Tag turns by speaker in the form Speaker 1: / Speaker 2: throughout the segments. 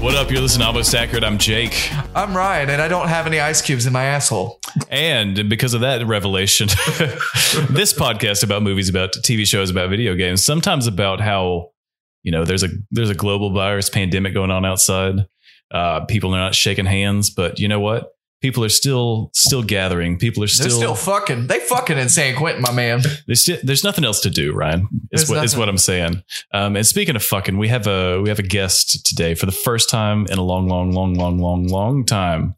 Speaker 1: What up? You're listening to Albo Stackard. I'm Jake.
Speaker 2: I'm Ryan, and I don't have any ice cubes in my asshole.
Speaker 1: And because of that revelation, this podcast about movies, about TV shows, about video games, sometimes about how, you know, there's a there's a global virus pandemic going on outside. Uh, people are not shaking hands, but you know what? People are still still gathering. People are
Speaker 2: They're
Speaker 1: still,
Speaker 2: still fucking. They fucking in San Quentin, my man.
Speaker 1: there's still there's nothing else to do, Ryan. Is
Speaker 2: There's
Speaker 1: what is
Speaker 2: nothing.
Speaker 1: what I'm saying. Um, and speaking of fucking, we have a we have a guest today for the first time in a long, long, long, long, long, long time.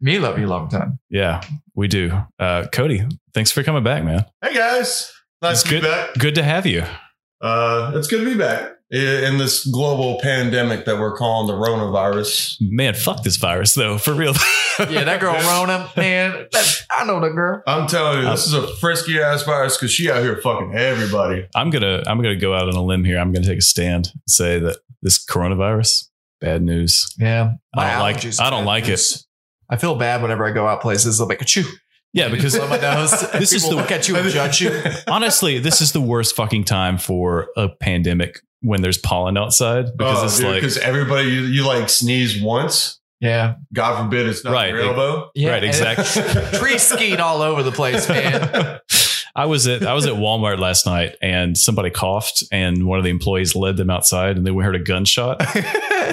Speaker 2: Me love you long time.
Speaker 1: Yeah, we do. Uh, Cody, thanks for coming back, man.
Speaker 3: Hey guys, nice
Speaker 1: It's
Speaker 3: to be back.
Speaker 1: Good to have you.
Speaker 3: Uh, it's good to be back i- in this global pandemic that we're calling the coronavirus.
Speaker 1: Man, fuck this virus though, for real.
Speaker 2: Yeah, that girl Rona, man. that- I know that girl.
Speaker 3: I'm telling you, this is a frisky ass virus because she out here fucking everybody.
Speaker 1: I'm gonna I'm gonna go out on a limb here. I'm gonna take a stand and say that this coronavirus, bad news.
Speaker 2: Yeah,
Speaker 1: I don't like-
Speaker 2: allergies
Speaker 1: I don't
Speaker 2: are
Speaker 1: like it.
Speaker 2: allergies. I feel bad whenever I go out places. They'll make a chew.
Speaker 1: Yeah, because
Speaker 2: Blow my nose.
Speaker 1: This is
Speaker 2: People
Speaker 1: the-
Speaker 2: look at you and judge you.
Speaker 1: honestly, this is the worst fucking time for a pandemic when there's pollen outside because
Speaker 3: Oh,
Speaker 1: it's
Speaker 3: dude,
Speaker 1: like
Speaker 3: 'cause everybody you, you like sneeze once,
Speaker 2: Yeah,
Speaker 3: God forbid it's not
Speaker 1: Right,
Speaker 3: your
Speaker 1: it-
Speaker 3: elbow.
Speaker 2: yeah.
Speaker 1: right,
Speaker 2: and
Speaker 1: exactly.
Speaker 2: Tree skiing all over the place, man.
Speaker 1: I was at I was at Walmart last night and somebody coughed and one of the employees led them outside and then we heard a gunshot.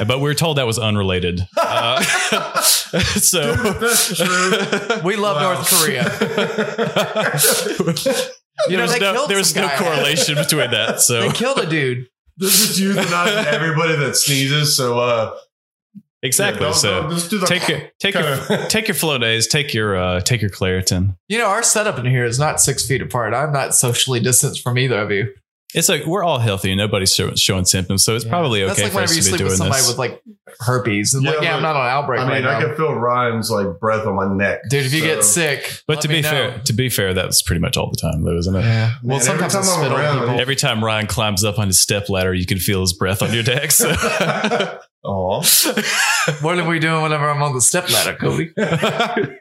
Speaker 1: but we were told that was unrelated. Uh, so
Speaker 3: That's true.
Speaker 2: We love
Speaker 3: Wow.
Speaker 2: North Korea.
Speaker 1: there
Speaker 2: know,
Speaker 1: was
Speaker 2: they
Speaker 1: no
Speaker 2: killed
Speaker 1: there was
Speaker 2: some
Speaker 1: no
Speaker 2: guy.
Speaker 1: correlation between that. So
Speaker 2: They killed a dude.
Speaker 3: this is euthanizing everybody that sneezes. So uh,
Speaker 1: exactly.
Speaker 3: yeah, don't-
Speaker 1: so
Speaker 3: don't- just do the-
Speaker 1: take your take your
Speaker 3: kinda-
Speaker 1: take your flow days. Take your uh, take your Claritin.
Speaker 2: You know, our setup in here is not six feet apart. I'm not socially distanced from either of you.
Speaker 1: It's like we're all healthy. Nobody's show, showing symptoms, so it's
Speaker 2: Yeah.
Speaker 1: probably okay
Speaker 2: That's like
Speaker 1: for
Speaker 2: whenever
Speaker 1: us
Speaker 2: you
Speaker 1: to be
Speaker 2: sleep
Speaker 1: doing
Speaker 2: with somebody
Speaker 1: this.
Speaker 2: with like herpes and like,
Speaker 3: Yeah,
Speaker 2: yeah, I'm
Speaker 3: but-
Speaker 2: not on outbreak
Speaker 3: I mean,
Speaker 2: right
Speaker 3: I
Speaker 2: now.
Speaker 3: can feel Ryan's like breath on my neck,
Speaker 2: Dude, if you get
Speaker 3: So-
Speaker 2: sick,
Speaker 1: but
Speaker 2: let
Speaker 1: to
Speaker 2: me
Speaker 1: be
Speaker 2: know.
Speaker 1: fair, to be fair, that's pretty much all the time, though, isn't it?
Speaker 2: yeah. Well,
Speaker 3: Man, every
Speaker 2: sometimes I
Speaker 3: time I'm
Speaker 2: spit on
Speaker 3: around,
Speaker 2: people.
Speaker 1: Every time Ryan climbs up on his step ladder, you can feel his breath on your deck. So.
Speaker 3: Aw.
Speaker 2: What are we doing whenever I'm on the step ladder, Kobe? Hugging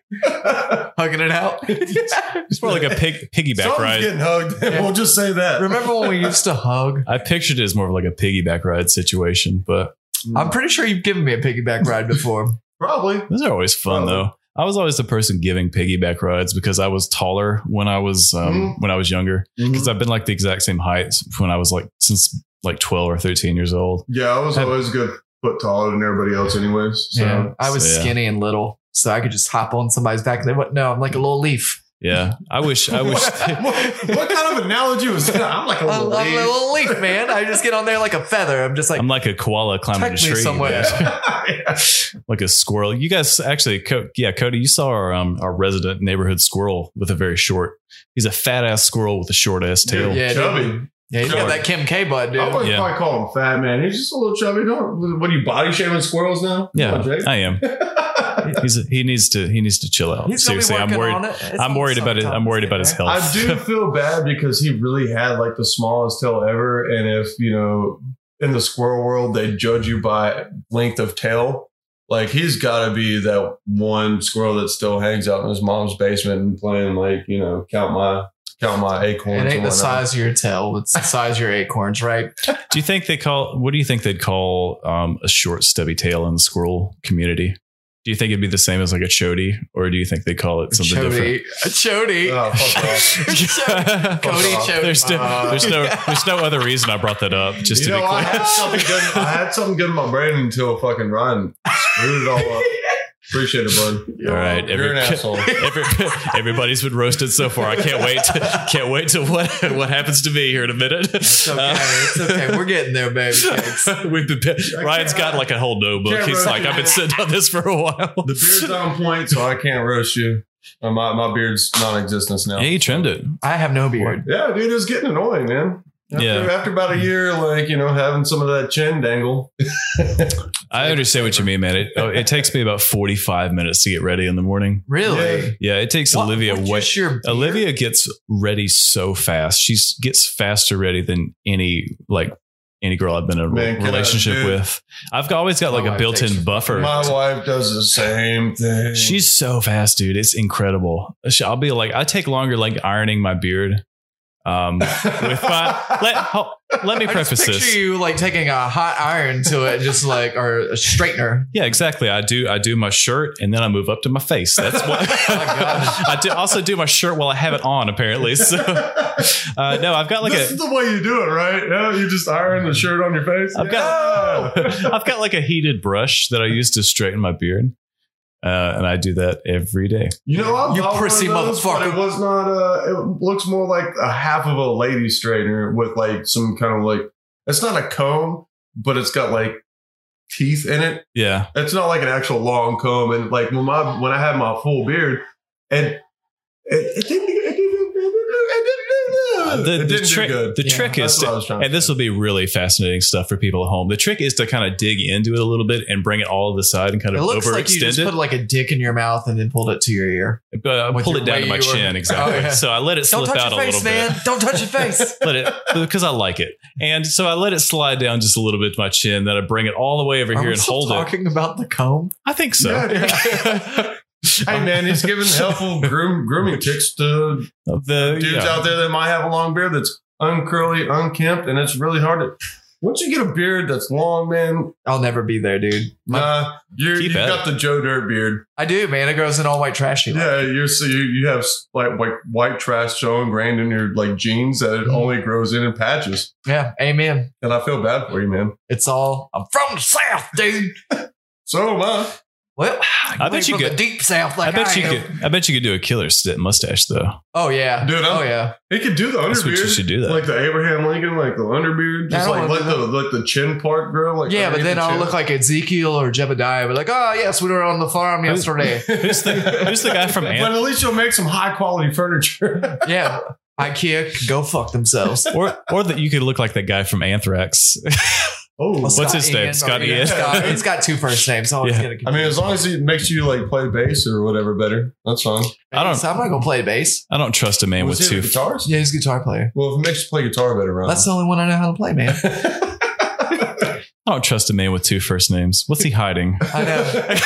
Speaker 2: it out.
Speaker 1: It's more like a pig, piggyback
Speaker 3: Someone's
Speaker 1: ride.
Speaker 3: getting hugged.
Speaker 2: Yeah.
Speaker 3: We'll just say that.
Speaker 2: Remember when we used to hug?
Speaker 1: I pictured it as more of like a piggyback ride situation, but
Speaker 3: Mm.
Speaker 2: I'm pretty sure you've given me a piggyback ride before.
Speaker 3: Probably.
Speaker 1: those are always fun
Speaker 3: Oh.
Speaker 1: though. I was always the person giving piggyback rides because I was taller when I was um,
Speaker 2: Mm-hmm.
Speaker 3: Mhm.
Speaker 1: when I was younger
Speaker 3: Mm.
Speaker 1: because I've been like the exact same height when I was like since like 12 or 13 years old.
Speaker 3: Yeah, I was
Speaker 1: I've-
Speaker 3: always a good foot taller than everybody else, anyways. So.
Speaker 2: yeah, I was
Speaker 1: so, yeah.
Speaker 2: skinny and little, so I could just hop on somebody's back and they went, no, I'm like a little leaf.
Speaker 1: Yeah. I wish I wish
Speaker 3: what, what- what kind of analogy was that? I'm like a
Speaker 2: I'm,
Speaker 3: little
Speaker 2: I'm a
Speaker 3: leaf.
Speaker 2: little leaf, man. I just get on there like a feather. I'm just like,
Speaker 1: I'm like a koala climbing a
Speaker 2: Take me
Speaker 1: tree.
Speaker 2: somewhere.
Speaker 1: man.
Speaker 3: Yeah.
Speaker 1: like a squirrel. You guys actually, Co- yeah, Cody, you saw our um, our resident neighborhood squirrel with a very short. He's a fat ass squirrel with a short ass tail.
Speaker 2: Yeah, dude.
Speaker 3: chubby.
Speaker 2: yeah, you got
Speaker 3: Sure.
Speaker 2: that Kim K butt, dude.
Speaker 3: I wouldn't
Speaker 1: Yeah.
Speaker 3: probably call him fat man. He's just a little chubby. Don't. What are you body shaming squirrels now? Come
Speaker 1: Yeah,
Speaker 3: on, Jake.
Speaker 1: I am. He's he needs to he needs to chill out.
Speaker 2: He's gonna be
Speaker 1: Seriously, I'm
Speaker 2: working
Speaker 1: worried.
Speaker 2: on it. It's
Speaker 1: I'm
Speaker 2: on
Speaker 1: worried about it. I'm
Speaker 2: sometime,
Speaker 1: worried about his
Speaker 2: man.
Speaker 1: health.
Speaker 3: I do feel bad because he really had like the smallest tail ever. And if, you know, in the squirrel world, they judge you by length of tail, like he's got to be that one squirrel that still hangs out in his mom's basement and playing, like, you know, count my. Count my acorns.
Speaker 2: It
Speaker 3: and
Speaker 2: ain't the
Speaker 3: whatnot.
Speaker 2: size of your tail. It's the size of your acorns, right?
Speaker 1: Do you think they call? What do you think they'd call um, a short, stubby tail in the squirrel community? Do you think it'd be the same as like a chody, or do you think they call it something different?
Speaker 2: Chody. A Chody.
Speaker 3: Oh, fuck off.
Speaker 2: Cody
Speaker 3: Fuck off.
Speaker 2: Chody.
Speaker 1: there's, no,
Speaker 3: Uh,
Speaker 1: there's no there's no other reason I brought that up. Just
Speaker 3: you
Speaker 1: to
Speaker 3: know,
Speaker 1: be clear.
Speaker 3: I had something good. I had something good in my brain until fucking Ryan screwed it all up. Appreciate it, bud.
Speaker 1: All right,
Speaker 3: You're
Speaker 1: every-
Speaker 3: an asshole.
Speaker 1: Every, everybody's been roasted so far. I can't wait. To, can't wait to what what happens to me here in a minute.
Speaker 2: It's okay. it's okay. We're getting there, baby. It's-
Speaker 1: We've been, Ryan's got
Speaker 3: can't-
Speaker 1: like a whole notebook.
Speaker 3: can't
Speaker 1: He's
Speaker 3: roast
Speaker 1: like,
Speaker 3: you.
Speaker 1: I've been sitting on this for a while.
Speaker 3: The beard's on point, so I can't roast you. Uh, my, my beard's non-existence now.
Speaker 1: Yeah, you trimmed it.
Speaker 2: I have no beard.
Speaker 3: Yeah, dude, it's getting annoying, man. After,
Speaker 1: Yeah.
Speaker 3: after about a year, like you know, having some of that chin dangle.
Speaker 1: I understand what you mean, man. It, oh, it takes me about forty five minutes to get ready in the morning.
Speaker 2: Really?
Speaker 1: Yeah,
Speaker 3: Yeah.
Speaker 1: it takes
Speaker 2: What-
Speaker 1: Olivia
Speaker 2: what's
Speaker 1: way.
Speaker 2: your beard?
Speaker 1: Olivia gets ready so fast. She gets faster ready than any like any girl I've been in a
Speaker 3: Man, can I
Speaker 1: relationship
Speaker 3: do-
Speaker 1: with. I've always got like a
Speaker 2: My wife takes-
Speaker 1: built-in buffer.
Speaker 3: My wife does the same thing.
Speaker 1: She's so fast, dude. It's incredible. She- I'll be like, I take longer like ironing my beard. Um, with my let ho- let me
Speaker 2: I just
Speaker 1: preface
Speaker 2: picture
Speaker 1: this.
Speaker 2: you like taking a hot iron to it, just like or a straightener.
Speaker 1: Yeah, exactly. I do. I do my shirt, and then I move up to my face. That's what
Speaker 3: Oh
Speaker 2: my God.
Speaker 1: I do. Also, do my shirt while I have it on. Apparently, so uh, no, I've got like
Speaker 3: this
Speaker 1: a.
Speaker 3: is the way you do it, right? Yeah, you just iron the shirt on your face.
Speaker 1: I've got I've got like a heated brush that I use to straighten my beard, uh, and I do that every day.
Speaker 3: You know, I
Speaker 2: You
Speaker 3: bought
Speaker 2: prissy
Speaker 3: one of those, but
Speaker 2: motherfucker.
Speaker 3: It was not. Uh, it looks more like a half of a lady straightener with like some kind of like. It's not a comb, but it's got like teeth in it.
Speaker 1: Yeah,
Speaker 3: It's not like an actual long comb. And like when my when I had my full beard, and it, it didn't. It didn't,
Speaker 1: Uh,
Speaker 3: it didn't,
Speaker 1: the,
Speaker 3: it
Speaker 1: the
Speaker 3: didn't
Speaker 1: trick
Speaker 3: do good.
Speaker 1: the
Speaker 2: Yeah,
Speaker 1: trick is
Speaker 3: That's what I
Speaker 1: to,
Speaker 3: was trying to
Speaker 1: and this will be really fascinating stuff for people at home. The trick is to kind of dig into it a little bit and bring it all to the side and kind
Speaker 2: It
Speaker 1: of
Speaker 2: looks like you just
Speaker 1: overextend
Speaker 2: put like a dick in your mouth and then pulled it to your ear.
Speaker 1: it. Uh,
Speaker 2: with
Speaker 1: pull
Speaker 2: your
Speaker 1: it down to
Speaker 2: way
Speaker 1: my
Speaker 2: you were-
Speaker 1: chin exactly.
Speaker 2: Oh, yeah.
Speaker 1: So I let it
Speaker 2: Don't
Speaker 1: slip
Speaker 2: touch
Speaker 1: out a
Speaker 2: your face,
Speaker 1: little
Speaker 2: man.
Speaker 1: bit.
Speaker 2: Don't touch your face.
Speaker 1: Let it because I like it, and so I let it slide down just a little bit to my chin. Then I bring it all the way over
Speaker 2: Are
Speaker 1: here
Speaker 2: we
Speaker 1: and
Speaker 2: still
Speaker 1: hold it.
Speaker 2: talking about the comb?
Speaker 1: I think so.
Speaker 3: Yeah. hey man, he's giving helpful groom, grooming tips to
Speaker 1: The
Speaker 3: dudes
Speaker 1: yeah.
Speaker 3: out there that might have a long beard that's uncurly, unkempt, and it's really hard to. Once you get a beard that's long, man,
Speaker 2: I'll never be there, dude. My-
Speaker 3: nah, you're,
Speaker 1: Keep
Speaker 3: you've
Speaker 1: at
Speaker 3: got the Joe Dirt beard.
Speaker 2: I do, man. It grows in all white trashy.
Speaker 3: Yeah, you're so you, you have like white, white trash Joe ingrained in your like genes that it
Speaker 1: Mm-hmm.
Speaker 2: Mhm.
Speaker 3: only grows in in patches,
Speaker 2: yeah. Amen.
Speaker 3: and I feel bad for you, man.
Speaker 2: It's all. I'm from the south, dude.
Speaker 3: So am I.
Speaker 2: Well,
Speaker 1: I bet you
Speaker 2: from
Speaker 1: could-
Speaker 2: the deep south. Like
Speaker 1: I bet you
Speaker 2: am.
Speaker 1: could. I bet you could do a killer stint mustache though.
Speaker 2: Oh yeah,
Speaker 3: Dude, I'm-
Speaker 2: oh yeah.
Speaker 3: He could do the
Speaker 1: That's what you
Speaker 3: underbeard.
Speaker 1: should do that.
Speaker 3: Like the Abraham Lincoln, like the underbeard,
Speaker 2: I
Speaker 3: just
Speaker 2: don't
Speaker 3: like let
Speaker 2: wanna
Speaker 3: the like the chin part grow. Like
Speaker 2: yeah, but
Speaker 3: underneath
Speaker 2: then
Speaker 3: the
Speaker 2: I'll
Speaker 3: chin.
Speaker 2: look like Ezekiel or Jebediah. But like, oh yes, we were on the farm yesterday.
Speaker 1: Who's the- who's the guy from Ant-
Speaker 3: But at least you'll make some high quality furniture.
Speaker 2: yeah, IKEA could go fuck themselves.
Speaker 1: or or that you could look like that guy from Anthrax.
Speaker 3: oh,
Speaker 2: Well,
Speaker 1: What's
Speaker 2: Scott
Speaker 1: his name?
Speaker 2: Ian,
Speaker 1: Scott
Speaker 2: or-
Speaker 1: Ian?
Speaker 2: Scott- he's got two first names. So I always
Speaker 1: Yeah.
Speaker 2: get it
Speaker 3: I mean,
Speaker 2: confused.
Speaker 3: as long as it makes you like play bass or whatever better, that's fine.
Speaker 1: I don't-
Speaker 2: So I'm not gonna play bass.
Speaker 1: I don't trust a man
Speaker 3: Was
Speaker 1: with
Speaker 3: he
Speaker 1: two.
Speaker 3: the guitars.
Speaker 2: Yeah, he's a guitar player.
Speaker 3: Well, if it makes you play guitar better, right?
Speaker 2: That's the only one I know how to play, man.
Speaker 1: I don't trust a man with two first names. What's he hiding?
Speaker 2: I know.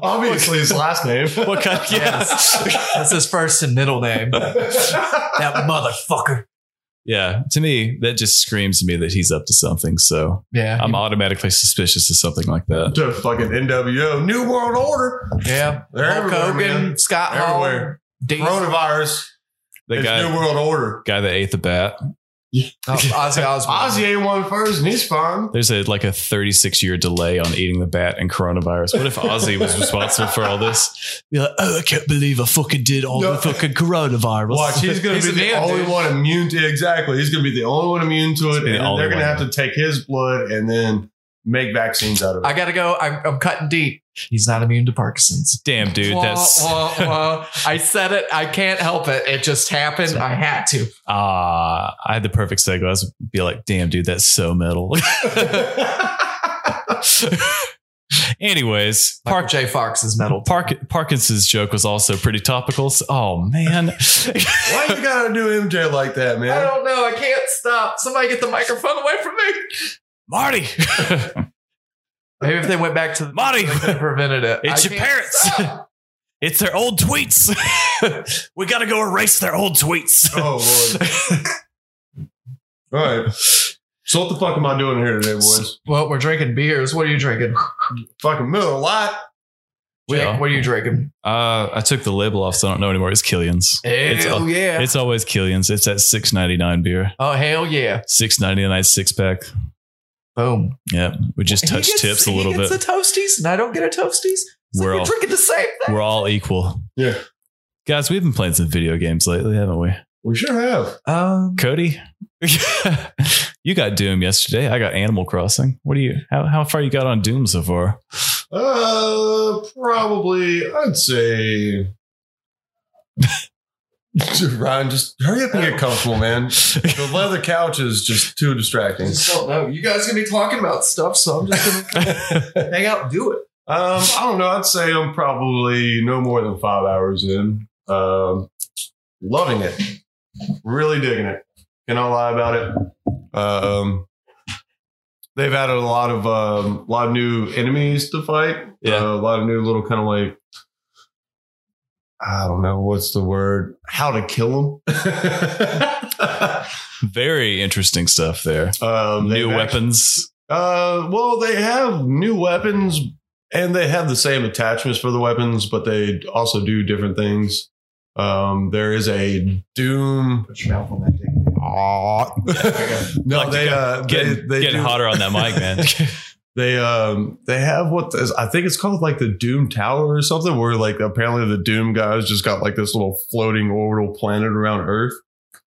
Speaker 3: Obviously, his last name.
Speaker 1: What kind? Yes.
Speaker 2: That's his first and middle name. That motherfucker.
Speaker 1: yeah. To me, that just screams to me that he's up to something. So
Speaker 2: Yeah.
Speaker 1: I'm automatically suspicious of something like that.
Speaker 3: to fucking NWO, New World Order,
Speaker 2: yeah.
Speaker 3: They're
Speaker 2: Hulk
Speaker 3: everywhere,
Speaker 2: Hogan,
Speaker 3: man.
Speaker 2: Scott Hall,
Speaker 3: Everywhere.
Speaker 2: Dean, oh,
Speaker 3: coronavirus,
Speaker 1: The
Speaker 3: it's New
Speaker 1: guy,
Speaker 3: World Order.
Speaker 1: guy that ate the bat.
Speaker 2: Oh, Ozzy Osbourne.
Speaker 3: Ozzy ain't one first, and he's fine.
Speaker 1: There's a like a 36 year delay on eating the bat and coronavirus. What if Ozzy was responsible for all this? Be like, oh, I can't believe I fucking did all
Speaker 3: No.
Speaker 1: the fucking coronavirus.
Speaker 3: Watch, he's going
Speaker 2: He's
Speaker 3: to be
Speaker 2: a
Speaker 3: the
Speaker 2: man,
Speaker 3: only
Speaker 2: dude.
Speaker 3: one immune to exactly. He's going to be the only one immune to
Speaker 1: be
Speaker 3: it,
Speaker 1: the
Speaker 3: and then
Speaker 1: only
Speaker 3: they're going to
Speaker 1: one.
Speaker 3: have to take his blood and then make vaccines out of it.
Speaker 2: I gotta go. I'm, I'm cutting deep. He's not immune to Parkinson's.
Speaker 1: Damn, dude,
Speaker 2: Wah,
Speaker 1: that's
Speaker 2: wah, wah. I said it. I can't help it. It just happened. I had to.
Speaker 1: ah. I had the perfect segue. I was be like, damn, dude, that's so metal. Anyways,
Speaker 2: Michael
Speaker 1: Park
Speaker 2: J. Fox's metal.
Speaker 1: Park Parkinson's joke was also pretty topical. So, oh man,
Speaker 3: Why you got to do MJ like that,
Speaker 2: I
Speaker 3: man?
Speaker 2: don't know. I can't stop. Somebody get the microphone away from me.
Speaker 1: Marty,
Speaker 2: Maybe if they went back to the
Speaker 1: Marty.
Speaker 2: they could've prevented it.
Speaker 1: It's
Speaker 2: I
Speaker 1: your
Speaker 2: can't
Speaker 1: parents.
Speaker 2: stop.
Speaker 1: it's their old tweets. we got to go erase their old tweets.
Speaker 3: Oh, Lord. All right. So what the fuck am I doing here today, boys?
Speaker 2: Well, we're drinking beers. What are you drinking?
Speaker 3: Fucking Miller Lite.
Speaker 1: We
Speaker 2: Jake,
Speaker 1: are.
Speaker 2: what are you drinking?
Speaker 1: Uh, I took the label off, so I don't know anymore. It's Killian's. It's,
Speaker 2: Hell yeah.
Speaker 1: it's always Killian's. It's that six ninety nine beer,
Speaker 2: oh, hell yeah.
Speaker 1: six ninety nine six pack.
Speaker 2: Boom.
Speaker 1: Yeah, we just
Speaker 2: He
Speaker 1: touch
Speaker 2: gets-
Speaker 1: tips a
Speaker 2: he
Speaker 1: little
Speaker 2: gets
Speaker 1: bit.
Speaker 2: the toasties and I don't get a toasties. It's like
Speaker 1: We're
Speaker 2: we're
Speaker 1: all-
Speaker 2: drinking the same thing.
Speaker 1: We're all equal.
Speaker 3: Yeah,
Speaker 1: Guys, we've been playing some video games lately, haven't we?
Speaker 3: we sure have.
Speaker 2: Um,
Speaker 1: Cody, you got Doom yesterday. I got Animal Crossing. What do you, how, how far you got on Doom so far?
Speaker 3: Uh, probably I'd say. Ryan, just hurry up and get comfortable, man. The leather couch is just too
Speaker 2: I
Speaker 3: distracting.
Speaker 2: just don't know. You guys gonna be talking about stuff, so I'm just gonna hang out and do it.
Speaker 3: Um, I don't know. I'd say I'm probably no more than five hours in. Um, loving it, really digging it. Cannot lie about it. Um, they've added a lot of um, lot of new enemies to fight.
Speaker 1: Yeah.
Speaker 3: Uh, a lot of new little kind of like I don't know what's the word. How to kill them.
Speaker 1: Very interesting stuff there.
Speaker 3: um,
Speaker 1: New
Speaker 3: they've actually-
Speaker 1: weapons.
Speaker 3: uh, well, they have new weapons and they have the same attachments for the weapons, but they also do different things. Um, there is a Doom.
Speaker 2: Put your mouth on that thing.
Speaker 3: no,
Speaker 1: Like,
Speaker 3: they, uh,
Speaker 1: Getting,
Speaker 3: they they
Speaker 1: getting
Speaker 3: do-
Speaker 1: hotter on that mic, man.
Speaker 3: They um they have what is, I think it's called like the Doom Tower or something, where like apparently the Doom guys just got like this little floating orbital planet around Earth.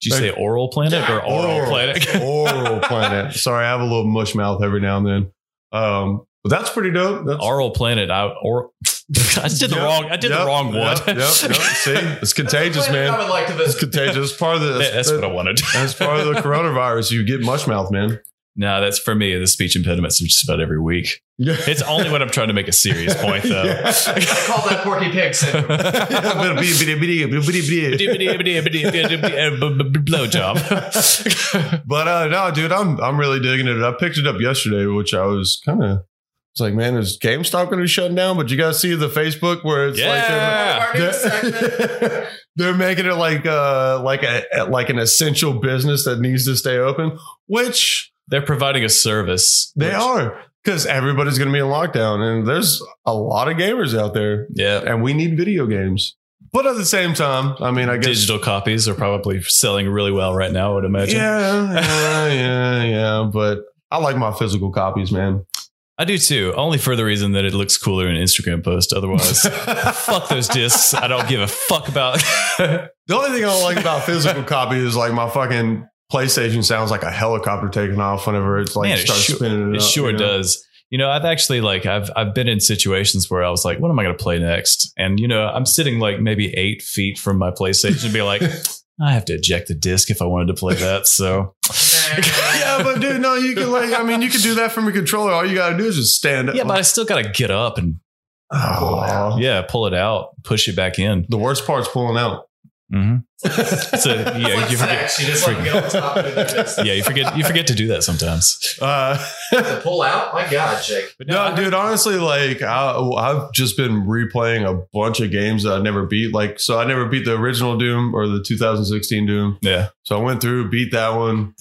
Speaker 1: Did you say oral planet or oral, planet?
Speaker 3: oral planet. Sorry, I have a little mush mouth every now and then. Um, but that's pretty dope. That's
Speaker 1: oral planet. I or I did the
Speaker 3: Yep,
Speaker 1: wrong. I did the
Speaker 3: yep,
Speaker 1: wrong one.
Speaker 3: Yep, yep, yep. See, it's contagious,
Speaker 2: I
Speaker 3: man.
Speaker 2: would like to
Speaker 3: It's
Speaker 2: visit.
Speaker 3: contagious. Part of the
Speaker 1: That- that's what I wanted.
Speaker 3: that's part of the coronavirus. You get mush mouth, man.
Speaker 1: no, that's for me. The speech impediments are just about every week.
Speaker 3: Yeah.
Speaker 1: It's only when I'm trying to make a serious point, though.
Speaker 3: Yeah.
Speaker 2: I call that Porky Pig syndrome.
Speaker 1: Blowjob.
Speaker 3: but uh, no, dude, I'm I'm really digging it. I picked it up yesterday, which I was kind of. It's like, man, is GameStop going to be shutting down? But you guys see the Facebook where it's like they're-
Speaker 1: Yeah.
Speaker 2: Party segment.
Speaker 3: they're, they're making it like uh like a like an essential business that needs to stay open, which
Speaker 1: They're providing a service.
Speaker 3: they
Speaker 1: which-
Speaker 3: are because everybody's going to be in lockdown, and there's a lot of gamers out there,
Speaker 1: Yeah.
Speaker 3: and we need video games. But at the same time, I mean, I guess
Speaker 1: Digital copies are probably selling really well right now, I would imagine.
Speaker 3: yeah, yeah, yeah, yeah. But I like my physical copies, man.
Speaker 1: I do too, only for the reason that it looks cooler in an Instagram post. Otherwise, fuck those discs. I don't give a fuck about.
Speaker 3: The only thing I don't like about physical copy is like my fucking PlayStation sounds like a helicopter taking off whenever it's like
Speaker 1: Man, it
Speaker 3: starts
Speaker 1: sure-
Speaker 3: spinning. It,
Speaker 1: It
Speaker 3: up,
Speaker 1: sure
Speaker 3: you know?
Speaker 1: does. You know, I've actually like I've I've been in situations where I was like, what am I going to play next? And you know, I'm sitting like maybe eight feet from my PlayStation and be like, I have to eject the disc if I wanted to play that. So
Speaker 3: yeah, but dude, no, you can like. I mean, you can do that from your controller. All you gotta do is just stand up.
Speaker 1: yeah, but I still got to get up and
Speaker 3: Oh.
Speaker 1: yeah, pull it out, push it back in.
Speaker 3: the worst part's pulling out.
Speaker 1: Mm-hmm. So yeah,
Speaker 2: It's like
Speaker 1: you forget.
Speaker 2: sex. You just like get on top of it.
Speaker 1: Yeah, you forget. You forget to do that sometimes.
Speaker 3: Uh,
Speaker 2: To pull out? My God, Jake.
Speaker 1: But
Speaker 3: no, dude, honestly, like I, I've just been replaying a bunch of games that I never beat. Like, so I never beat the original Doom or the 2016 Doom.
Speaker 1: Yeah.
Speaker 3: So I went through, beat that one.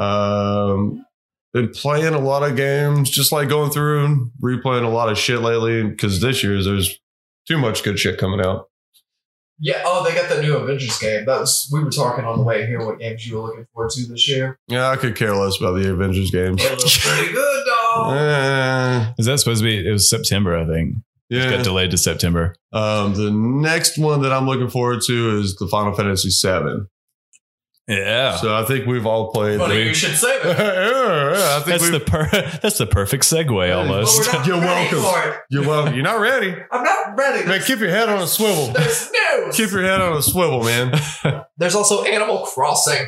Speaker 3: Um, been playing a lot of games, just like going through and replaying a lot of shit lately. Because this year's there's too much good shit coming out.
Speaker 2: Yeah. Oh, they got that new Avengers game. That was we were talking on the way here. What games you were looking forward to this year?
Speaker 3: Yeah, I could care less about the Avengers games.
Speaker 2: It looks pretty good, dog.
Speaker 3: Eh,
Speaker 1: Is that supposed to be? It was September, I think. It
Speaker 3: yeah.
Speaker 1: got delayed to September.
Speaker 3: Um, the next one that I'm looking forward to is the Final Fantasy VII.
Speaker 1: Yeah.
Speaker 3: So I think we've all played.
Speaker 2: Funny,
Speaker 3: the-
Speaker 2: you should say
Speaker 3: Yeah,
Speaker 2: that.
Speaker 3: yeah, I think
Speaker 1: That's
Speaker 3: we've,
Speaker 1: the per- that's the perfect segue
Speaker 2: But
Speaker 1: almost.
Speaker 2: we're not
Speaker 3: You're
Speaker 2: ready
Speaker 3: welcome.
Speaker 2: for it.
Speaker 3: you're well, you're not ready.
Speaker 2: I'm not ready.
Speaker 3: Man, keep your head on a swivel.
Speaker 2: There's news.
Speaker 3: Keep your head on a swivel, man.
Speaker 2: There's also Animal Crossing.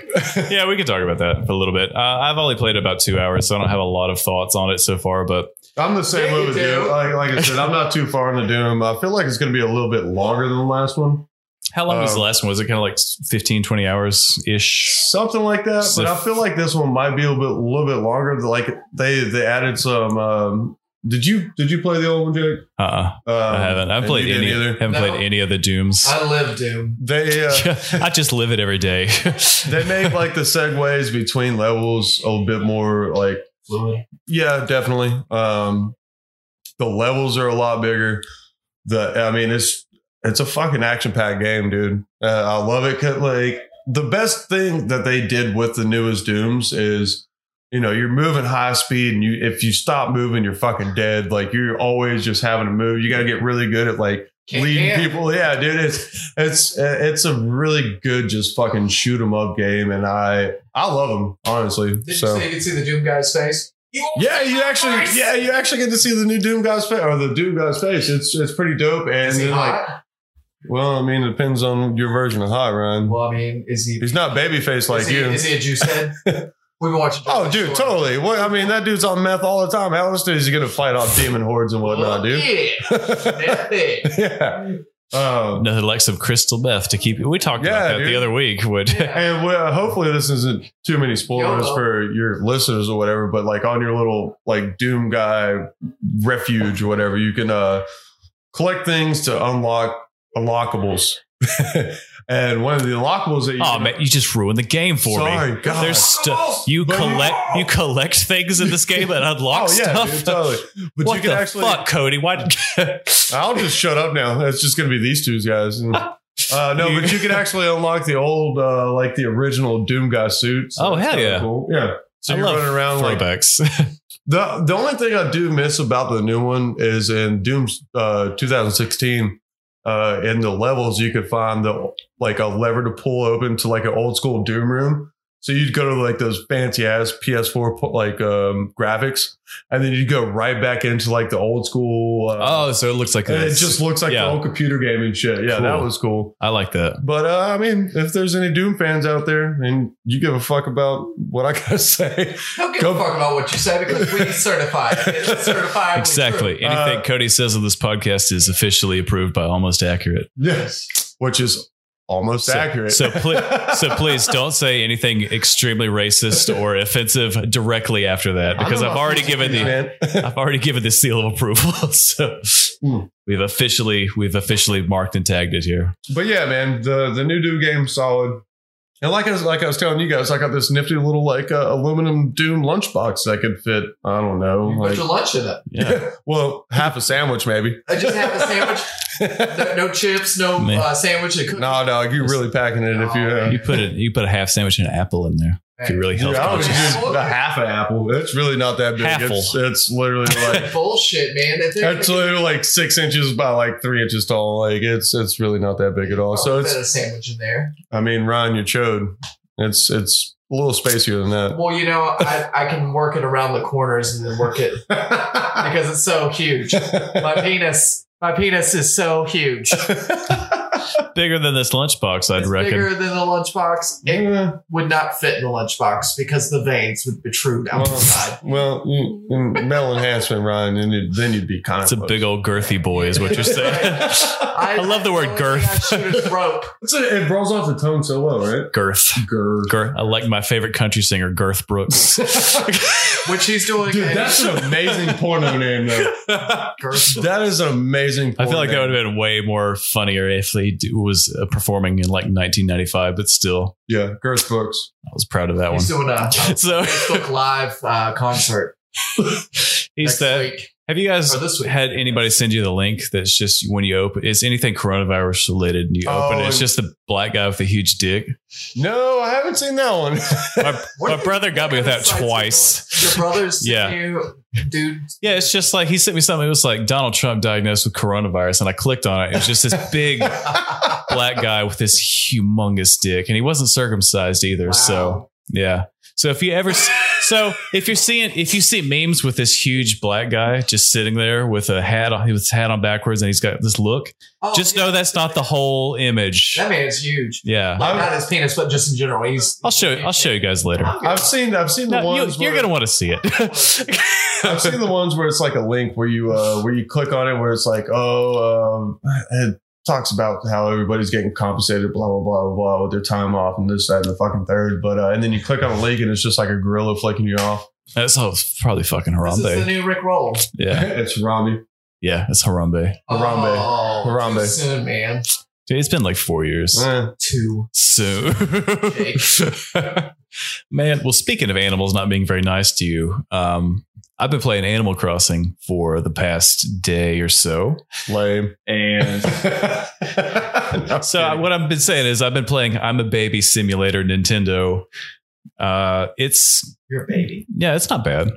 Speaker 1: yeah, we can talk about that for a little bit. Uh, I've only played about two hours, so I don't have a lot of thoughts on it so far. But
Speaker 3: I'm the same
Speaker 2: Yeah,
Speaker 3: way
Speaker 2: you
Speaker 3: with
Speaker 2: do.
Speaker 3: Doom. Like, like I said, I'm not too far into Doom. I feel like it's going to be a little bit longer than the last one,
Speaker 1: how long was the
Speaker 3: Um,
Speaker 1: last one? Was it kind of like 15, 20 hours ish?
Speaker 3: something like that.
Speaker 1: So-
Speaker 3: but I feel like this one might be a little bit, little bit longer. Like they they added some. Um, did you did you play the old one, Jake?
Speaker 1: Uh, uh
Speaker 3: Um,
Speaker 1: I haven't. I've
Speaker 3: and
Speaker 1: played
Speaker 3: you didn't
Speaker 1: any. Haven't
Speaker 2: No.
Speaker 1: played any of the Dooms.
Speaker 2: I live Doom.
Speaker 3: They uh,
Speaker 1: I just live it every day.
Speaker 3: they make like the segues between levels a little bit more like
Speaker 2: Fluid.
Speaker 3: Yeah, definitely. Um, the levels are a lot bigger. The I mean, it's it's a fucking action packed game, dude. Uh, I love it. 'cause, Like the best thing that they did with the newest Dooms is you know you're moving high speed and you if you stop moving you're fucking dead like you're always just having to move you got to get really good at like
Speaker 2: Can't-
Speaker 3: leading
Speaker 2: can't.
Speaker 3: people yeah dude it's it's it's a really good just fucking shoot 'em up game and i i love them honestly
Speaker 2: Did
Speaker 3: so
Speaker 2: you say you could see the Doom guy's face?
Speaker 3: yeah you actually yeah you actually get to see the new doom guy's face or the doom guy's face it's it's pretty dope and
Speaker 2: Is he
Speaker 3: then like
Speaker 2: hot?
Speaker 3: well i mean it depends on your version of hot ryan
Speaker 2: well, I mean, is he?
Speaker 3: he's not babyface like
Speaker 2: is he,
Speaker 3: you
Speaker 2: Is he a juice head? We've been watching.
Speaker 3: Oh, dude,
Speaker 2: Shore.
Speaker 3: totally. What I mean, that dude's on meth all the time. How else is he gonna fight off demon hordes and
Speaker 2: Well,
Speaker 3: whatnot, dude?
Speaker 2: Yeah, that thing.
Speaker 3: yeah. Um,
Speaker 1: Nothing like some crystal meth to keep. We talked
Speaker 3: Yeah,
Speaker 1: about that
Speaker 3: dude.
Speaker 1: the other week. Would
Speaker 2: Yeah.
Speaker 3: and well, hopefully this isn't too many spoilers
Speaker 2: YOLO.
Speaker 3: for your listeners or whatever. But like on your little like Doom guy refuge or whatever, you can uh, collect things to unlock unlockables. and one of the unlockables that you
Speaker 1: oh
Speaker 3: can-
Speaker 1: man, you just ruined the game for me.
Speaker 3: Sorry, God.
Speaker 1: There's stuff you
Speaker 3: But you-
Speaker 1: collect. You collect things in this game that unlock
Speaker 3: oh yeah,
Speaker 1: stuff.
Speaker 3: dude, totally. But
Speaker 1: what
Speaker 3: you can
Speaker 1: the
Speaker 3: actually
Speaker 1: fuck, Cody? Why?
Speaker 3: I'll just shut up now. It's just going to be these two guys. Uh, no, but you can actually unlock the old, uh, like the original Doom guy suit.
Speaker 1: Oh,
Speaker 3: that's
Speaker 1: hell
Speaker 3: kinda
Speaker 1: yeah.
Speaker 3: cool. yeah. So
Speaker 1: I
Speaker 3: you're
Speaker 1: love
Speaker 3: running around like
Speaker 1: throwbacks.
Speaker 3: the the only thing I do miss about the new one is in Doom uh, 2016. Uh, in the levels, you could find the like a lever to pull open to like an old school Doom room. So you'd go to like those fancy ass PS4 pu- like um, graphics, and then you'd go right back into like the old school. Uh,
Speaker 1: oh, so it looks like
Speaker 3: and it
Speaker 1: this.
Speaker 3: just looks like
Speaker 1: yeah.
Speaker 3: the old computer game and shit. Yeah, that
Speaker 1: Cool.
Speaker 3: was cool.
Speaker 1: I like that.
Speaker 3: But uh, I mean, if there's any Doom fans out there and you give a fuck about what I gotta say,
Speaker 2: Don't give
Speaker 3: Go-
Speaker 2: a fuck about what you say because we certify it. It's certifiably
Speaker 1: Exactly.
Speaker 2: true.
Speaker 1: Anything
Speaker 3: Uh,
Speaker 1: Cody says on this podcast is officially approved by almost accurate.
Speaker 3: Yes, which is almost
Speaker 1: So-
Speaker 3: accurate.
Speaker 1: so pl- So please don't say anything extremely racist or offensive directly after that because I've already given the
Speaker 3: the
Speaker 1: I've already given the seal of approval. So
Speaker 3: Hmm.
Speaker 1: we've officially we've officially marked and tagged it here.
Speaker 3: But yeah, man, the the new Doom game solid. And like I was like I was telling you guys, I got this nifty little like uh, aluminum Doom lunchbox that could fit. I don't know,
Speaker 2: You put
Speaker 3: like
Speaker 2: your lunch in it.
Speaker 1: Yeah.
Speaker 3: well half a sandwich maybe.
Speaker 2: I just have a sandwich. No, no chips. No
Speaker 1: Man.
Speaker 2: uh, sandwich. And cookies.
Speaker 3: no, dog, you're really packing it if you.
Speaker 2: Oh,
Speaker 3: Uh,
Speaker 1: You put it you put a half sandwich and an apple in there. If you're really
Speaker 3: Dude,
Speaker 1: health
Speaker 3: I would
Speaker 1: conscious.
Speaker 3: just a half an apple. It's really not that big.
Speaker 1: Halfle.
Speaker 3: It's, it's literally like
Speaker 2: Bullshit, man. That thing-
Speaker 3: it's literally like six inches by like three inches tall. Like it's it's really not that big at all. So
Speaker 2: I'll
Speaker 3: it's
Speaker 2: fit a sandwich in there.
Speaker 3: I mean, Ryan, you're chode. It's it's a little spacier than that.
Speaker 2: Well, you know, I, I can work it around the corners and then work it because it's so huge. My penis, my penis is so huge.
Speaker 1: Bigger than this lunchbox, I'd
Speaker 2: it's
Speaker 1: reckon.
Speaker 2: bigger than the lunchbox. It
Speaker 3: Yeah,
Speaker 2: would not fit in the lunchbox because the veins would protrude out the
Speaker 3: well,
Speaker 2: side.
Speaker 3: well, you- you- metal enhancement, Ryan, and you, then you'd be kind
Speaker 1: It's a
Speaker 3: of
Speaker 1: big old girthy boy, is what you're saying.
Speaker 2: I,
Speaker 1: love the word
Speaker 2: only thing I
Speaker 1: girth.
Speaker 2: shoot is rope.
Speaker 3: It's a, it rolls off the tone so well, right?
Speaker 1: Girth.
Speaker 3: Girl.
Speaker 1: Girth. I like my favorite country singer, Girth Brooks.
Speaker 2: Which he's doing.
Speaker 3: Dude,
Speaker 2: and
Speaker 3: that's an amazing porno name, though.
Speaker 2: girth.
Speaker 3: That is an amazing.
Speaker 1: I
Speaker 3: Porno
Speaker 1: feel like that
Speaker 3: name.
Speaker 1: would have been way more funnier if he d- was uh, performing in like 1995, but still,
Speaker 3: yeah, girth books.
Speaker 1: I was proud of that one.
Speaker 2: He's doing a
Speaker 1: So
Speaker 2: Facebook Live uh, concert
Speaker 1: he's
Speaker 2: next
Speaker 1: that.
Speaker 2: week
Speaker 1: Have you guys
Speaker 2: or this week.
Speaker 1: had anybody send you the link that's just when you open it's anything coronavirus related and you open
Speaker 3: Oh,
Speaker 1: it, it's
Speaker 3: and-
Speaker 1: just the black guy with the huge dick.
Speaker 3: No, I haven't seen that one.
Speaker 1: My,
Speaker 2: What
Speaker 1: my
Speaker 2: are
Speaker 1: brother got me with that
Speaker 2: Sites are
Speaker 1: twice.
Speaker 2: going- Your brother's
Speaker 1: Yeah.
Speaker 2: yeah, you, dude.
Speaker 1: Yeah, it's just like he sent me something. It was like Donald Trump diagnosed with coronavirus, and I clicked on it. It was just this big black guy with this humongous dick, and he wasn't circumcised either.
Speaker 2: Wow.
Speaker 1: So yeah. So if you ever, so if you're seeing, if you see memes with this huge black guy just sitting there with a hat on, his hat on backwards, and he's got this look,
Speaker 2: Oh,
Speaker 1: just
Speaker 2: yeah.
Speaker 1: know that's not the whole image.
Speaker 2: That man's huge.
Speaker 1: Yeah.
Speaker 2: Like,
Speaker 3: I'm-
Speaker 2: not his penis, but just in general. He's.
Speaker 1: I'll show I'll show you guys later.
Speaker 3: I've seen. I've seen the
Speaker 1: No, you,
Speaker 3: ones.
Speaker 1: you're
Speaker 3: where-
Speaker 1: gonna want to see it.
Speaker 3: I've seen the ones where it's like a link where you uh, where you click on it where it's like oh um, it talks about how everybody's getting compensated blah blah blah blah blah with their time off and this that and the fucking third but uh, and then you click on a link and it's just like a gorilla flicking you off
Speaker 1: That's all- probably fucking
Speaker 2: This is the
Speaker 1: Harambe.
Speaker 2: new Rick Roll.
Speaker 1: Yeah,
Speaker 3: it's Rami
Speaker 1: yeah, it's Harambe.
Speaker 3: Harambe.
Speaker 2: Oh,
Speaker 3: Harambe.
Speaker 2: Too soon, man.
Speaker 1: Dude, it's been like four years.
Speaker 3: Eh.
Speaker 2: Too.
Speaker 1: So, man, well, speaking of animals not being very nice to you, um, I've been playing Animal Crossing for the past day or so.
Speaker 3: lame
Speaker 1: And
Speaker 3: No,
Speaker 1: so, I-
Speaker 3: kidding.
Speaker 1: what I've been saying is, I've been playing I'm a Baby Simulator Nintendo Uh, it's
Speaker 2: You're a baby.
Speaker 1: yeah, it's not bad.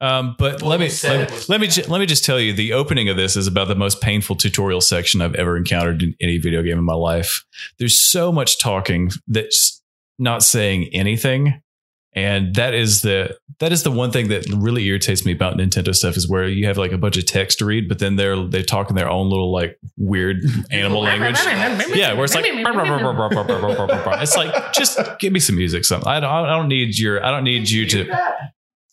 Speaker 1: Um, but
Speaker 2: Well,
Speaker 1: let me
Speaker 2: you said
Speaker 1: let,
Speaker 2: it was
Speaker 1: let me ju- let me just tell you, the opening of this is about the most painful tutorial section I've ever encountered in any video game in my life. There's so much talking that's not saying anything, and that is the that is the one thing that really irritates me about Nintendo stuff is where you have like a bunch of text to read, but then they're they talk in their own little like weird animal language. Yeah, where it's like it's like just give me some music. Something I don't, I don't need your I don't need you to.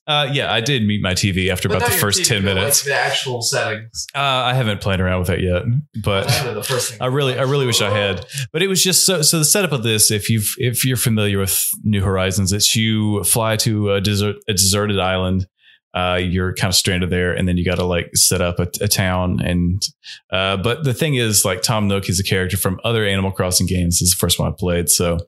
Speaker 1: Uh, yeah, I did mute my TV after
Speaker 2: But
Speaker 1: about
Speaker 2: not
Speaker 1: the
Speaker 2: your
Speaker 1: first
Speaker 2: TV,
Speaker 1: ten
Speaker 2: but, like,
Speaker 1: minutes.
Speaker 2: the actual settings.
Speaker 1: Uh, I haven't played around with it yet, but
Speaker 2: That was the first thing.
Speaker 1: I really, I really wish I had. But it was just so. So the setup of this, if you've, if you're familiar with New Horizons, it's you fly to a desert, a deserted island. Uh, you're kind of stranded there, and then you got to like set up a, a town. And uh, but the thing is, like Tom Nook is a character from other Animal Crossing games. This is the first one I played. So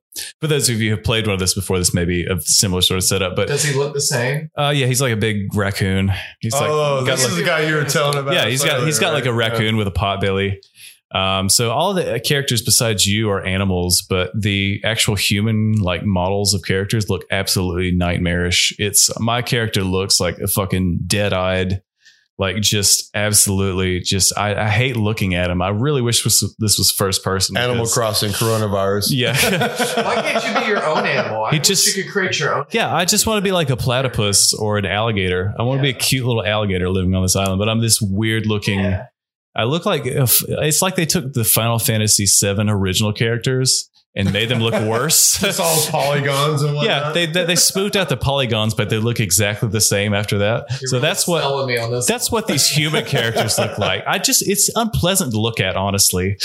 Speaker 1: for those of you who have played one of this before, this may be a similar sort of setup. But
Speaker 2: Does he look the same?
Speaker 1: uh, yeah, he's like a big raccoon. He's like
Speaker 3: oh,
Speaker 1: got
Speaker 3: this
Speaker 1: like-
Speaker 3: is the guy you were telling about.
Speaker 1: yeah, he's got he's got like a raccoon with a potbelly. Um, so all the characters besides you are animals, but the actual human like models of characters look absolutely nightmarish. It's my character looks like a fucking dead eyed, like just absolutely just. I, I hate looking at him. I really wish was, this was first person.
Speaker 3: Animal
Speaker 1: because-
Speaker 3: Crossing coronavirus.
Speaker 1: Yeah.
Speaker 2: Why can't you be your own animal? I
Speaker 1: He
Speaker 2: wish
Speaker 1: just-
Speaker 2: you could create your own.
Speaker 1: Yeah, I just want to be like a platypus or an alligator. I want to
Speaker 2: Yeah.
Speaker 1: be a cute little alligator living on this island, but I'm this weird looking.
Speaker 2: Yeah.
Speaker 1: I look like if, it's like they took the Final Fantasy VII original characters and made them look worse.
Speaker 3: Just all polygons and whatnot.
Speaker 1: yeah, they, they they spooked out the polygons, but they look exactly the same after that.
Speaker 2: You're
Speaker 1: so
Speaker 2: really
Speaker 1: that's what
Speaker 2: selling me on this.
Speaker 1: that's what these human characters look like. I just it's unpleasant to look at, honestly.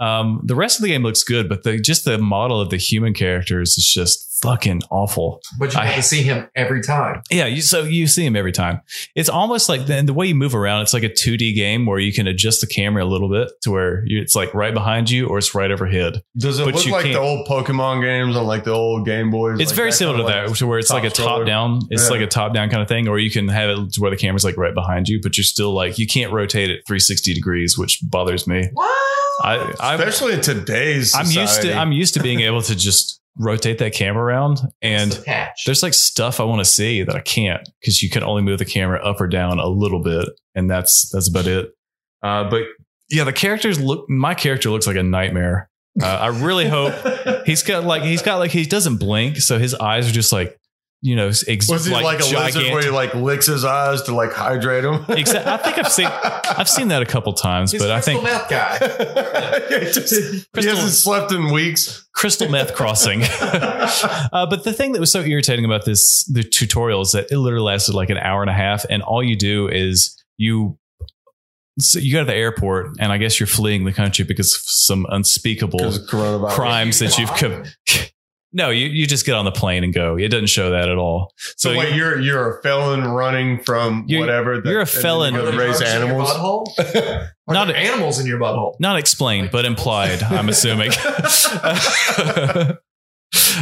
Speaker 1: Um, the rest of the game looks good, but the just the model of the human characters is just fucking awful.
Speaker 2: but you
Speaker 1: I-
Speaker 2: have to see him every time.
Speaker 1: Yeah, you, so you see him every time. It's almost like the, and the way you move around. It's like a 2D game where you can adjust the camera a little bit to where you, it's like right behind you or it's right overhead.
Speaker 3: Does it
Speaker 1: but
Speaker 3: look
Speaker 1: you
Speaker 3: like
Speaker 1: can't-
Speaker 3: the old Pokemon games on like the old Game Boys?
Speaker 1: It's
Speaker 3: like
Speaker 1: very
Speaker 3: that
Speaker 1: similar to
Speaker 3: kinda,
Speaker 1: that,
Speaker 3: like-
Speaker 1: to where it's like a
Speaker 3: top-scroller.
Speaker 1: top down. It's
Speaker 3: Yeah.
Speaker 1: like a top down kind of thing, or you can have it to where the camera's like right behind you, but you're still like you can't rotate it 360 degrees, which bothers me.
Speaker 2: What?
Speaker 1: I, I'm,
Speaker 3: Especially in today's
Speaker 1: I'm used to
Speaker 3: society.
Speaker 1: I'm used to being able to just rotate that camera around and.
Speaker 2: It's the patch.
Speaker 1: there's like stuff I want to see that I can't because you can only move the camera up or down a little bit, and that's that's about it. Uh, but yeah, the characters look. My character looks like a nightmare. Uh, I really hope he's got like he's got like he doesn't blink, so his eyes are just like you know ex-
Speaker 3: Was he like, a lizard where he like licks his eyes to like hydrate him?
Speaker 1: Exa- I think I've seen- I've seen that a couple times,
Speaker 2: He's
Speaker 1: but
Speaker 2: a
Speaker 1: I
Speaker 2: crystal
Speaker 1: think
Speaker 2: meth guy.
Speaker 3: He just- he
Speaker 1: Crystal-
Speaker 3: hasn't slept in weeks.
Speaker 1: crystal meth crossing. Uh, but the thing that was so irritating about this the tutorial is that it literally lasted like an hour and a half, and all you do is you so you go to the airport, and I guess you're fleeing the country because of some unspeakable.
Speaker 3: Because coronavirus.
Speaker 1: Crimes that you've com- No, you you just get on the plane and go. It doesn't show that at all.
Speaker 3: So,
Speaker 1: So,
Speaker 3: wait,
Speaker 1: you-
Speaker 3: you're you're a felon running from
Speaker 1: You're-
Speaker 3: whatever.
Speaker 1: you're a
Speaker 3: and then you
Speaker 1: felon.
Speaker 3: go to
Speaker 2: Are there
Speaker 3: raise
Speaker 2: drugs in your
Speaker 3: animals.
Speaker 2: butthole? Are
Speaker 1: Not
Speaker 2: there
Speaker 1: a-
Speaker 2: animals in your butthole.
Speaker 1: not explained, but implied. I'm assuming.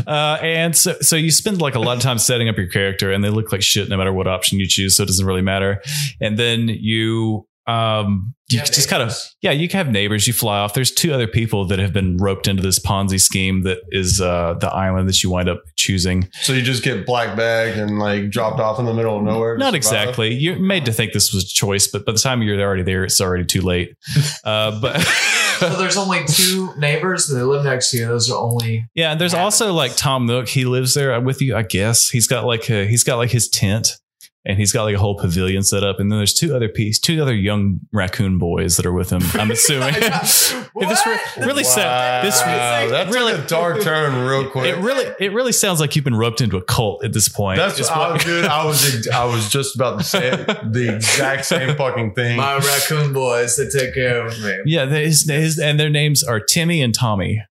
Speaker 1: uh, and so, so you spend like a lot of time setting up your character, and they look like shit no matter what option you choose. So it doesn't really matter. And then you, um, you
Speaker 2: Yeah,
Speaker 1: just kind of, yeah, you can have neighbors. You fly off. There's two other people that have been roped into this Ponzi scheme that is uh, the island that you wind up choosing.
Speaker 3: So you just get black bagged and like dropped off in the middle of nowhere. to
Speaker 1: Not
Speaker 3: survive?
Speaker 1: exactly. You're made to think this was a choice, but by the time you're already there, it's already too late. Uh, but.
Speaker 2: So there's only two neighbors and they live next to you. Those are only
Speaker 1: Yeah, and there's
Speaker 2: happens.
Speaker 1: also like Tom Nook. He lives there with you, I guess. He's got like a, he's got like his tent, and he's got like a whole pavilion set up. And then there's two other piece, two other young raccoon boys that are with him. I'm assuming. If this were- really sad. This
Speaker 3: Wow, that's
Speaker 1: really-
Speaker 3: really a dark turn, real quick.
Speaker 1: it really, it really sounds like you've been roped into a cult at this point.
Speaker 3: That's
Speaker 1: Is
Speaker 3: what, I, dude. I was I was just about to say it, the exact same fucking thing.
Speaker 2: My raccoon boys that take care of me.
Speaker 1: yeah, they- his, his, and their names are Timmy and Tommy.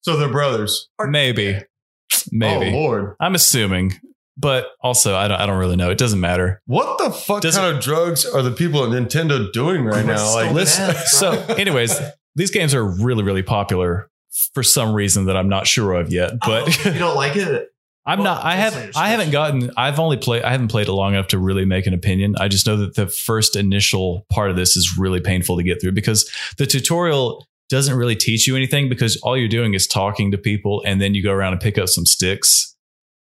Speaker 3: So they're brothers.
Speaker 1: Maybe, maybe.
Speaker 3: Oh lord,
Speaker 1: I'm assuming, but also I don't, I don't really know. It doesn't matter.
Speaker 3: what the fuck
Speaker 1: Does
Speaker 3: kind of drugs are the people at Nintendo doing right now?
Speaker 2: Crystal
Speaker 3: Like,
Speaker 2: meth.
Speaker 1: Listen,
Speaker 2: Yeah,
Speaker 1: so, anyways, these games are really, really popular for some reason that I'm not sure of yet. But
Speaker 2: Oh, you don't like it?
Speaker 1: I'm
Speaker 2: Well,
Speaker 1: not. I
Speaker 2: that's
Speaker 1: have.
Speaker 2: not your
Speaker 1: I haven't
Speaker 2: special.
Speaker 1: gotten. I've only played. I haven't played it long enough to really make an opinion. I just know that the first initial part of this is really painful to get through because the tutorial doesn't really teach you anything because all you're doing is talking to people and then you go around and pick up some sticks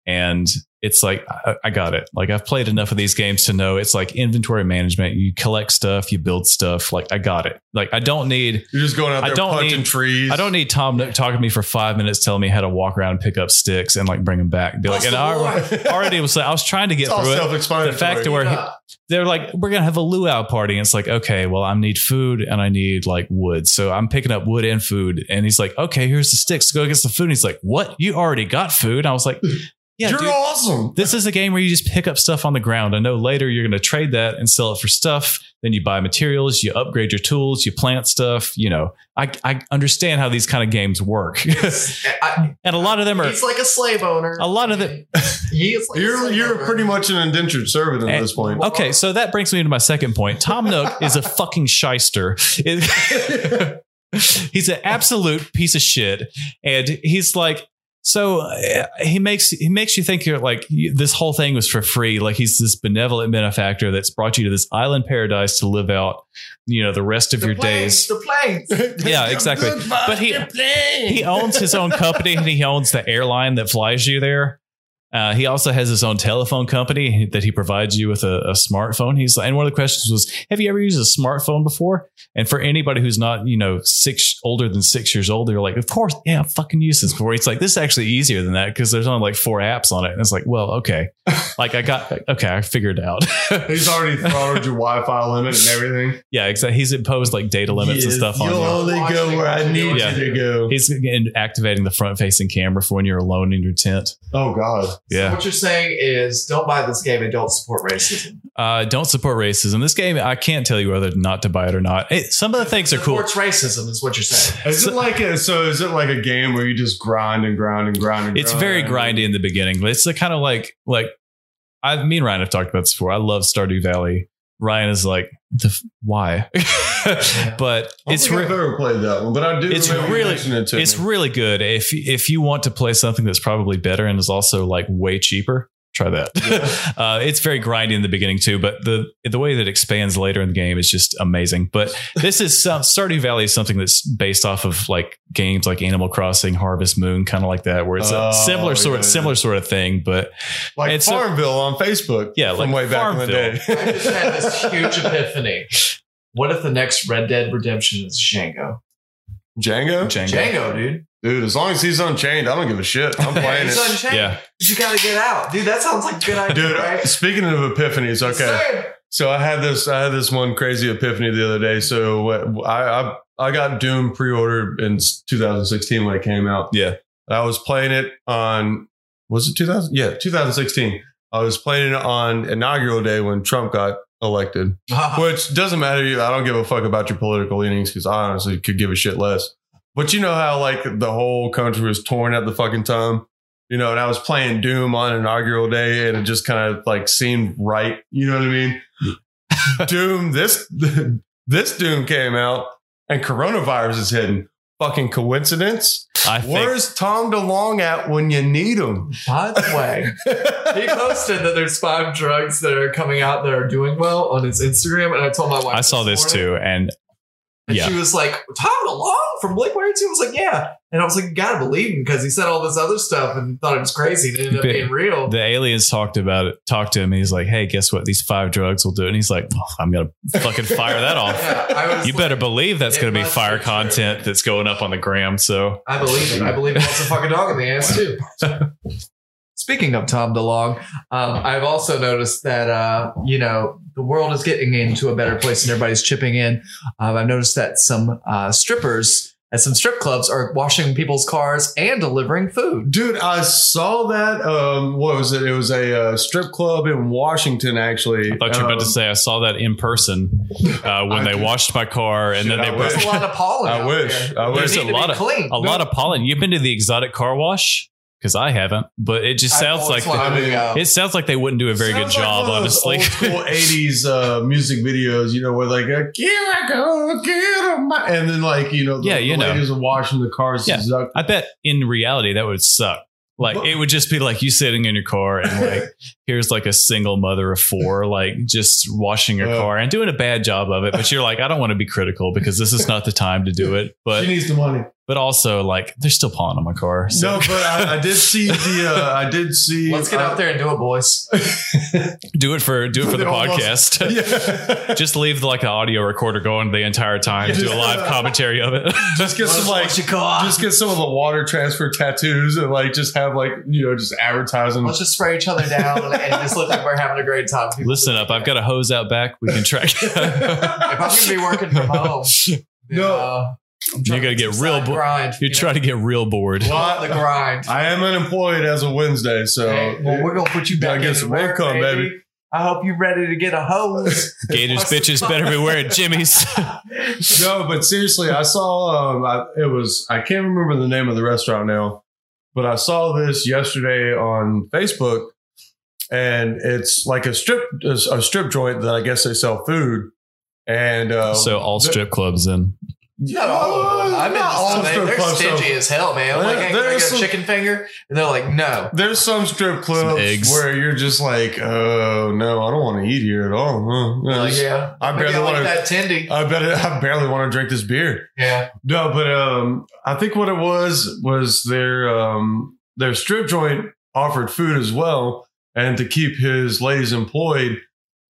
Speaker 1: And it's like, I, I got it. Like, I've played enough of these games to know it's like inventory management. You collect stuff, you build stuff. Like, I got it. Like, I don't need.
Speaker 3: You're just going out
Speaker 1: I
Speaker 3: there
Speaker 1: don't
Speaker 3: punching
Speaker 1: need-
Speaker 3: trees.
Speaker 1: I don't need Tom Nook talking to me for five minutes, telling me how to walk around and pick up sticks and like bring them back. Be like,
Speaker 2: Bust
Speaker 1: and
Speaker 2: the
Speaker 1: I
Speaker 2: war.
Speaker 1: already was like, I was trying to get
Speaker 3: It's all
Speaker 1: through it.
Speaker 3: self-explanatory.
Speaker 1: The fact that we're
Speaker 2: Yeah.
Speaker 1: they're like, we're gonna have a luau party. And it's like, okay, well, I need food and I need like wood. So I'm picking up wood and food. And he's like, okay, here's the sticks. Go get some food. And he's like, what? You already got food? I was like, yeah,
Speaker 3: you're
Speaker 1: dude,
Speaker 3: awesome.
Speaker 1: this is a game where you just pick up stuff on the ground. I know later you're gonna trade that and sell it for stuff. Then you buy materials, you upgrade your tools, you plant stuff. You know, I I understand how these kind of games work, and
Speaker 2: I,
Speaker 1: a lot of them are
Speaker 2: he's like a slave owner.
Speaker 1: a lot of the
Speaker 2: He is like a
Speaker 3: You're
Speaker 2: slave
Speaker 3: you're
Speaker 2: owner.
Speaker 3: pretty much an indentured servant at
Speaker 1: And- oh.
Speaker 3: this point.
Speaker 1: Okay, so that brings me to my second point. Tom Nook is a fucking shyster. It- he's an absolute piece of shit, and he's like. So uh, he makes he makes you think you're like you- this whole thing was for free. Like he's this benevolent benefactor that's brought you to this island paradise to live out, you know, the rest of
Speaker 2: The
Speaker 1: your
Speaker 2: planes,
Speaker 1: days.
Speaker 2: The planes.
Speaker 1: Yeah, exactly. But he he owns his own company and he owns the airline that flies you there. Uh, he also has his own telephone company that he provides you with a, a smartphone. He's and one of the questions was, "Have you ever used a smartphone before?" And for anybody who's not, you know, six older than six years old, they're like, "Of course, yeah, I've fucking used this before." It's like this is actually easier than that because there's only like four apps on it, and it's like, well, okay, like I got okay, I figured it out.
Speaker 3: He's already throttled your Wi-Fi limit and everything.
Speaker 1: yeah, exactly. He's imposed like data limits and
Speaker 3: Yes,
Speaker 1: stuff on
Speaker 3: You'll
Speaker 1: you.
Speaker 3: only go where I need
Speaker 1: Yeah.
Speaker 3: you to go.
Speaker 1: He's again, activating the front facing camera for when you're alone in your tent.
Speaker 3: Oh God.
Speaker 1: Yeah.
Speaker 2: So what you're saying is don't buy this game and don't support racism.
Speaker 1: Uh, don't support racism. This game, I can't tell you whether not to buy it or not. It, some of the things are cool.
Speaker 2: Supports racism is what you're saying.
Speaker 3: Is it like a so? Is it like a game where you just grind and grind and grind and?
Speaker 1: It's very
Speaker 3: grind?
Speaker 1: grindy in the beginning, but it's the kind of like like I me and Ryan have talked about this before. I love Stardew Valley. Ryan is like, the f- why? but
Speaker 3: I don't
Speaker 1: it's
Speaker 3: think
Speaker 1: re-
Speaker 3: I've ever played that one, but I do.
Speaker 1: It's
Speaker 3: remember you
Speaker 1: really-
Speaker 3: mentioning it to
Speaker 1: it's
Speaker 3: me.
Speaker 1: really good. If if you want to play something that's probably better and is also like way cheaper, try that. uh, it's very grindy in the beginning too, but the the way that it expands later in the game is just amazing. But this is some, Stardew Valley is something that's based off of like games like Animal Crossing, Harvest Moon, kind of like that, where it's
Speaker 3: Oh,
Speaker 1: a similar sort
Speaker 3: yeah,
Speaker 1: similar sort of thing, but
Speaker 3: like
Speaker 1: it's a-
Speaker 3: Farmville on Facebook.
Speaker 1: Yeah,
Speaker 3: from
Speaker 1: like
Speaker 3: way back in the
Speaker 2: I just had
Speaker 3: day.
Speaker 2: this huge epiphany. What if the next Red Dead Redemption is Django?
Speaker 3: Django,
Speaker 1: Django.
Speaker 2: Django, dude.
Speaker 3: dude. As long as he's unchained, I don't give a shit. I'm playing
Speaker 2: He's
Speaker 3: it.
Speaker 2: unchained.
Speaker 1: Yeah.
Speaker 2: You gotta get out. Dude, that sounds like a good idea,
Speaker 3: Dude,
Speaker 2: right?
Speaker 3: speaking of epiphanies, okay.
Speaker 2: Same.
Speaker 3: So I had this, I had this one crazy epiphany the other day. So what- I, I, I got Doom pre-ordered in 2016 when it came out.
Speaker 1: Yeah.
Speaker 3: I was playing it on, was it 2000? Yeah, 2016. I was playing it on inaugural day when Trump got elected, which doesn't matter. I don't give a fuck about your political leanings because I honestly could give a shit less. But you know how like the whole country was torn at the fucking time, you know. And I was playing Doom on inaugural day, and it just kind of like seemed right. You know what I mean? Doom. This this Doom came out, and coronavirus is hidden. Fucking coincidence.
Speaker 1: I think
Speaker 3: Where's Tom DeLong at when you need him?
Speaker 2: By the way, he posted that there's five drugs that are coming out that are doing well on his Instagram, and I told my wife.
Speaker 1: I saw this
Speaker 2: morning,
Speaker 1: too, and
Speaker 2: and
Speaker 1: yeah.
Speaker 2: she was like, "Tom DeLonge from Blink One Two. I was like, "Yeah," and I was like, "You gotta believe him because he said all this other stuff and thought it was crazy. and It ended up
Speaker 1: Big-
Speaker 2: being real."
Speaker 1: the aliens talked about it, talked to him, and he's like, "Hey, guess what? These five drugs will do." it. And he's like, "Oh, "I'm gonna fucking fire that off."
Speaker 2: Yeah, I was
Speaker 1: You better believe that's
Speaker 2: It
Speaker 1: gonna be
Speaker 2: must
Speaker 1: fire
Speaker 2: be true.
Speaker 1: content that's going up on the gram. So
Speaker 2: I believe him. I believe he wants a fucking dog in the ass too. Speaking of Tom DeLong, um, I've also noticed that uh, you know the world is getting into a better place and everybody's chipping in. Um, I've noticed that some uh, strippers at some strip clubs are washing people's cars and delivering food.
Speaker 3: Dude, I saw that. Um, what was it? It was a uh, strip club in Washington, actually.
Speaker 1: I thought you were about to
Speaker 3: Um,
Speaker 1: say I saw that in person uh, when
Speaker 3: I
Speaker 1: they
Speaker 3: do-
Speaker 1: washed my car and then
Speaker 3: Shit,
Speaker 1: they
Speaker 3: I
Speaker 1: brought
Speaker 2: There's a lot of pollen.
Speaker 3: I
Speaker 2: out
Speaker 3: wish.
Speaker 2: there.
Speaker 3: I
Speaker 2: They
Speaker 3: wish.
Speaker 1: There's a
Speaker 2: need to be
Speaker 1: lot of-
Speaker 2: clean.
Speaker 1: a lot of pollen. You've been to the exotic car wash because I haven't, but it just
Speaker 2: I
Speaker 1: sounds like
Speaker 2: always
Speaker 1: the,
Speaker 2: wanted to go.
Speaker 1: it sounds like they wouldn't do a very good
Speaker 3: Sounds like
Speaker 1: job,
Speaker 3: one of those
Speaker 1: honestly.
Speaker 3: Old school 80s uh, music videos, you know, where like, uh, here I go, get him. And then, like, you know, the,
Speaker 1: Yeah, you
Speaker 3: the
Speaker 1: know.
Speaker 3: ladies are washing the cars.
Speaker 1: Yeah.
Speaker 3: zuck-
Speaker 1: I bet in reality that would suck. Like
Speaker 3: But-
Speaker 1: it would just be like you sitting in your car and like here's like a single mother of four, like just washing your
Speaker 3: Yeah.
Speaker 1: car and doing a bad job of it. But you're like, I don't want to be critical because this is not the time to do it. But
Speaker 3: she needs the money.
Speaker 1: But also, like, they're still pawing on my car. So
Speaker 3: No, but I, I did see the. Uh, I did see. uh,
Speaker 2: Let's get out there and do it, boys.
Speaker 1: do it for do it for the
Speaker 3: They almost-
Speaker 1: podcast.
Speaker 3: Yeah.
Speaker 1: Just leave like an audio recorder going the entire time.
Speaker 3: Yeah.
Speaker 1: Do a live commentary of it.
Speaker 3: Just get some like. Just get some of the water transfer tattoos and like just have like you know just advertising.
Speaker 2: Let's just spray each other down and just look like we're having a great time. People
Speaker 1: Listen
Speaker 2: just-
Speaker 1: up, I've got a hose out back. We can track.
Speaker 2: If I'm going to be working from home, then,
Speaker 3: No.
Speaker 2: uh, I'm
Speaker 1: You're
Speaker 2: trying
Speaker 1: gonna get
Speaker 2: some
Speaker 1: real
Speaker 2: side
Speaker 1: bo-
Speaker 2: grind.
Speaker 1: you
Speaker 2: know?
Speaker 1: try to get real bored.
Speaker 2: Love the grind.
Speaker 3: I am unemployed as of Wednesday, so
Speaker 2: Hey, well, we're gonna put you
Speaker 3: Gotta
Speaker 2: back
Speaker 3: get
Speaker 2: in
Speaker 3: some
Speaker 2: the
Speaker 3: work
Speaker 2: work,
Speaker 3: on,
Speaker 2: baby.
Speaker 3: baby.
Speaker 2: I hope you're ready to get a hose.
Speaker 1: Gators bitches better be wearing jimmies.
Speaker 3: no, but seriously, I saw um, I, it was I can't remember the name of the restaurant now, but I saw this yesterday on Facebook, and it's like a strip a strip joint that I guess they sell food, and um,
Speaker 1: so all strip clubs then.
Speaker 2: Not all of them. I've been
Speaker 3: Not all
Speaker 2: all they,
Speaker 3: strip
Speaker 2: they're
Speaker 3: clubs,
Speaker 2: stingy
Speaker 3: though.
Speaker 2: as hell, man. I'm like,
Speaker 3: There-
Speaker 2: hey, can I
Speaker 3: there's
Speaker 2: get a
Speaker 3: some-
Speaker 2: chicken finger? And they're like, no.
Speaker 3: There's some strip clubs
Speaker 1: eggs.
Speaker 3: where you're just like, oh no, I don't want to eat here at all. huh?
Speaker 2: They're like,
Speaker 3: Yes.
Speaker 2: yeah.
Speaker 3: I
Speaker 2: Maybe
Speaker 3: barely
Speaker 2: like
Speaker 3: want to.
Speaker 2: that tendy.
Speaker 3: I bet I barely want to drink this beer.
Speaker 2: yeah.
Speaker 3: No, but um, I think what it was was their um, their strip joint offered food as well, and to keep his ladies employed,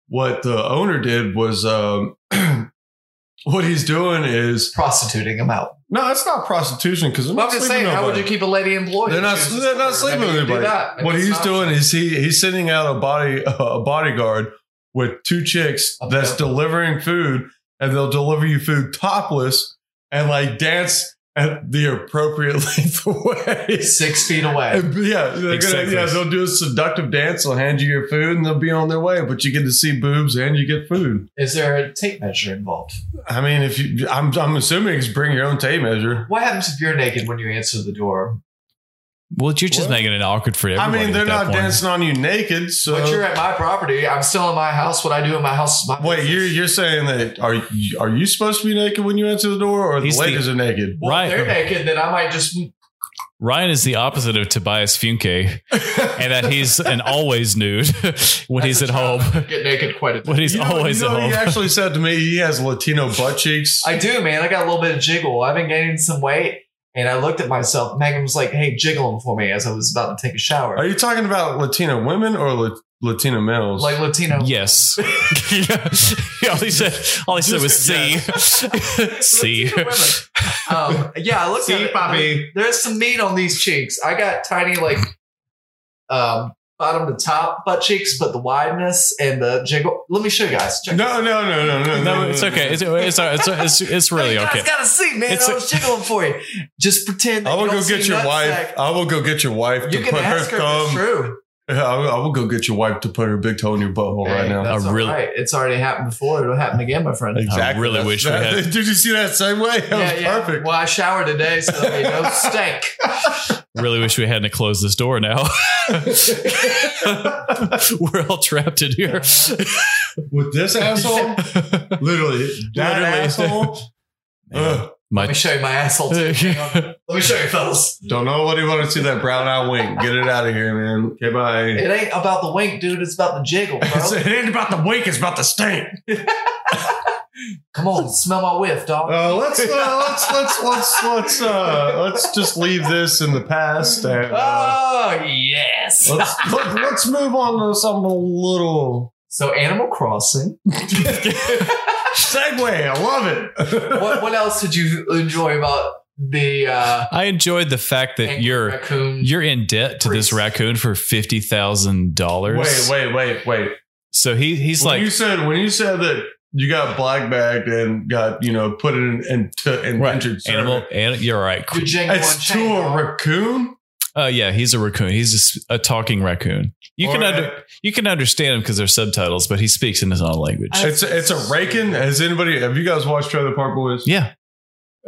Speaker 3: what the owner did was um, what he's doing is
Speaker 2: Prostituting them out.
Speaker 3: no, it's not prostitution because
Speaker 2: Well, I'm just saying, how would you keep a lady employed?
Speaker 3: They're not.
Speaker 2: She's just
Speaker 3: They're
Speaker 2: a
Speaker 3: not
Speaker 2: stripper.
Speaker 3: sleeping with
Speaker 2: Maybe you do
Speaker 3: anybody.
Speaker 2: that. Maybe
Speaker 3: What
Speaker 2: it's
Speaker 3: he's
Speaker 2: not.
Speaker 3: doing is he he's sending out a body a bodyguard with two chicks
Speaker 2: Okay.
Speaker 3: that's delivering food, and they'll deliver you food topless and like dance at the appropriate length away.
Speaker 2: six feet away.
Speaker 3: And, yeah, they're gonna,
Speaker 1: Exactly.
Speaker 3: yeah, they'll do a seductive dance. They'll hand you your food, and they'll be on their way. But you get to see boobs, and you get food.
Speaker 2: Is there a tape measure involved?
Speaker 3: I mean, if you, I'm, I'm assuming it's bring your own tape measure.
Speaker 2: What happens if you're naked when you answer the door?
Speaker 1: Well, you're just
Speaker 3: What?
Speaker 1: making it awkward for
Speaker 3: I
Speaker 1: everybody.
Speaker 3: mean,
Speaker 1: at
Speaker 3: they're
Speaker 1: that
Speaker 3: not
Speaker 1: point.
Speaker 3: dancing on you naked. So
Speaker 2: but you're at my property. I'm still in my house. What I do in my house is my
Speaker 3: Wait,
Speaker 2: business.
Speaker 3: you're you're saying that are you, are you supposed to be naked when you enter the door, or
Speaker 1: He's
Speaker 3: the
Speaker 1: the-
Speaker 3: ladies are naked?
Speaker 2: Well, if they're
Speaker 1: Right.
Speaker 2: naked, then I might just.
Speaker 1: Ryan is the opposite of Tobias Funke, and that he's an always nude when he's at
Speaker 2: As a child,
Speaker 1: home.
Speaker 2: I Get naked quite a bit.
Speaker 1: When he's
Speaker 3: You know-
Speaker 1: always
Speaker 3: you know,
Speaker 1: at home.
Speaker 3: He actually said to me he has Latino butt cheeks.
Speaker 2: I do, man. I got a little bit of jiggle. I've been gaining some weight, and I looked at myself. Megan was like, "Hey, jiggle them for me," as I was about to take a shower.
Speaker 3: are you talking about Latino women or La- Latino males?
Speaker 2: like Latino?
Speaker 1: Yes. Yeah, all he said, all he said was C. C.
Speaker 2: Latino women. Um, yeah, I looked at
Speaker 3: See,
Speaker 2: it.
Speaker 3: Bobby.
Speaker 2: There's some meat on these cheeks. I got tiny, like, um, bottom to top butt cheeks, but the wideness and the jiggle. Let me show you guys. Check
Speaker 3: no, no, no, no, no,
Speaker 1: No, it's okay. It's, it's, it's, it's, it's really
Speaker 2: you guys
Speaker 1: okay.
Speaker 2: gotta see, man.
Speaker 1: It's
Speaker 2: I
Speaker 1: a-
Speaker 2: was jiggling for you. Just pretend. That
Speaker 3: I will
Speaker 2: you don't
Speaker 3: go
Speaker 2: see
Speaker 3: get your
Speaker 2: nut
Speaker 3: wife.
Speaker 2: sack.
Speaker 3: I will go get your wife
Speaker 2: You
Speaker 3: to
Speaker 2: can
Speaker 3: put her
Speaker 2: ask her. if It's
Speaker 3: thumb.
Speaker 2: true.
Speaker 3: Yeah, I will, I will go get your wife to put her big toe in your butthole right
Speaker 2: Hey,
Speaker 3: now.
Speaker 2: That's
Speaker 1: I
Speaker 2: all
Speaker 1: really-
Speaker 2: right. It's already happened before. It'll happen again, my friend.
Speaker 3: Exactly.
Speaker 1: really
Speaker 3: That's-
Speaker 1: wish we
Speaker 3: that-
Speaker 1: had-
Speaker 3: Did you see that segue? That was perfect.
Speaker 2: Well, I showered today, so there'll be no stink.
Speaker 1: Really wish we hadn't closed this door now. We're all trapped in here.
Speaker 3: With this asshole, literally, that
Speaker 1: Literally.
Speaker 3: asshole. Ugh.
Speaker 2: Let me
Speaker 1: My,
Speaker 2: show you my asshole. too. Hang on. Let me show you, fellas.
Speaker 3: Don't nobody want to see that brown eye wink. Get it out of here, man. Okay, bye.
Speaker 2: It ain't about the wink, dude. It's about the jiggle, bro.
Speaker 3: it ain't about the wink, it's about the stink.
Speaker 2: Come on, smell my whiff, dog.
Speaker 3: Uh, let's, uh, let's let's let's let's uh, let's just leave this in the past and uh,
Speaker 2: oh yes.
Speaker 3: let's let, let's move on to something a little
Speaker 2: So Animal Crossing.
Speaker 3: segue. I love it.
Speaker 2: What what else did you enjoy about the uh,
Speaker 1: I enjoyed the fact that
Speaker 2: angry
Speaker 1: you're
Speaker 2: raccoon?
Speaker 1: you're in debt to this
Speaker 2: Freeze.
Speaker 1: raccoon for fifty thousand
Speaker 3: Wait,
Speaker 1: dollars.
Speaker 3: wait, wait, wait.
Speaker 1: So he he's
Speaker 3: when
Speaker 1: like
Speaker 3: you said when you said that you got black bagged and got you know put in and to and
Speaker 1: Right.
Speaker 3: entered
Speaker 1: animal. And you're right.
Speaker 2: You're jingling on
Speaker 3: It's to
Speaker 2: chain,
Speaker 3: a
Speaker 2: dog.
Speaker 3: raccoon.
Speaker 1: Uh, yeah, he's a raccoon. He's a s- a, talking raccoon. You can
Speaker 3: Or a-
Speaker 1: under, you can understand him because there's subtitles, but he speaks in his own language.
Speaker 2: I-
Speaker 3: It's it's a raking. Has anybody? Have you guys watched Trailer Park Boys?
Speaker 1: yeah,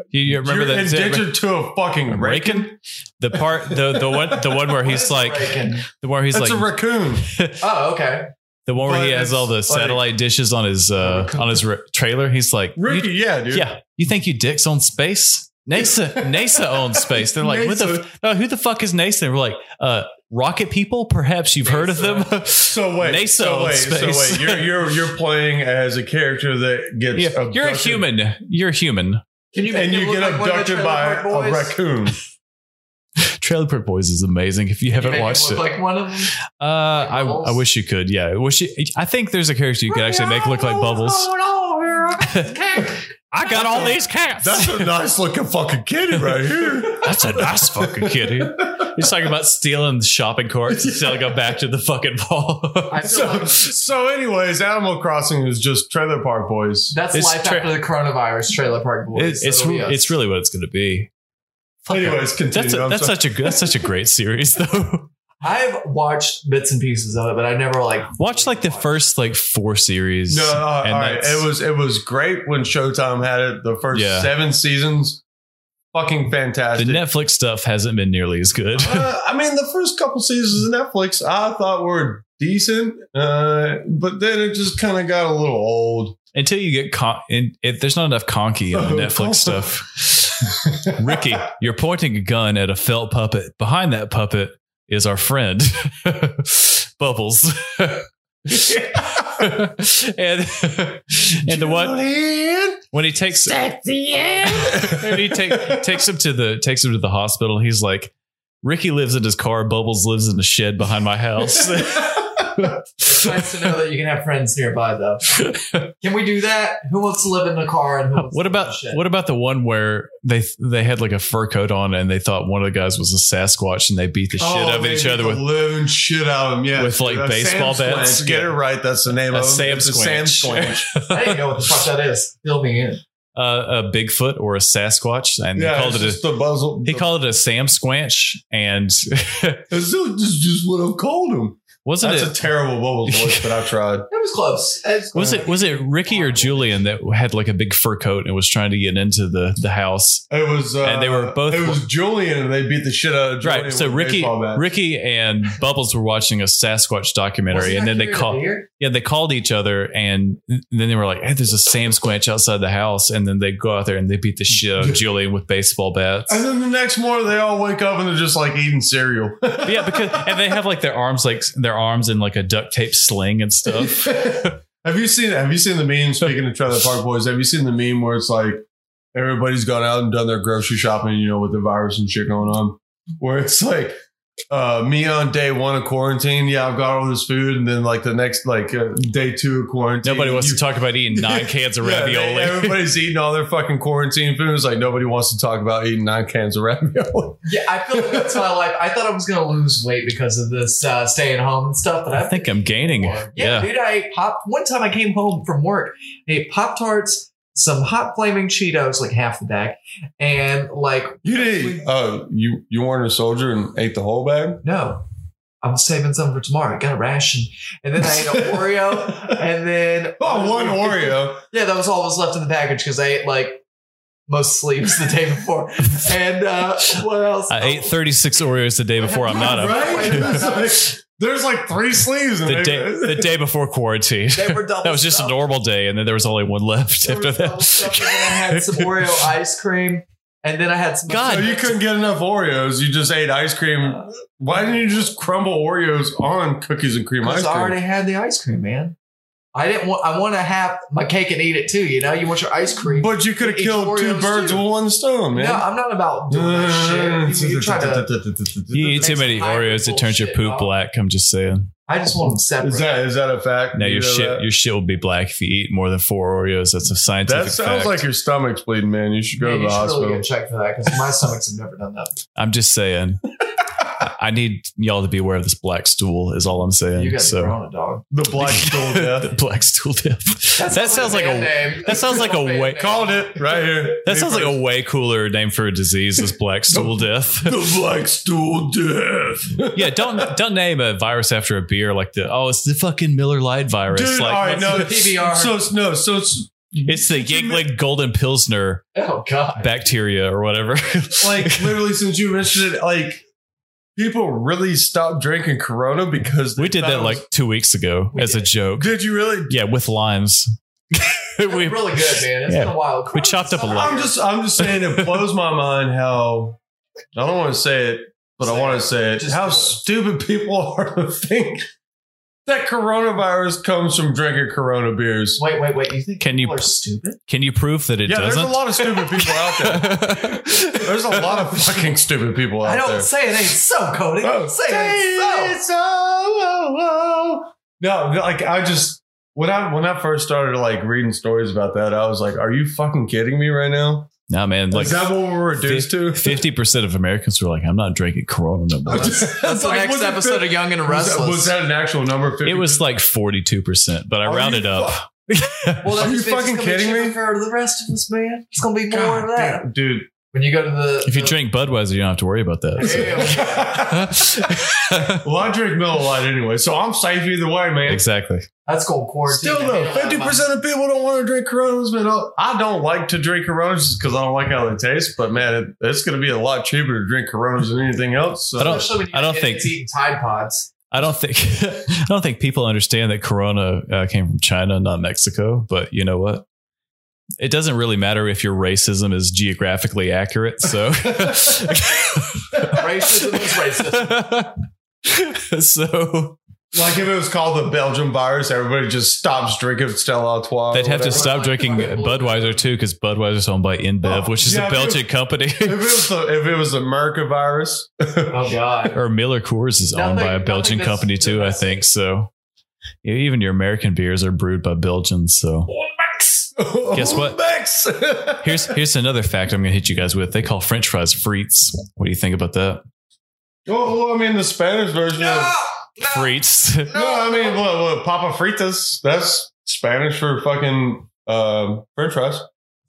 Speaker 1: you, you remember
Speaker 3: You're
Speaker 1: that
Speaker 3: indentured to a fucking raking.
Speaker 1: Rakin? The part the the one the one where
Speaker 2: What
Speaker 1: he's
Speaker 2: is
Speaker 1: like
Speaker 2: Reagan?
Speaker 1: the one where he's
Speaker 3: That's
Speaker 1: like
Speaker 3: a raccoon.
Speaker 2: Oh, okay.
Speaker 1: the one where
Speaker 3: but
Speaker 1: he has all the
Speaker 3: it's like-
Speaker 1: satellite dishes on his uh,
Speaker 3: Raccoon.
Speaker 1: on his ra- trailer. He's like, you-
Speaker 3: Ricky, yeah, dude.
Speaker 1: yeah, you think you dicks own space? NASA NASA owns space. They're like, what the f- no, who the fuck is NASA? And we're like, uh, rocket people. Perhaps you've heard of them.
Speaker 3: So wait,
Speaker 1: Nasa
Speaker 3: so
Speaker 1: owns
Speaker 3: wait,
Speaker 1: space.
Speaker 3: so wait. You're you're you're playing as a character that gets.
Speaker 1: yeah, you're a
Speaker 3: abducted.
Speaker 1: human. You're a human.
Speaker 2: Can you make
Speaker 3: and
Speaker 2: him
Speaker 3: you
Speaker 2: look
Speaker 3: get
Speaker 2: like one of the
Speaker 3: abducted
Speaker 2: Trailer
Speaker 3: by
Speaker 2: Park Boys?
Speaker 3: a raccoon.
Speaker 1: Trailer Park Boys is amazing. If you
Speaker 2: Can you
Speaker 1: haven't
Speaker 2: make him
Speaker 1: watched
Speaker 2: look
Speaker 1: it,
Speaker 2: Like one of them.
Speaker 1: uh, I,
Speaker 2: Bubbles?
Speaker 1: I wish you could. Yeah, I wish you, I think there's a character you could actually make look like Bubbles. I got all these cats.
Speaker 3: That's a nice looking fucking kitty right here.
Speaker 1: That's a nice fucking kitty. He's talking about stealing the shopping carts and selling them back to the fucking mall.
Speaker 2: I feel
Speaker 3: So,
Speaker 2: like
Speaker 3: so, anyways, Animal Crossing is just Trailer Park Boys.
Speaker 2: that's
Speaker 1: It's
Speaker 2: life
Speaker 1: tra-
Speaker 2: after the coronavirus. Trailer Park boys.
Speaker 1: It- it's
Speaker 3: Oh,
Speaker 2: That'll be us.
Speaker 1: it's really what it's going to be.
Speaker 3: Anyways, continue.
Speaker 1: That's a,
Speaker 3: I'm
Speaker 1: that's
Speaker 3: sorry.
Speaker 1: such a good- that's such a great series though.
Speaker 2: I've watched bits and pieces of it, but I never like
Speaker 1: Watch like the first like four series.
Speaker 3: no, all
Speaker 1: and
Speaker 3: right.
Speaker 1: that's-
Speaker 3: It was it was great when Showtime had it. The first
Speaker 1: Yeah.
Speaker 3: seven seasons, fucking
Speaker 1: the
Speaker 3: fantastic.
Speaker 1: Netflix stuff hasn't been nearly as good.
Speaker 3: Uh, I mean, the first couple seasons of Netflix I thought were decent, uh, but then it just kind of got a little old.
Speaker 1: Until you get con- and it, there's not enough conky in the Netflix stuff. Ricky, you're pointing a gun at a felt puppet. Behind that puppet is our friend Bubbles. and and the one
Speaker 3: Julian,
Speaker 1: when he takes
Speaker 3: sexy and-
Speaker 1: and he take, takes him to the takes him to the hospital. He's like, Ricky lives in his car. Bubbles lives in the shed behind my house.
Speaker 2: It's nice to know that you can have friends nearby, though. Can we do that? Who wants to live in the car? And who wants
Speaker 1: what
Speaker 2: to live in
Speaker 1: about
Speaker 2: the shed?
Speaker 1: what about the one where they they had like a fur coat on and they thought one of the guys was a Sasquatch and they beat the shit out of
Speaker 3: they
Speaker 1: each
Speaker 3: beat
Speaker 1: other
Speaker 3: Oh,
Speaker 1: with
Speaker 3: the living shit out of him. Yeah,
Speaker 1: with, like,
Speaker 3: That's
Speaker 1: baseball
Speaker 3: Sam
Speaker 1: bats.
Speaker 3: Squanch. Get
Speaker 1: Yeah.
Speaker 3: it right. That's the name
Speaker 1: That's
Speaker 3: of
Speaker 1: Sam
Speaker 3: him. It's a
Speaker 1: Squanch.
Speaker 3: Sam Squanch.
Speaker 2: I didn't know what the fuck that is. Fill me in.
Speaker 1: uh, a Bigfoot or a Sasquatch and
Speaker 3: yeah,
Speaker 1: he called
Speaker 3: it's
Speaker 1: it a
Speaker 3: just the buzzle.
Speaker 1: he called it a Sam Squanch and
Speaker 3: It's just, it's just what I've called him.
Speaker 1: wasn't
Speaker 3: That's
Speaker 1: it
Speaker 3: a terrible bubble voice, but I tried.
Speaker 2: It was close. It's
Speaker 1: was it was it Ricky or Julian that had like a big fur coat and was trying to get into the the house
Speaker 3: It was, uh,
Speaker 1: And they were both-
Speaker 3: It was Julian, and they beat the shit out of Julian.
Speaker 1: Right. So
Speaker 3: with a
Speaker 1: Ricky,
Speaker 3: baseball bat.
Speaker 1: Ricky, and Bubbles were watching a Sasquatch documentary, and
Speaker 2: Wasn't
Speaker 1: then they
Speaker 2: that here in
Speaker 1: called.
Speaker 2: here?
Speaker 1: Yeah, they called each other, and then they were like, "Hey, there's a Sam Squanch outside the house," and then they go out there and they beat the shit out of Julian with baseball bats.
Speaker 3: And then the next morning, they all wake up and they're just like eating cereal.
Speaker 1: But yeah, because and they have like their arms like their arms in like a duct tape sling and stuff.
Speaker 3: have you seen? Have you seen the meme? Speaking of Trailer Park Boys, have you seen the meme where it's like everybody's gone out and done their grocery shopping, you know, with the virus and shit going on, where it's like. Uh, me on day one of quarantine. Yeah, I've got all this food, and then like the next, like uh, day two of quarantine.
Speaker 1: Nobody wants
Speaker 3: you-
Speaker 1: to talk about eating nine cans of
Speaker 3: Yeah, they-
Speaker 1: ravioli.
Speaker 3: everybody's eating all their fucking quarantine food. It's like nobody wants to talk about eating nine cans of ravioli.
Speaker 2: Yeah, I feel like that's my life. I thought I was gonna lose weight because of this uh, staying home and stuff, but
Speaker 1: I
Speaker 2: I've
Speaker 1: think I'm gaining.
Speaker 2: Yeah,
Speaker 1: Yeah,
Speaker 2: dude, I ate pop. One time I came home from work, I ate Pop Tarts, some hot flaming Cheetos, like half the bag, and like
Speaker 3: You did. Oh, you you weren't a soldier and ate the whole bag.
Speaker 2: no, I'm saving some for tomorrow. I got a ration, and then I ate an Oreo, and then
Speaker 3: Oh, one Oreo.
Speaker 2: Yeah, that was all that was left in the package because I ate like most sleeps the day before, and uh, what else?
Speaker 1: I ate 36 Oreos the day before. I'm not a
Speaker 3: Right? It's like- there's like three sleeves. In
Speaker 1: the
Speaker 3: there.
Speaker 1: day the day before quarantine.
Speaker 2: They were double
Speaker 1: That was just a
Speaker 2: stuffed.
Speaker 1: normal day, and then there was only one left
Speaker 2: They were
Speaker 1: after
Speaker 2: double stuffed, and then I
Speaker 1: that.
Speaker 2: had some Oreo ice cream, and then I had some.
Speaker 1: God.
Speaker 3: So you couldn't get enough Oreos. You just ate ice cream. Why didn't you just crumble Oreos on cookies and cream ice
Speaker 2: Because
Speaker 3: cream?
Speaker 2: I already had the ice cream, man. I didn't want. I want to have my cake and eat it too. You know, you want your ice cream.
Speaker 3: but you could have
Speaker 2: Eat
Speaker 3: killed two
Speaker 2: Oreos
Speaker 3: birds
Speaker 2: too.
Speaker 3: with one stone, man.
Speaker 2: no, I'm not about doing that shit. You, you try to.
Speaker 1: You eat too many Oreos, it turns your poop black. I'm just saying.
Speaker 2: I just want them separate.
Speaker 3: Is that is that a fact?
Speaker 1: Now
Speaker 3: You
Speaker 1: your
Speaker 3: know
Speaker 1: shit
Speaker 3: that?
Speaker 1: your shit will be black if you eat more than four Oreos. That's a scientific
Speaker 3: That sounds
Speaker 1: fact.
Speaker 3: like your stomach's bleeding, man. You should
Speaker 2: Man,
Speaker 3: go to
Speaker 2: you
Speaker 3: the
Speaker 2: should
Speaker 3: hospital.
Speaker 2: really get checked for that because my stomachs have never done that.
Speaker 1: I'm just saying. I need y'all to be aware of this black stool. Is all I'm saying.
Speaker 2: You got
Speaker 1: so
Speaker 2: so. Corona, dog.
Speaker 3: the black stool
Speaker 1: The
Speaker 3: death.
Speaker 1: black stool death. that sounds like a
Speaker 2: name.
Speaker 1: that sounds like a way-
Speaker 3: Called it right here.
Speaker 1: that sounds like a way cooler name for a disease is black stool death.
Speaker 3: the black stool death.
Speaker 1: yeah, don't don't name a virus after a beer like the oh it's the fucking Miller Lite virus.
Speaker 3: Dude,
Speaker 1: like
Speaker 3: all right, no,
Speaker 2: what's the PBR?
Speaker 3: So it's no, so it's
Speaker 1: It's the Yingling Golden Pilsner
Speaker 2: Oh god.
Speaker 1: bacteria or whatever.
Speaker 3: like literally since you mentioned it, like people really stopped drinking Corona because they
Speaker 1: we did
Speaker 3: thought
Speaker 1: that
Speaker 3: it was-
Speaker 1: like two weeks ago
Speaker 2: We
Speaker 1: as a
Speaker 2: did.
Speaker 1: joke.
Speaker 3: Did you really?
Speaker 1: Yeah, with limes.
Speaker 2: That's
Speaker 1: we
Speaker 2: really good, man. It's
Speaker 1: Yeah.
Speaker 2: been a while.
Speaker 1: We chopped up a lot.
Speaker 3: I'm just, I'm just saying, it blows my mind how I don't want to say it, but I want to say it.
Speaker 2: Just
Speaker 3: how
Speaker 2: do it.
Speaker 3: stupid people are to think That coronavirus comes from drinking Corona beers.
Speaker 2: Wait, wait, wait. You think
Speaker 1: Can you-
Speaker 2: people are stupid?
Speaker 1: Can you prove that it
Speaker 3: yeah,
Speaker 1: doesn't?
Speaker 3: there's a lot of stupid people out there. There's a lot of fucking stupid people out
Speaker 2: I don't
Speaker 3: there.
Speaker 2: say it ain't so, Cody.
Speaker 3: Oh.
Speaker 2: Say it ain't so. oh,
Speaker 3: It's all- No, no, like I just when I when I first started like reading stories about that, I was like, "Are you fucking kidding me right now?"
Speaker 1: nah, man. Like
Speaker 3: Is that what we're reduced to?
Speaker 1: fifty percent of Americans were like, "I'm not drinking Corona no more."
Speaker 2: That's the
Speaker 3: Like,
Speaker 2: next
Speaker 3: was it
Speaker 2: episode of Young and
Speaker 3: Was that-
Speaker 2: Restless.
Speaker 3: Was that an actual number? 50?
Speaker 1: It was like forty-two percent, but I
Speaker 3: Are
Speaker 1: rounded
Speaker 3: you
Speaker 1: up.
Speaker 2: well,
Speaker 3: Are
Speaker 2: that
Speaker 3: you
Speaker 2: just means it's
Speaker 3: fucking
Speaker 2: gonna be
Speaker 3: kidding me?
Speaker 2: cheaper For the rest of us, man, it's gonna be more
Speaker 3: God
Speaker 2: of that.
Speaker 3: damn, dude.
Speaker 2: When you go to the,
Speaker 1: If you
Speaker 2: the-
Speaker 1: drink Budweiser, you don't have to worry about
Speaker 2: Ew.
Speaker 1: that.
Speaker 3: Well, I drink Miller Lite anyway, so I'm safe either way, man.
Speaker 1: exactly.
Speaker 2: that's going quarantine.
Speaker 3: Still though,
Speaker 2: Man,
Speaker 3: fifty percent of people don't want to drink Coronas, man. I'll- I don't like to drink Coronas because I don't like how they taste. But man, it, it's going to be a lot cheaper to drink Coronas than anything else. So.
Speaker 1: I don't-
Speaker 2: Especially when
Speaker 1: I don't
Speaker 2: you're
Speaker 1: think-
Speaker 2: eating Tide Pods.
Speaker 1: I don't think I don't think people understand that Corona uh, came from China, not Mexico. But you know what? It doesn't really matter if your racism is geographically accurate. So
Speaker 2: Racism is racism.
Speaker 1: so
Speaker 3: Like if it was called the Belgium virus, everybody just stops drinking Stella Artois. or
Speaker 1: they'd have
Speaker 3: whatever.
Speaker 1: to stop drinking Budweiser too, because Budweiser's owned by InBev,
Speaker 3: Oh,
Speaker 1: which is
Speaker 3: yeah,
Speaker 1: a Belgian company,
Speaker 3: If it was the if it was the Merca virus,
Speaker 2: Oh God.
Speaker 1: or Miller Coors is owned
Speaker 2: Nothing-
Speaker 1: by a Belgian
Speaker 2: nothing that's
Speaker 1: company too. I
Speaker 2: domestic.
Speaker 1: think so. Even your American beers are brewed by Belgians. So Guess what?
Speaker 3: Max.
Speaker 1: here's here's another fact I'm going to hit you guys with. They call French fries frites. What do you think about that?
Speaker 3: well, well, I mean the Spanish version. of...
Speaker 1: Frites.
Speaker 3: No, I mean, well, well, Papa Fritas. That's Spanish for fucking um, French fries.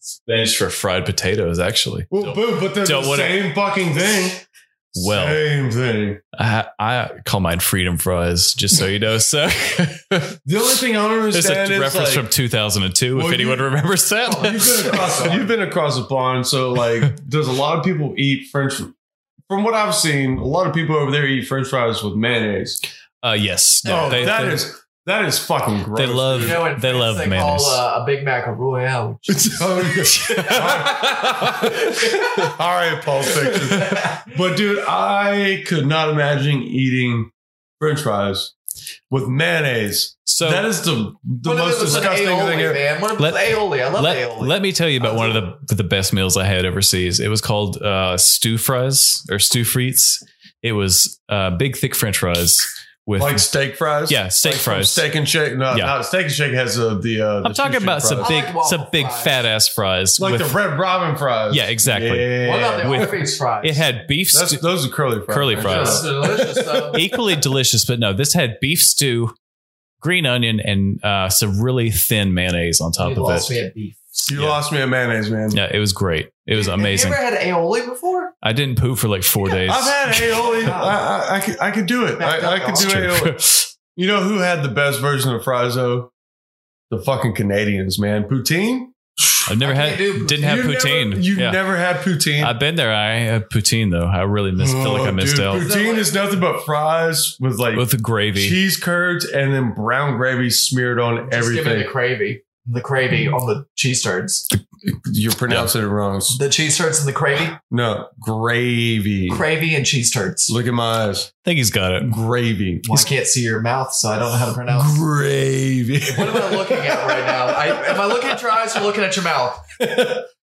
Speaker 1: Spanish for fried potatoes, actually.
Speaker 3: Well, boo, but they're
Speaker 1: don't
Speaker 3: the
Speaker 1: wanna-
Speaker 3: same fucking thing.
Speaker 1: Well.
Speaker 3: same thing.
Speaker 1: I, I call mine freedom fries, just so you know. So
Speaker 3: The only thing I don't
Speaker 1: there's a
Speaker 3: understand is
Speaker 1: reference
Speaker 3: like,
Speaker 1: from 2002,
Speaker 3: Well,
Speaker 1: if
Speaker 3: you-
Speaker 1: anyone remembers that.
Speaker 3: Oh, you've been across you've been across the pond, so like there's a lot of people eat French from what I've seen, a lot of people over there eat French fries with mayonnaise.
Speaker 1: uh, yes. No,
Speaker 3: oh, that
Speaker 1: they,
Speaker 3: is
Speaker 1: they-
Speaker 3: that is fucking gross.
Speaker 1: they love
Speaker 2: You know, in
Speaker 1: they
Speaker 2: France,
Speaker 1: love
Speaker 2: they
Speaker 1: mayonnaise.
Speaker 2: Call, uh, a Big Mac a Royale. with cheese.
Speaker 3: uh, All right, Paul Fiction. But dude, I could not imagine eating French fries with mayonnaise.
Speaker 1: so
Speaker 3: that is the the
Speaker 2: What if
Speaker 3: most
Speaker 2: it was an
Speaker 3: disgusting
Speaker 2: aioli,
Speaker 3: thing ever.
Speaker 2: man. What if
Speaker 1: Let-
Speaker 2: let, aioli? I love
Speaker 1: let,
Speaker 2: aioli.
Speaker 1: let me tell you about
Speaker 2: I
Speaker 1: one
Speaker 2: love
Speaker 1: of the the best meals I had overseas. It was called uh, stew fries or stew frites. It was uh, big thick French fries with
Speaker 3: Like steak fries.
Speaker 1: yeah steak
Speaker 3: Like from
Speaker 1: fries.
Speaker 3: Steak and shake. No,
Speaker 1: Yeah.
Speaker 3: not steak and shake has uh, the. Uh, the
Speaker 1: I'm talking
Speaker 3: shoestring
Speaker 1: about some
Speaker 3: fries.
Speaker 1: big
Speaker 2: I like waffle
Speaker 1: some big
Speaker 2: fries.
Speaker 1: fat ass fries
Speaker 3: like
Speaker 1: with
Speaker 3: the red robin fries.
Speaker 1: Yeah, exactly.
Speaker 3: Yeah.
Speaker 2: What about the
Speaker 1: with-
Speaker 2: Orpheus fries?
Speaker 1: It had beef
Speaker 3: That's-
Speaker 1: stew,
Speaker 3: those are curly fries.
Speaker 1: Curly
Speaker 3: man.
Speaker 1: fries.
Speaker 2: Just delicious though.
Speaker 1: equally delicious, but no, this had beef stew, green onion, and uh, some really thin mayonnaise on top of
Speaker 2: you lost
Speaker 1: it.
Speaker 2: me at beef.
Speaker 3: You
Speaker 1: Yeah.
Speaker 3: lost me at mayonnaise, man.
Speaker 1: Yeah, it was great. It was
Speaker 2: Have
Speaker 1: amazing.
Speaker 2: You ever had aioli before?
Speaker 1: I didn't poop for like four days.
Speaker 3: I've had aioli. I, I, I, could, I could do it. I, I could do
Speaker 1: It's true.
Speaker 3: aioli. You know who had the best version of fries though? The fucking Canadians, man. Poutine.
Speaker 1: I've never
Speaker 2: I
Speaker 1: had,
Speaker 2: can't do
Speaker 1: didn't have
Speaker 3: You never-
Speaker 1: poutine.
Speaker 3: you
Speaker 1: yeah.
Speaker 3: never had poutine.
Speaker 1: I've been there. I had poutine though. I really missed, feel like I
Speaker 3: Oh,
Speaker 1: missed
Speaker 3: dude,
Speaker 1: out
Speaker 3: Poutine is nothing but fries with like
Speaker 1: with the gravy.
Speaker 3: cheese curds and then brown gravy smeared
Speaker 2: Just
Speaker 3: on
Speaker 2: give me
Speaker 3: everything.
Speaker 2: the gravy. The gravy on the cheese turds.
Speaker 3: You're pronouncing it wrong.
Speaker 2: The cheese turds and the gravy.
Speaker 3: No, gravy.
Speaker 2: Gravy and cheese turds.
Speaker 3: Look at my eyes.
Speaker 1: I think he's got it.
Speaker 3: Gravy.
Speaker 2: Well, I can't see your mouth, so I don't know how to pronounce.
Speaker 3: Gravy.
Speaker 2: What am I looking at right now? I, am I looking at your eyes or looking at your mouth?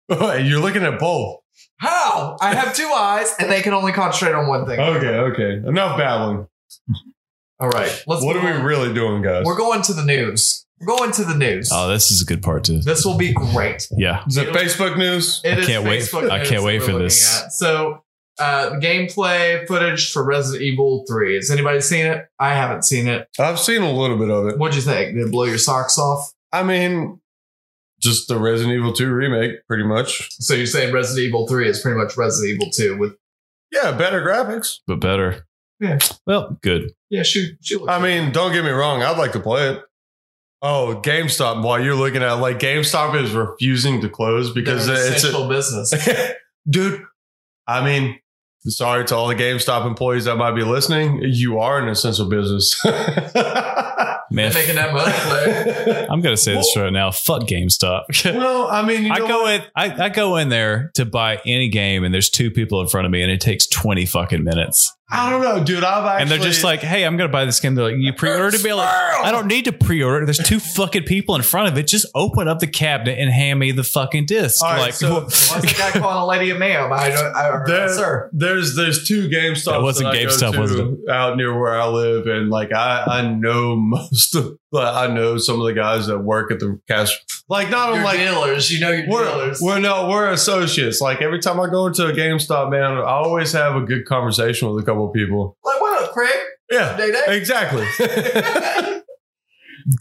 Speaker 3: Wait, You're looking at both.
Speaker 2: How? I have two eyes and they can only concentrate on one thing.
Speaker 3: Okay, okay. Enough babbling.
Speaker 2: All right. Let's
Speaker 3: What are
Speaker 2: move
Speaker 3: we
Speaker 2: on.
Speaker 3: really doing, guys?
Speaker 2: We're going to the news. We're going to the news.
Speaker 1: Oh, this is a good part too.
Speaker 2: this will be great.
Speaker 1: Yeah.
Speaker 3: Is it Facebook news?
Speaker 2: It
Speaker 1: I
Speaker 2: is
Speaker 1: can't wait-
Speaker 2: Facebook
Speaker 1: I
Speaker 2: news
Speaker 1: can't
Speaker 2: that
Speaker 1: wait
Speaker 2: we're
Speaker 1: for
Speaker 2: looking
Speaker 1: this.
Speaker 2: at. So, uh, the gameplay footage for Resident Evil 3. Has anybody seen it? I haven't seen it.
Speaker 3: I've seen a little bit of it.
Speaker 2: What'd you think? Did it blow your socks off?
Speaker 3: I mean, just the Resident Evil 2 remake, pretty much.
Speaker 2: So, you're saying Resident Evil 3 is pretty much Resident Evil 2 with,
Speaker 3: Yeah, better graphics.
Speaker 1: But better.
Speaker 2: Yeah.
Speaker 1: Well, good.
Speaker 2: yeah, shoot. shoot looks
Speaker 3: I mean, don't get me wrong. I'd like to play it. Oh, GameStop. While you're looking at it, like GameStop is refusing to close
Speaker 2: they're
Speaker 3: because
Speaker 2: an
Speaker 3: it's a,
Speaker 2: essential business.
Speaker 3: dude. I mean, sorry to all the GameStop employees that might be listening. You are an essential business.
Speaker 1: Man,
Speaker 2: They're making that money. Claire.
Speaker 3: well,
Speaker 1: I'm gonna say this right now. Fuck GameStop.
Speaker 3: I mean, you
Speaker 1: I
Speaker 3: know
Speaker 1: go in. I, I go in there to buy any game, and there's two people in front of me, and it takes twenty fucking minutes.
Speaker 3: I don't know, dude. I've actually
Speaker 1: and they're just like, "Hey, I'm gonna buy this game." They're like, "You pre-ordered it?" Be like,
Speaker 3: Squirrel!
Speaker 1: "I don't need to pre-order. it. There's two fucking people in front of it. Just open up the cabinet and hand me the fucking disc."
Speaker 3: All right,
Speaker 1: like,
Speaker 3: so-
Speaker 2: Why is the guy calling a lady a ma'am? I don't, I, or,
Speaker 3: There-
Speaker 2: sir.
Speaker 3: There's there's two GameStops
Speaker 1: That wasn't
Speaker 3: that I go
Speaker 1: GameStop,
Speaker 3: to
Speaker 1: was
Speaker 3: out near where I live, and like I I know most of like, I know some of the guys that work at the cash. Like not
Speaker 2: You're
Speaker 3: on like
Speaker 2: dealers. You know your
Speaker 3: we're,
Speaker 2: dealers.
Speaker 3: we're no we're associates. Like every time I go into a GameStop, man, I always have a good conversation with a couple of people.
Speaker 2: like, what up, Craig?
Speaker 3: Yeah,
Speaker 2: Day day.
Speaker 3: exactly.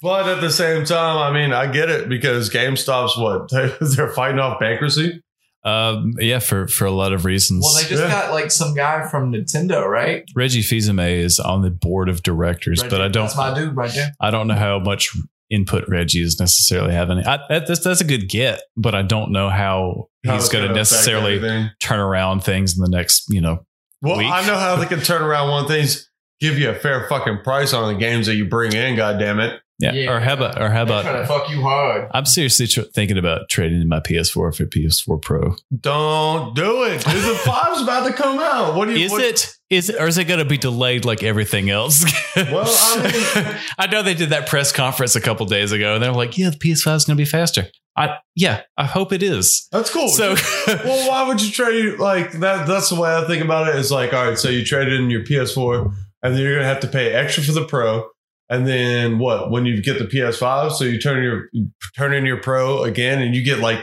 Speaker 3: but at the same time, I mean, I get it because GameStop's what they're fighting off bankruptcy.
Speaker 1: um, yeah, for for a lot of reasons.
Speaker 2: Well, they just
Speaker 3: Yeah.
Speaker 2: got like some guy from Nintendo, right?
Speaker 1: Reggie Fils-Aimé is on the board of directors, but I don't
Speaker 2: That's my dude right there.
Speaker 1: I don't know how much input Reggie is necessarily having. I, that, that's that's a good get, but I don't know how
Speaker 3: How
Speaker 1: he's
Speaker 3: it's
Speaker 1: going to
Speaker 3: gonna affect
Speaker 1: necessarily
Speaker 3: everything.
Speaker 1: turn around things in the next, you know.
Speaker 3: Well,
Speaker 1: week.
Speaker 3: I know how they can turn around one of the things, give you a fair fucking price on the games that you bring in. God damn it!
Speaker 1: Yeah.
Speaker 2: Yeah.
Speaker 1: Or how about or how
Speaker 2: They're trying to
Speaker 1: about
Speaker 2: fuck you hard.
Speaker 1: I'm seriously tr- thinking about trading in my PS4 for PS4 Pro.
Speaker 3: Don't do it. 'cause The five's about to come out. What do you?
Speaker 1: Is
Speaker 3: what-
Speaker 1: it is it or is it going to be delayed like everything else?
Speaker 3: Well, I mean-
Speaker 1: I know they did that press conference a couple days ago, and they're like, "Yeah, the PS5 is going to be faster." I yeah, I hope it is.
Speaker 3: That's cool.
Speaker 1: So
Speaker 3: well, why would you trade like that? That's the way I think about it. It's like, all right, so you traded in your PS4, and then you're gonna have to pay extra for the Pro, and then what? When you get the PS5, so you turn your turn in your Pro again, and you get like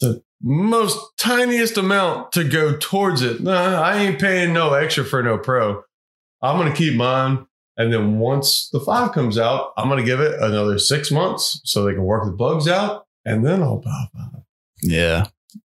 Speaker 3: the most tiniest amount to go towards it. Nah, I ain't paying no extra for no Pro. I'm gonna keep mine. And then once the five comes out, I'm gonna give it another six months so they can work the bugs out, and then I'll buy five.
Speaker 1: Yeah.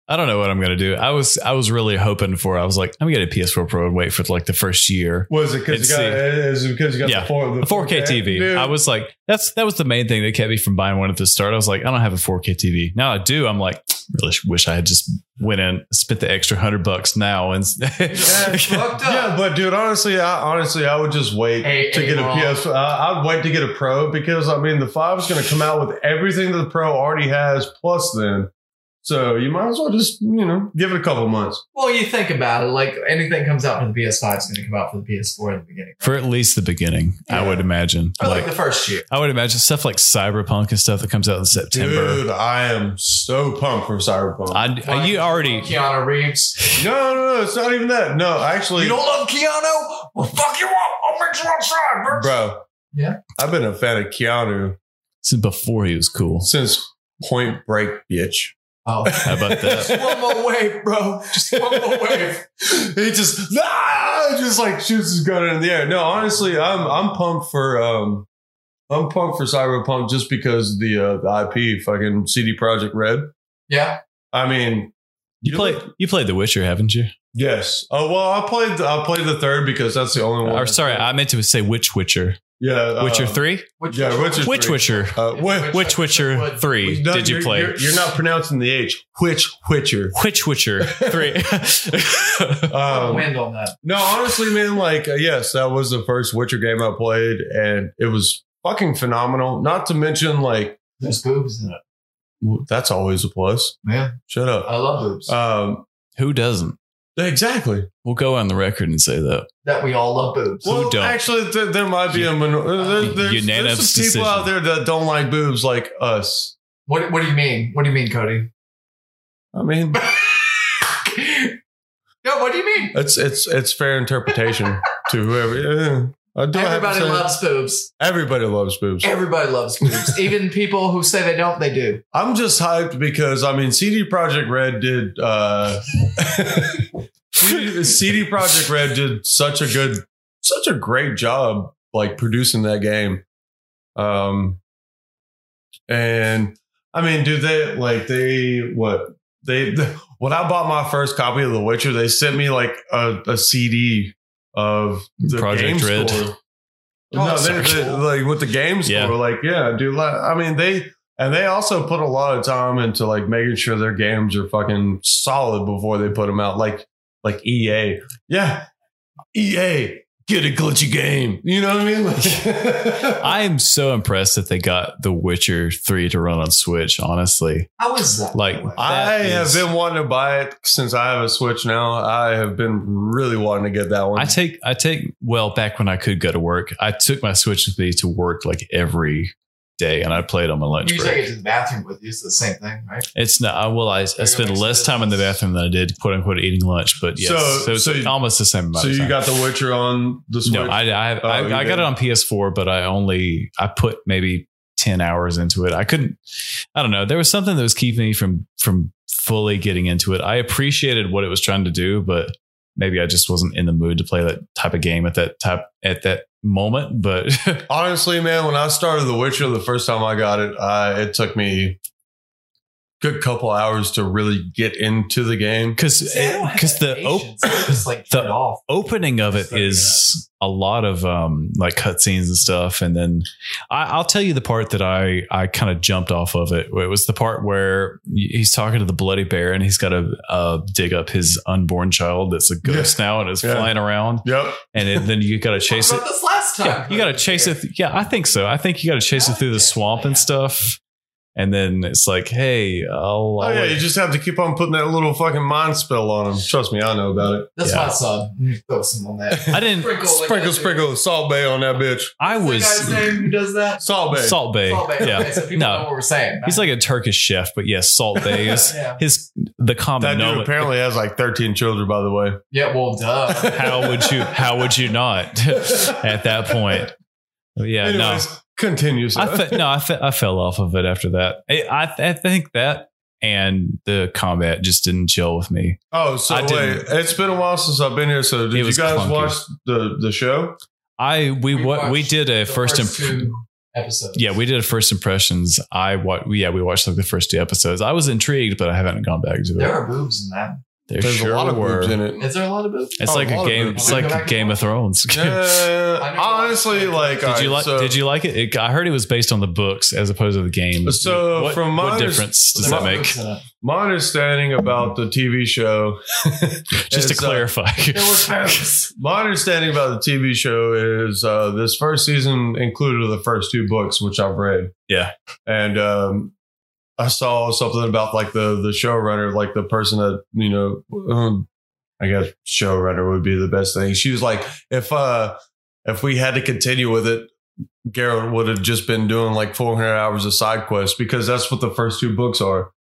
Speaker 1: I don't know what I'm gonna do. I was I was really hoping for. I was like, I'm gonna get a PS4 Pro and wait for like the first year.
Speaker 3: Was it
Speaker 1: It's
Speaker 3: because you got? Is it because you got
Speaker 1: yeah,
Speaker 3: the four the
Speaker 1: A 4K TV.
Speaker 3: Dude,
Speaker 1: I was like, that's that was the main thing that kept me from buying one at the start. I was like, I don't have a 4K TV. Now I do. I'm like, really sh- wish I had just went in, spent the extra hundred bucks now, and
Speaker 2: it's fucked up.
Speaker 3: Yeah, but dude, honestly, I honestly I would just wait
Speaker 2: Hey,
Speaker 3: to
Speaker 2: hey,
Speaker 3: get a
Speaker 2: Ron.
Speaker 3: PS. I I'd wait to get a Pro because I mean the five's going to come out with everything that the Pro already has plus then. So you might as well just you know give it a couple months.
Speaker 2: Well, you think about it. Like anything comes out for the PS5 is going to come out for the PS4 in the beginning,
Speaker 1: for at least the beginning, I
Speaker 2: Yeah.
Speaker 1: would imagine.
Speaker 2: or
Speaker 1: Like,
Speaker 2: like the first year.
Speaker 1: I would imagine stuff like Cyberpunk and stuff that comes out in September.
Speaker 3: Dude, I am so pumped for Cyberpunk.
Speaker 1: I, I- you already
Speaker 2: Keanu Reeves.
Speaker 3: no, no, no, it's not even that. No, actually,
Speaker 2: You don't love Keanu? Well, fuck you up. I'll make you outside, bro.
Speaker 3: bro.
Speaker 2: Yeah.
Speaker 3: I've been a fan of Keanu
Speaker 1: since before he was cool.
Speaker 3: since Point Break, bitch.
Speaker 2: Oh.
Speaker 1: How about that?
Speaker 2: Just one more wave, bro. Just one more wave.
Speaker 3: he just ah, just like shoots his gun in the air. No, honestly, I'm I'm pumped for um I'm pumped for Cyberpunk just because the uh, the IP fucking CD Project Red.
Speaker 2: Yeah.
Speaker 3: I mean,
Speaker 1: You played you played The Witcher, haven't you?
Speaker 3: yes. Oh well, I played I played the third because that's the only one.
Speaker 1: Or sorry, I meant to say Witch Witcher.
Speaker 3: yeah,
Speaker 1: Witcher
Speaker 3: Oh, uh,
Speaker 1: three?
Speaker 2: Which,
Speaker 3: Yeah, Witcher
Speaker 1: Witch
Speaker 3: three.
Speaker 1: Witcher.
Speaker 3: Uh, whi-
Speaker 2: Witch-
Speaker 1: Witch Witcher
Speaker 2: Witch-
Speaker 1: three?
Speaker 3: no,
Speaker 1: Did you
Speaker 3: you're-
Speaker 1: play?
Speaker 3: You're, you're not pronouncing the H. Which Witcher?
Speaker 1: Witch Witcher three.
Speaker 3: Um,
Speaker 2: wind on that.
Speaker 3: No, honestly, man, like, uh, yes, that was the first Witcher game I played, and it was fucking phenomenal. Not to mention, like,
Speaker 2: There's boobs in it.
Speaker 3: w- that's always a plus.
Speaker 2: Man,
Speaker 3: Shut
Speaker 2: I
Speaker 3: up.
Speaker 2: love boobs.
Speaker 3: Um,
Speaker 1: Who doesn't?
Speaker 3: exactly.
Speaker 1: We'll go on the record and say that.
Speaker 2: that we all love boobs.
Speaker 1: Who
Speaker 3: Well,
Speaker 1: don't?
Speaker 3: actually, th- there might be a minor- uh, there, there's,
Speaker 1: Unanimous
Speaker 3: there's
Speaker 1: decision.
Speaker 3: some people out there that don't like boobs like us.
Speaker 2: What What do you mean? What do you mean, Cody?
Speaker 3: I mean,
Speaker 2: no, what do you mean?
Speaker 3: it's it's it's fair interpretation to whoever. Yeah. I do have to
Speaker 2: Everybody
Speaker 3: say-
Speaker 2: loves boobs.
Speaker 3: everybody loves boobs.
Speaker 2: Everybody loves boobs. Even people who say they don't, they do.
Speaker 3: I'm just hyped because I mean CD Project Red did uh CD, CD Project Red did such a good such a great job like producing that game. Um and I mean do they like they what they when I bought my first copy of The Witcher they sent me like a, a CD of the
Speaker 1: Project
Speaker 3: game
Speaker 1: Red.
Speaker 3: score.
Speaker 2: Oh,
Speaker 3: no, they,
Speaker 2: sorry.
Speaker 3: they, like with the game score,
Speaker 1: Yeah.
Speaker 3: like yeah, dude. Like, I mean, they and they also put a lot of time into like making sure their games are fucking E solid before they put them out. Like like EA, yeah, EA. get E a glitchy game. You know what I mean? Like,
Speaker 1: I am so impressed that they got The Witcher 3 to run on Switch, honestly.
Speaker 2: How is that?
Speaker 1: Like,
Speaker 3: I
Speaker 1: That
Speaker 3: have
Speaker 1: is-
Speaker 3: been wanting to buy it since I have a Switch now. I have been really wanting to get that one.
Speaker 1: I take I take well back when I could go to work. I took my Switch with me to work like every day, and I played on my lunch
Speaker 2: you
Speaker 1: break.
Speaker 2: take it to the bathroom with you. It's the same thing, right?
Speaker 1: It's not. I will. I, I spent
Speaker 2: makes
Speaker 1: less time in the
Speaker 2: sense.
Speaker 1: bathroom than I did "quote unquote" eating lunch, but yes,
Speaker 3: So-
Speaker 1: so, it's
Speaker 3: so you-
Speaker 1: almost the same amount.
Speaker 3: so
Speaker 1: of
Speaker 3: you
Speaker 1: time.
Speaker 3: got The Witcher on the Switch?
Speaker 1: no. I I,
Speaker 3: Oh,
Speaker 1: I,
Speaker 3: you
Speaker 1: I got
Speaker 3: did.
Speaker 1: it on PS4, but I only I put maybe ten hours into it. I couldn't. I don't know. There was something that was keeping me from from fully getting into it. I appreciated what it was trying to do, but maybe I just wasn't in the mood to play that type of game at that type at that moment. But
Speaker 3: Honestly, man, when I started The Witcher the first time I got it, I, it took me a good couple hours to really get into the game.
Speaker 1: because
Speaker 2: See, I don't have
Speaker 1: because
Speaker 2: that
Speaker 1: the op-
Speaker 2: patience. I just like
Speaker 1: the-
Speaker 2: turn it off.
Speaker 1: opening of it
Speaker 2: Suck it
Speaker 1: is a lot of um like cutscenes and stuff and then I, i'll tell you the part that i i kind of jumped off of it it was the part where he's talking to the bloody bear and he's got to uh, dig up his unborn child that's a ghost now and is
Speaker 3: Yeah.
Speaker 1: flying around
Speaker 3: Yep.
Speaker 1: and it, then you got to chase
Speaker 2: Talked
Speaker 1: it
Speaker 2: about this last time.
Speaker 1: yeah, you got to chase it. th- Yeah, I think so. I think you got to chase it through the swamp and stuff. And then it's like, hey, I'll,
Speaker 3: Oh,
Speaker 1: I'll
Speaker 3: yeah. You just have to keep on putting that little fucking mind spell on him. Trust me, I know about it.
Speaker 2: That's
Speaker 1: Yeah.
Speaker 2: my son. Throw some on that.
Speaker 1: I didn't.
Speaker 2: Sprinkle, like
Speaker 3: sprinkle,
Speaker 2: that.
Speaker 3: sprinkle, salt bay on that bitch.
Speaker 1: I
Speaker 2: What's
Speaker 1: was
Speaker 2: the guy's name who does that.
Speaker 3: Salt bay.
Speaker 1: Salt Bay.
Speaker 2: Salt Bay. Okay,
Speaker 1: Yeah,
Speaker 2: so people
Speaker 1: No.
Speaker 2: know what we're saying.
Speaker 1: he's like a Turkish chef, but yes, Salt Bay is
Speaker 2: yeah.
Speaker 1: his the
Speaker 3: That
Speaker 1: common
Speaker 3: dude
Speaker 1: nom-
Speaker 3: apparently has like 13 children, by the way.
Speaker 2: yeah, well, duh.
Speaker 1: How would you? How would you not? at that point, yeah,
Speaker 3: Anyways, continue.
Speaker 1: no,
Speaker 3: sir.
Speaker 1: I fe- no, I, fe- I fell off of it after that. I, I, I think that and the combat just didn't chill with me.
Speaker 3: oh, so
Speaker 1: I
Speaker 3: wait,
Speaker 1: didn't.
Speaker 3: it's been a while since I've been here. So
Speaker 1: It
Speaker 3: did you
Speaker 1: was
Speaker 3: guys
Speaker 1: clunky.
Speaker 3: watch the the show?
Speaker 1: I we
Speaker 2: We
Speaker 1: what we
Speaker 2: watched
Speaker 1: did a
Speaker 2: The
Speaker 1: first, imp-
Speaker 2: two episodes.
Speaker 1: yeah we did a first impressions. I what yeah we watched like the first two episodes. I was intrigued, but I haven't gone back to it.
Speaker 2: There are boobs in that.
Speaker 1: There
Speaker 3: There's
Speaker 1: sure
Speaker 3: a lot of
Speaker 1: were.
Speaker 3: boobs in it.
Speaker 2: Is there a lot of boobs?
Speaker 1: It's
Speaker 3: Oh,
Speaker 1: like
Speaker 3: a lot
Speaker 1: a
Speaker 3: of
Speaker 1: game.
Speaker 3: boobs.
Speaker 1: It's like a Game of Thrones.
Speaker 3: Uh, honestly, like
Speaker 1: Did you like? did you like it? it? I heard it was based on the books as opposed to the game.
Speaker 3: So,
Speaker 1: what,
Speaker 3: from my
Speaker 1: what
Speaker 3: under-
Speaker 1: difference does
Speaker 2: There
Speaker 1: that
Speaker 2: are
Speaker 1: make?
Speaker 2: boobs in it.
Speaker 3: my understanding about the TV show?
Speaker 1: Just to
Speaker 3: is, uh,
Speaker 1: clarify,
Speaker 2: There were boobs.
Speaker 3: My understanding about the TV show is uh, this first season included the first two books, which I've read.
Speaker 1: Yeah.
Speaker 3: and um, I saw something about like the the showrunner, like the person that you know, um, I guess showrunner would be the best thing. She was like, if uh, if we had to continue with it. Garrett would have just been doing like 400 hours of side quests because that's what the first two books are.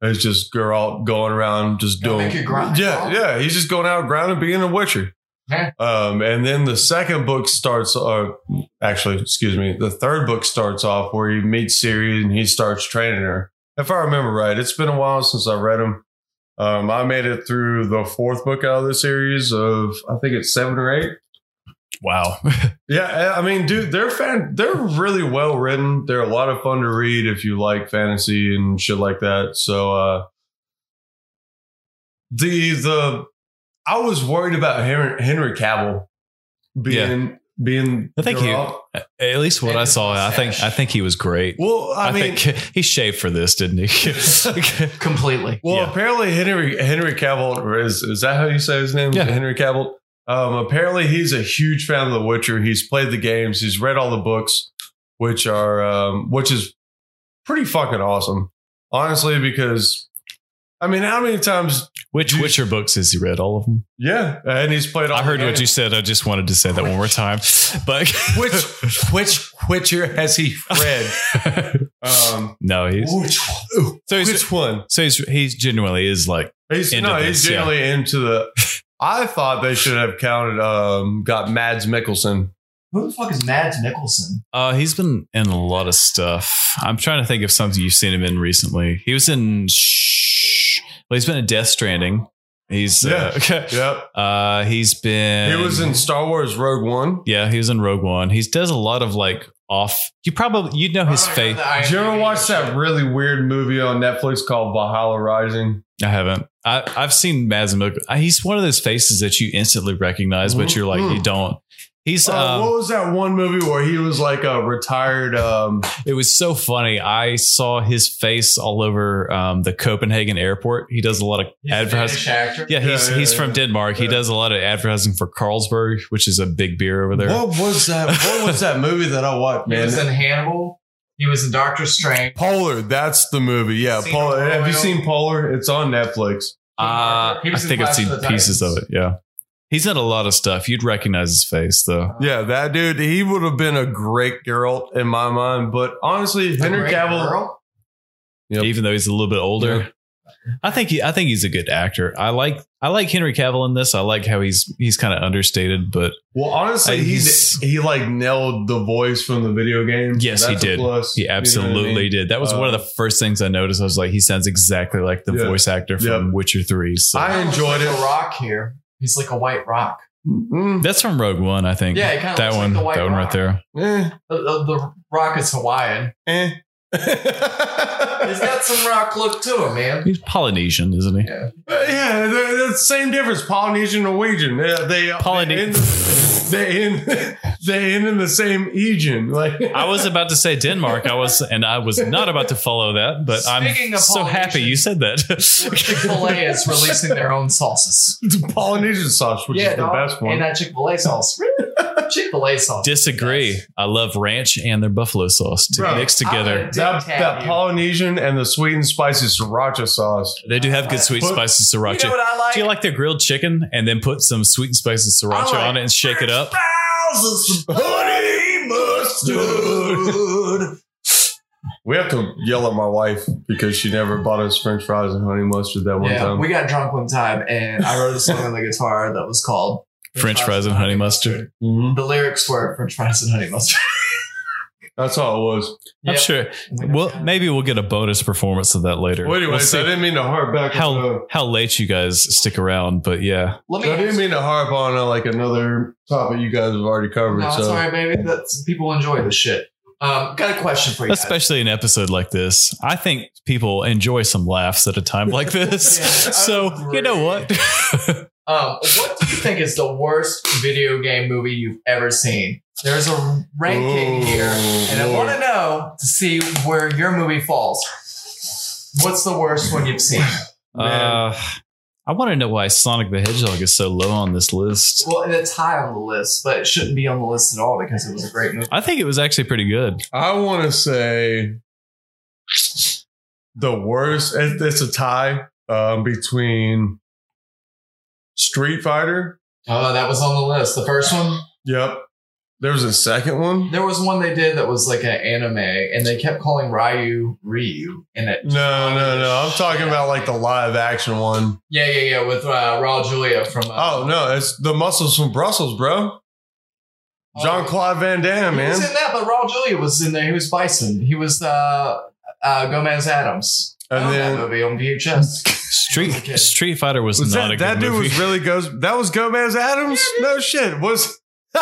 Speaker 3: It's just Geralt going around just
Speaker 2: Gonna
Speaker 3: doing
Speaker 2: make you grind,
Speaker 3: yeah,
Speaker 2: huh?
Speaker 3: yeah. He's just going out grinding, being a Witcher.
Speaker 2: Yeah.
Speaker 3: Um, and then the second book starts, or actually, excuse me, the third book starts off where he meets Siri and he starts training her. If I remember right, it's been a while since I read them. Um, I made it through the fourth book out of the series of I think it's seven or eight.
Speaker 1: wow.
Speaker 3: Yeah, I I mean, dude, they're fan, they're really well written. They're a lot of fun to read if you like fantasy and shit like that. So uh the the I was worried about Henry, Henry Cavill being being.
Speaker 1: I think he-
Speaker 3: Geralt.
Speaker 1: At least what
Speaker 2: And
Speaker 1: I
Speaker 2: his
Speaker 1: saw, I think
Speaker 2: mustache.
Speaker 1: I think he was great.
Speaker 3: Well, I,
Speaker 1: I,
Speaker 3: mean,
Speaker 1: think he shaved for this, didn't he?
Speaker 2: Completely.
Speaker 3: well,
Speaker 1: yeah.
Speaker 3: apparently Henry Henry Cavill is is that how you say his name?
Speaker 1: Yeah.
Speaker 3: Henry Cavill. Um, apparently he's a huge fan of The Witcher. He's played the games. He's read all the books, which are um, which is pretty fucking awesome, honestly. Because I mean, how many times?
Speaker 1: Which
Speaker 3: You-
Speaker 1: Witcher books has he read? All of them.
Speaker 3: Yeah, and he's played. All
Speaker 1: I heard
Speaker 3: the
Speaker 1: what you
Speaker 3: games.
Speaker 1: said. I just wanted to say that one more time. But
Speaker 3: Which which Witcher has he read? um,
Speaker 1: no, he's
Speaker 2: Which one?
Speaker 1: so he's
Speaker 3: which one?
Speaker 1: so he's he genuinely is like
Speaker 3: He's
Speaker 1: into
Speaker 3: no,
Speaker 1: this,
Speaker 3: he's
Speaker 1: yeah.
Speaker 3: generally into the. I thought they should have counted. Um, got Mads Mikkelsen.
Speaker 2: Who the fuck is Mads Nicholson?
Speaker 1: Uh, he's been in a lot of stuff. I'm trying to think of something you've seen him in recently. He was in. Shh. Well, he's been in Death Stranding. He's uh,
Speaker 3: Yep,
Speaker 1: Uh, he's been.
Speaker 3: he was in Star Wars Rogue One.
Speaker 1: Yeah, he was in Rogue One. He does a lot of like off. You probably you know his
Speaker 2: Oh,
Speaker 1: face.
Speaker 2: yeah,
Speaker 3: Did
Speaker 2: the
Speaker 3: you ever
Speaker 2: IMDb
Speaker 3: watch that
Speaker 2: shit.
Speaker 3: really weird movie on Netflix called Valhalla Rising?
Speaker 1: I haven't. I Uh, I've seen Mads Mikkelsen. He's one of those faces that you instantly recognize, but you're like
Speaker 3: Mhm.
Speaker 1: you don't. He's
Speaker 3: Uh,
Speaker 1: um,
Speaker 3: what was that one movie where he was like a retired? Um,
Speaker 1: It was so funny. I saw his face all over um, the Copenhagen airport. He does a lot of advertising.
Speaker 2: actor.
Speaker 1: Yeah, he's
Speaker 3: Yeah, yeah,
Speaker 1: he's
Speaker 3: yeah.
Speaker 1: from Denmark. He
Speaker 3: Yeah.
Speaker 1: does a lot of advertising for Carlsberg, which is a big beer over there.
Speaker 3: What was that? What was that movie that I watched?
Speaker 2: He
Speaker 3: Man,
Speaker 2: was in Hannibal. He was in Doctor Strange.
Speaker 3: Polar. That's the movie. Yeah,
Speaker 2: Seen
Speaker 3: Polar.
Speaker 2: Polar.
Speaker 3: Have you seen Polar? It's on Netflix.
Speaker 1: Uh,
Speaker 2: He
Speaker 1: I
Speaker 2: was in
Speaker 1: think I've
Speaker 2: Clash
Speaker 1: seen
Speaker 2: of the
Speaker 1: pieces of
Speaker 2: Titans.
Speaker 1: it. Yeah, he's done a lot of stuff. You'd recognize his face though.
Speaker 3: Yeah, that dude. He would have been a great Geralt in my mind. But honestly, Henry
Speaker 2: Great
Speaker 3: Cavill.
Speaker 2: Girl.
Speaker 3: Yep.
Speaker 1: Even though he's a little bit older, I think he I think he's a good actor. I like I like Henry Cavill in this. I like how he's he's kind of understated, but
Speaker 3: Well, honestly,
Speaker 1: Uh,
Speaker 3: he
Speaker 1: he's-
Speaker 3: he like nailed the voice from the video game.
Speaker 1: Yes, he
Speaker 3: That's a
Speaker 1: did.
Speaker 3: plus.
Speaker 1: He
Speaker 3: You know what I
Speaker 1: absolutely
Speaker 3: mean?
Speaker 1: did. That was one of the first things I noticed. I was like, he sounds exactly like the
Speaker 3: Yeah.
Speaker 1: voice actor from
Speaker 3: Yep.
Speaker 1: Witcher Three. So
Speaker 3: I
Speaker 2: He looks
Speaker 3: enjoyed
Speaker 2: like
Speaker 3: it.
Speaker 2: A rock here. He's like a white rock.
Speaker 3: Mm,
Speaker 1: that's from Rogue One, I think.
Speaker 2: Yeah, it kinda
Speaker 1: that
Speaker 2: looks like
Speaker 1: one,
Speaker 2: the White
Speaker 1: that one right
Speaker 2: Rock.
Speaker 1: there.
Speaker 3: eh,
Speaker 2: The, the, the rock is Hawaiian.
Speaker 3: eh.
Speaker 2: He's got some rock look to him, man.
Speaker 1: He's Polynesian, isn't he?
Speaker 2: Yeah.
Speaker 3: Uh, yeah, they're, they're the same difference. Polynesian, Norwegian. They they,
Speaker 1: Polyne-
Speaker 3: they, end, they end they end in the same region. Like
Speaker 1: I was about to say Denmark. I was, and I was not about to follow that, but
Speaker 2: Speaking
Speaker 1: I'm
Speaker 2: of
Speaker 1: so happy
Speaker 2: Polynesian-
Speaker 1: you said
Speaker 2: Chick
Speaker 1: that.
Speaker 2: Fil A is releasing their own salsas.
Speaker 3: Polynesian sauce, which
Speaker 2: yeah,
Speaker 3: is the
Speaker 2: dog.
Speaker 3: best one.
Speaker 2: And that Chick Fil A sauce. Chick Fil A sauce.
Speaker 1: Disagree. I love ranch and their buffalo sauce to
Speaker 3: Bro,
Speaker 1: mixed together.
Speaker 2: I-
Speaker 3: that
Speaker 2: Didn't
Speaker 3: that
Speaker 2: have you.
Speaker 3: Polynesian and the sweet and spicy sriracha sauce.
Speaker 1: they do have good sweet
Speaker 3: But-
Speaker 1: spicy sriracha.
Speaker 2: You know what I like?
Speaker 1: do you like their grilled chicken and then put some sweet and spicy sriracha
Speaker 2: I like
Speaker 1: on it and shake it up?
Speaker 2: Thousands of
Speaker 3: Honey mustard. We have to yell at my wife because she never bought us French fries and honey mustard that one
Speaker 2: yeah,
Speaker 3: time.
Speaker 2: we got drunk one time, and I wrote a song on the guitar that was called
Speaker 1: French fries and honey mustard.
Speaker 3: Mhm.
Speaker 2: The lyrics were French fries and honey mustard. Oh
Speaker 3: That's all it was.
Speaker 1: I'm
Speaker 2: Yep.
Speaker 1: sure Well, maybe we'll get a bonus performance of that later.
Speaker 3: Well,
Speaker 1: we'll
Speaker 3: anyways,
Speaker 1: see
Speaker 3: I didn't mean to harp back. on the-
Speaker 1: how how late you guys stick around, but yeah,
Speaker 2: let me.
Speaker 3: I didn't
Speaker 2: ask-
Speaker 3: mean to harp on uh, like another topic you guys have already covered.
Speaker 2: no,
Speaker 3: so
Speaker 2: it's all right, baby. That's, people enjoy this shit. Um, got a question for you. guys.
Speaker 1: especially an episode like this, I think people enjoy some laughs at a time like this.
Speaker 2: Yeah, I
Speaker 1: so
Speaker 2: agree.
Speaker 1: you know what?
Speaker 2: Um, what do you think is the worst video game movie you've ever seen? There's a ranking
Speaker 3: Ooh,
Speaker 2: here, and I
Speaker 3: Lord.
Speaker 2: want to know to see where your movie falls. What's the worst one you've seen?
Speaker 3: Man.
Speaker 1: uh, I want to know why Sonic the Hedgehog is so low on this list.
Speaker 2: Well, and it's high on the list, but it shouldn't be on the list at all because it was a great movie.
Speaker 1: I think it was actually pretty good.
Speaker 3: I want to say the worst. it- It's a tie um, between Street Fighter.
Speaker 2: Oh, that was on the list. The first one.
Speaker 3: Yep. There was a second one.
Speaker 2: There was one they did that was like an anime, and they kept calling Ryu Ryu, and it.
Speaker 3: No, no, no. I'm talking about like the live action one.
Speaker 2: Yeah, yeah, yeah, with uh, Raul Julia from. Uh,
Speaker 3: Oh no, it's the muscles from Brussels, bro. Jean Claude Van Damme,
Speaker 2: Oh. He
Speaker 3: Oh, man.
Speaker 2: was in that, but Raul Julia was in there. He was Bison. He was uh, uh, Gomez Adams. I
Speaker 3: And
Speaker 2: own
Speaker 3: then
Speaker 2: that movie on VHS.
Speaker 1: Street
Speaker 2: Okay.
Speaker 1: Street Fighter was,
Speaker 3: Was
Speaker 1: not
Speaker 3: that,
Speaker 1: a good
Speaker 3: that dude
Speaker 1: movie.
Speaker 3: was really goes. That was Gomez Adams. no shit. Was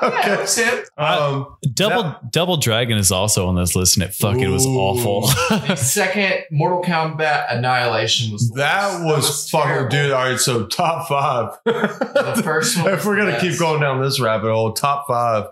Speaker 2: Yeah,
Speaker 3: okay.
Speaker 2: that's it.
Speaker 3: Um,
Speaker 1: Double
Speaker 3: that-
Speaker 1: Double Dragon is also on this list, and it fucking was
Speaker 3: Ooh.
Speaker 1: awful.
Speaker 2: Second, Mortal Kombat Annihilation was. the
Speaker 3: that
Speaker 2: worst.
Speaker 3: was fucking
Speaker 2: terrible.
Speaker 3: dude. All right, so top five.
Speaker 2: The first one.
Speaker 3: if we're
Speaker 2: was the
Speaker 3: gonna keep
Speaker 2: best.
Speaker 3: going down this rabbit hole, top five.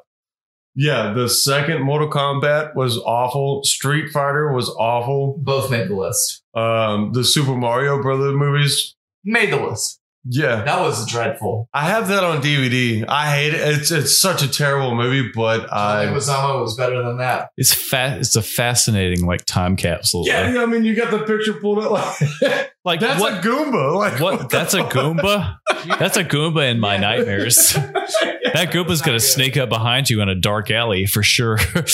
Speaker 3: Yeah, the second Mortal Kombat was awful. Street Fighter was awful.
Speaker 2: both made the list.
Speaker 3: Um, the Super Mario Brother movies.
Speaker 2: Made the list.
Speaker 3: Yeah,
Speaker 2: That was dreadful.
Speaker 3: I have that on DVD. I hate it. It's it's such a terrible movie, but
Speaker 2: I
Speaker 3: I
Speaker 2: think Osama was better than that.
Speaker 1: it's fa- It's a fascinating like time capsule.
Speaker 3: yeah,
Speaker 1: of-
Speaker 3: yeah, I mean, you got the picture pulled up. Like
Speaker 1: like
Speaker 3: that's
Speaker 1: what
Speaker 3: a Goomba. Like
Speaker 1: What? That's a Goomba. That's a Goomba in my
Speaker 2: Yeah.
Speaker 1: nightmares. That Goomba's gonna sneak up behind you in a dark alley for sure.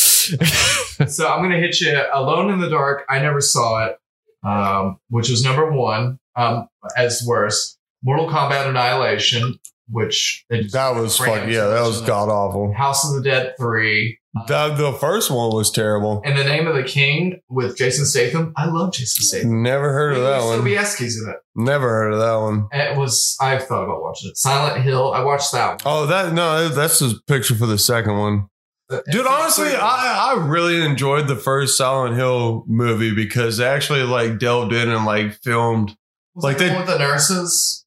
Speaker 2: so I'm gonna hit you alone in the dark. I never saw it, um, which was number one um, as worst. Mortal Kombat Annihilation, which they just-
Speaker 3: That was fuck yeah. That was god awful.
Speaker 2: House of the Dead three,
Speaker 3: That the first one was terrible.
Speaker 2: and The Name of the King with Jason Statham. I love Jason Statham.
Speaker 3: Never heard of Mm, that one.
Speaker 2: Sobieski's in it.
Speaker 3: Never heard of that one.
Speaker 2: It was. I've thought about watching it. Silent Hill. I watched that. one.
Speaker 3: Oh, that no, that's the picture for the second one. Oh, Dude, honestly, I, I really enjoyed the first Silent Hill movie because they actually like delved in and like filmed
Speaker 2: Was
Speaker 3: like
Speaker 2: it the
Speaker 3: they-
Speaker 2: one with the nurses.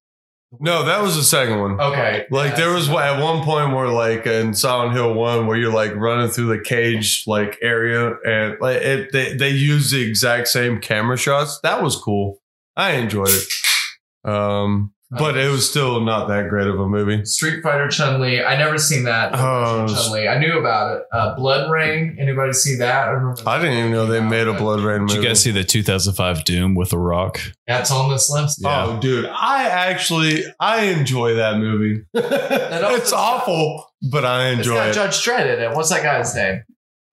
Speaker 3: No, that was the second one.
Speaker 2: Okay.
Speaker 3: Like there was at one point where like in Silent Hill one where you're like running through the cage like area and like it they they use the exact same camera shots. That was cool. I enjoyed it. Um but it was still not that great of a movie.
Speaker 2: Street Fighter Chun Li. I never seen that.
Speaker 3: Oh,
Speaker 2: Chun Li. I knew about it. Uh, Blood Rain. Anybody see that? I, remember
Speaker 3: I didn't even know they made a Blood Rain movie.
Speaker 1: Did you guys see the 2005 Doom with The Rock?
Speaker 2: That's on this list.
Speaker 3: Oh, dude, I actually I enjoy that movie.
Speaker 2: also-
Speaker 3: it's awful, but I
Speaker 2: It's
Speaker 3: enjoy
Speaker 2: got
Speaker 3: it.
Speaker 2: Judge Dredd in it. What's that guy's name?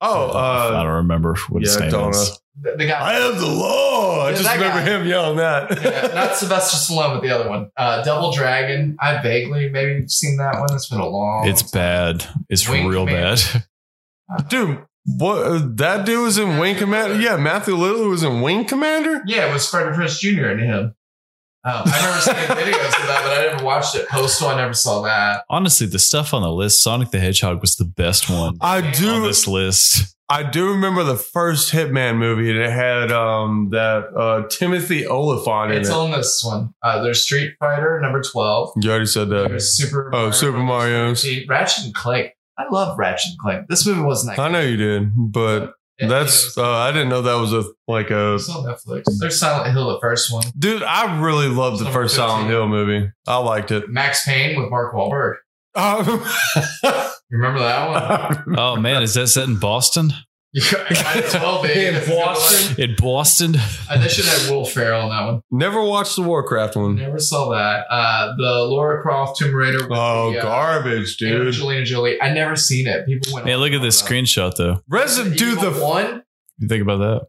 Speaker 3: oh,
Speaker 1: I
Speaker 3: uh,
Speaker 1: don't remember what his
Speaker 3: yeah, I
Speaker 1: name
Speaker 3: don't
Speaker 1: is.
Speaker 3: know.
Speaker 2: The, the guy.
Speaker 3: I am the law. I
Speaker 2: Yeah,
Speaker 3: just
Speaker 2: that
Speaker 3: remember
Speaker 2: guy.
Speaker 3: him yelling that.
Speaker 2: Yeah, not Sylvester Stallone, but the other one. Uh, Double Dragon. I vaguely maybe seen that one. It's been a long.
Speaker 1: It's bad. It's
Speaker 2: Wing
Speaker 1: real
Speaker 2: Commander.
Speaker 1: bad.
Speaker 3: Dude, what uh, that dude was in Wing Commander? Yeah, Matthew Lillard was in Wing Commander.
Speaker 2: Yeah, it was Freddie Prinze Jr. and him. Um, I remember seeing videos of that, but I never watched it. Postal, I never saw that.
Speaker 1: Honestly, the stuff on the list, Sonic the Hedgehog was the best one
Speaker 3: I
Speaker 1: on
Speaker 3: do,
Speaker 1: this list.
Speaker 3: I do remember the first Hitman movie, and it had um that uh Timothy Oliphant in
Speaker 2: It's
Speaker 3: it.
Speaker 2: on this one. Uh, there's Street Fighter number twelve.
Speaker 3: you already said that.
Speaker 2: There's Super.
Speaker 3: Oh, Super Mario's.
Speaker 2: See, Ratchet and Clank. I love Ratchet and Clank. This movie wasn't. That
Speaker 3: I know you did, but
Speaker 2: good.
Speaker 3: that's
Speaker 2: It
Speaker 3: uh, I didn't know that was a like a
Speaker 2: was on Netflix. There's Silent Hill, the first one.
Speaker 3: dude. I really loved the
Speaker 2: Number
Speaker 3: first Silent
Speaker 2: 15.
Speaker 3: Hill movie. I liked it.
Speaker 2: Max Payne with Mark Wahlberg.
Speaker 3: Um,
Speaker 2: Remember that one?
Speaker 1: Oh man, is that set in Boston?
Speaker 2: It might as well be.
Speaker 3: In
Speaker 2: That's a good one.
Speaker 3: Boston.
Speaker 1: In Boston?
Speaker 2: Uh, they should have Will Ferrell on that one.
Speaker 3: never watched the Warcraft one.
Speaker 2: Never saw that. Uh, the Laura Croft Tomb Raider. with
Speaker 3: Oh,
Speaker 2: the, uh,
Speaker 3: garbage, dude.
Speaker 2: Angelina Jolie. I never seen it. People went.
Speaker 1: Man,
Speaker 2: on
Speaker 1: look at
Speaker 2: about
Speaker 1: this
Speaker 2: that.
Speaker 1: screenshot though.
Speaker 3: Resident, dude,
Speaker 2: Evil
Speaker 3: the
Speaker 2: one.
Speaker 1: You think about that?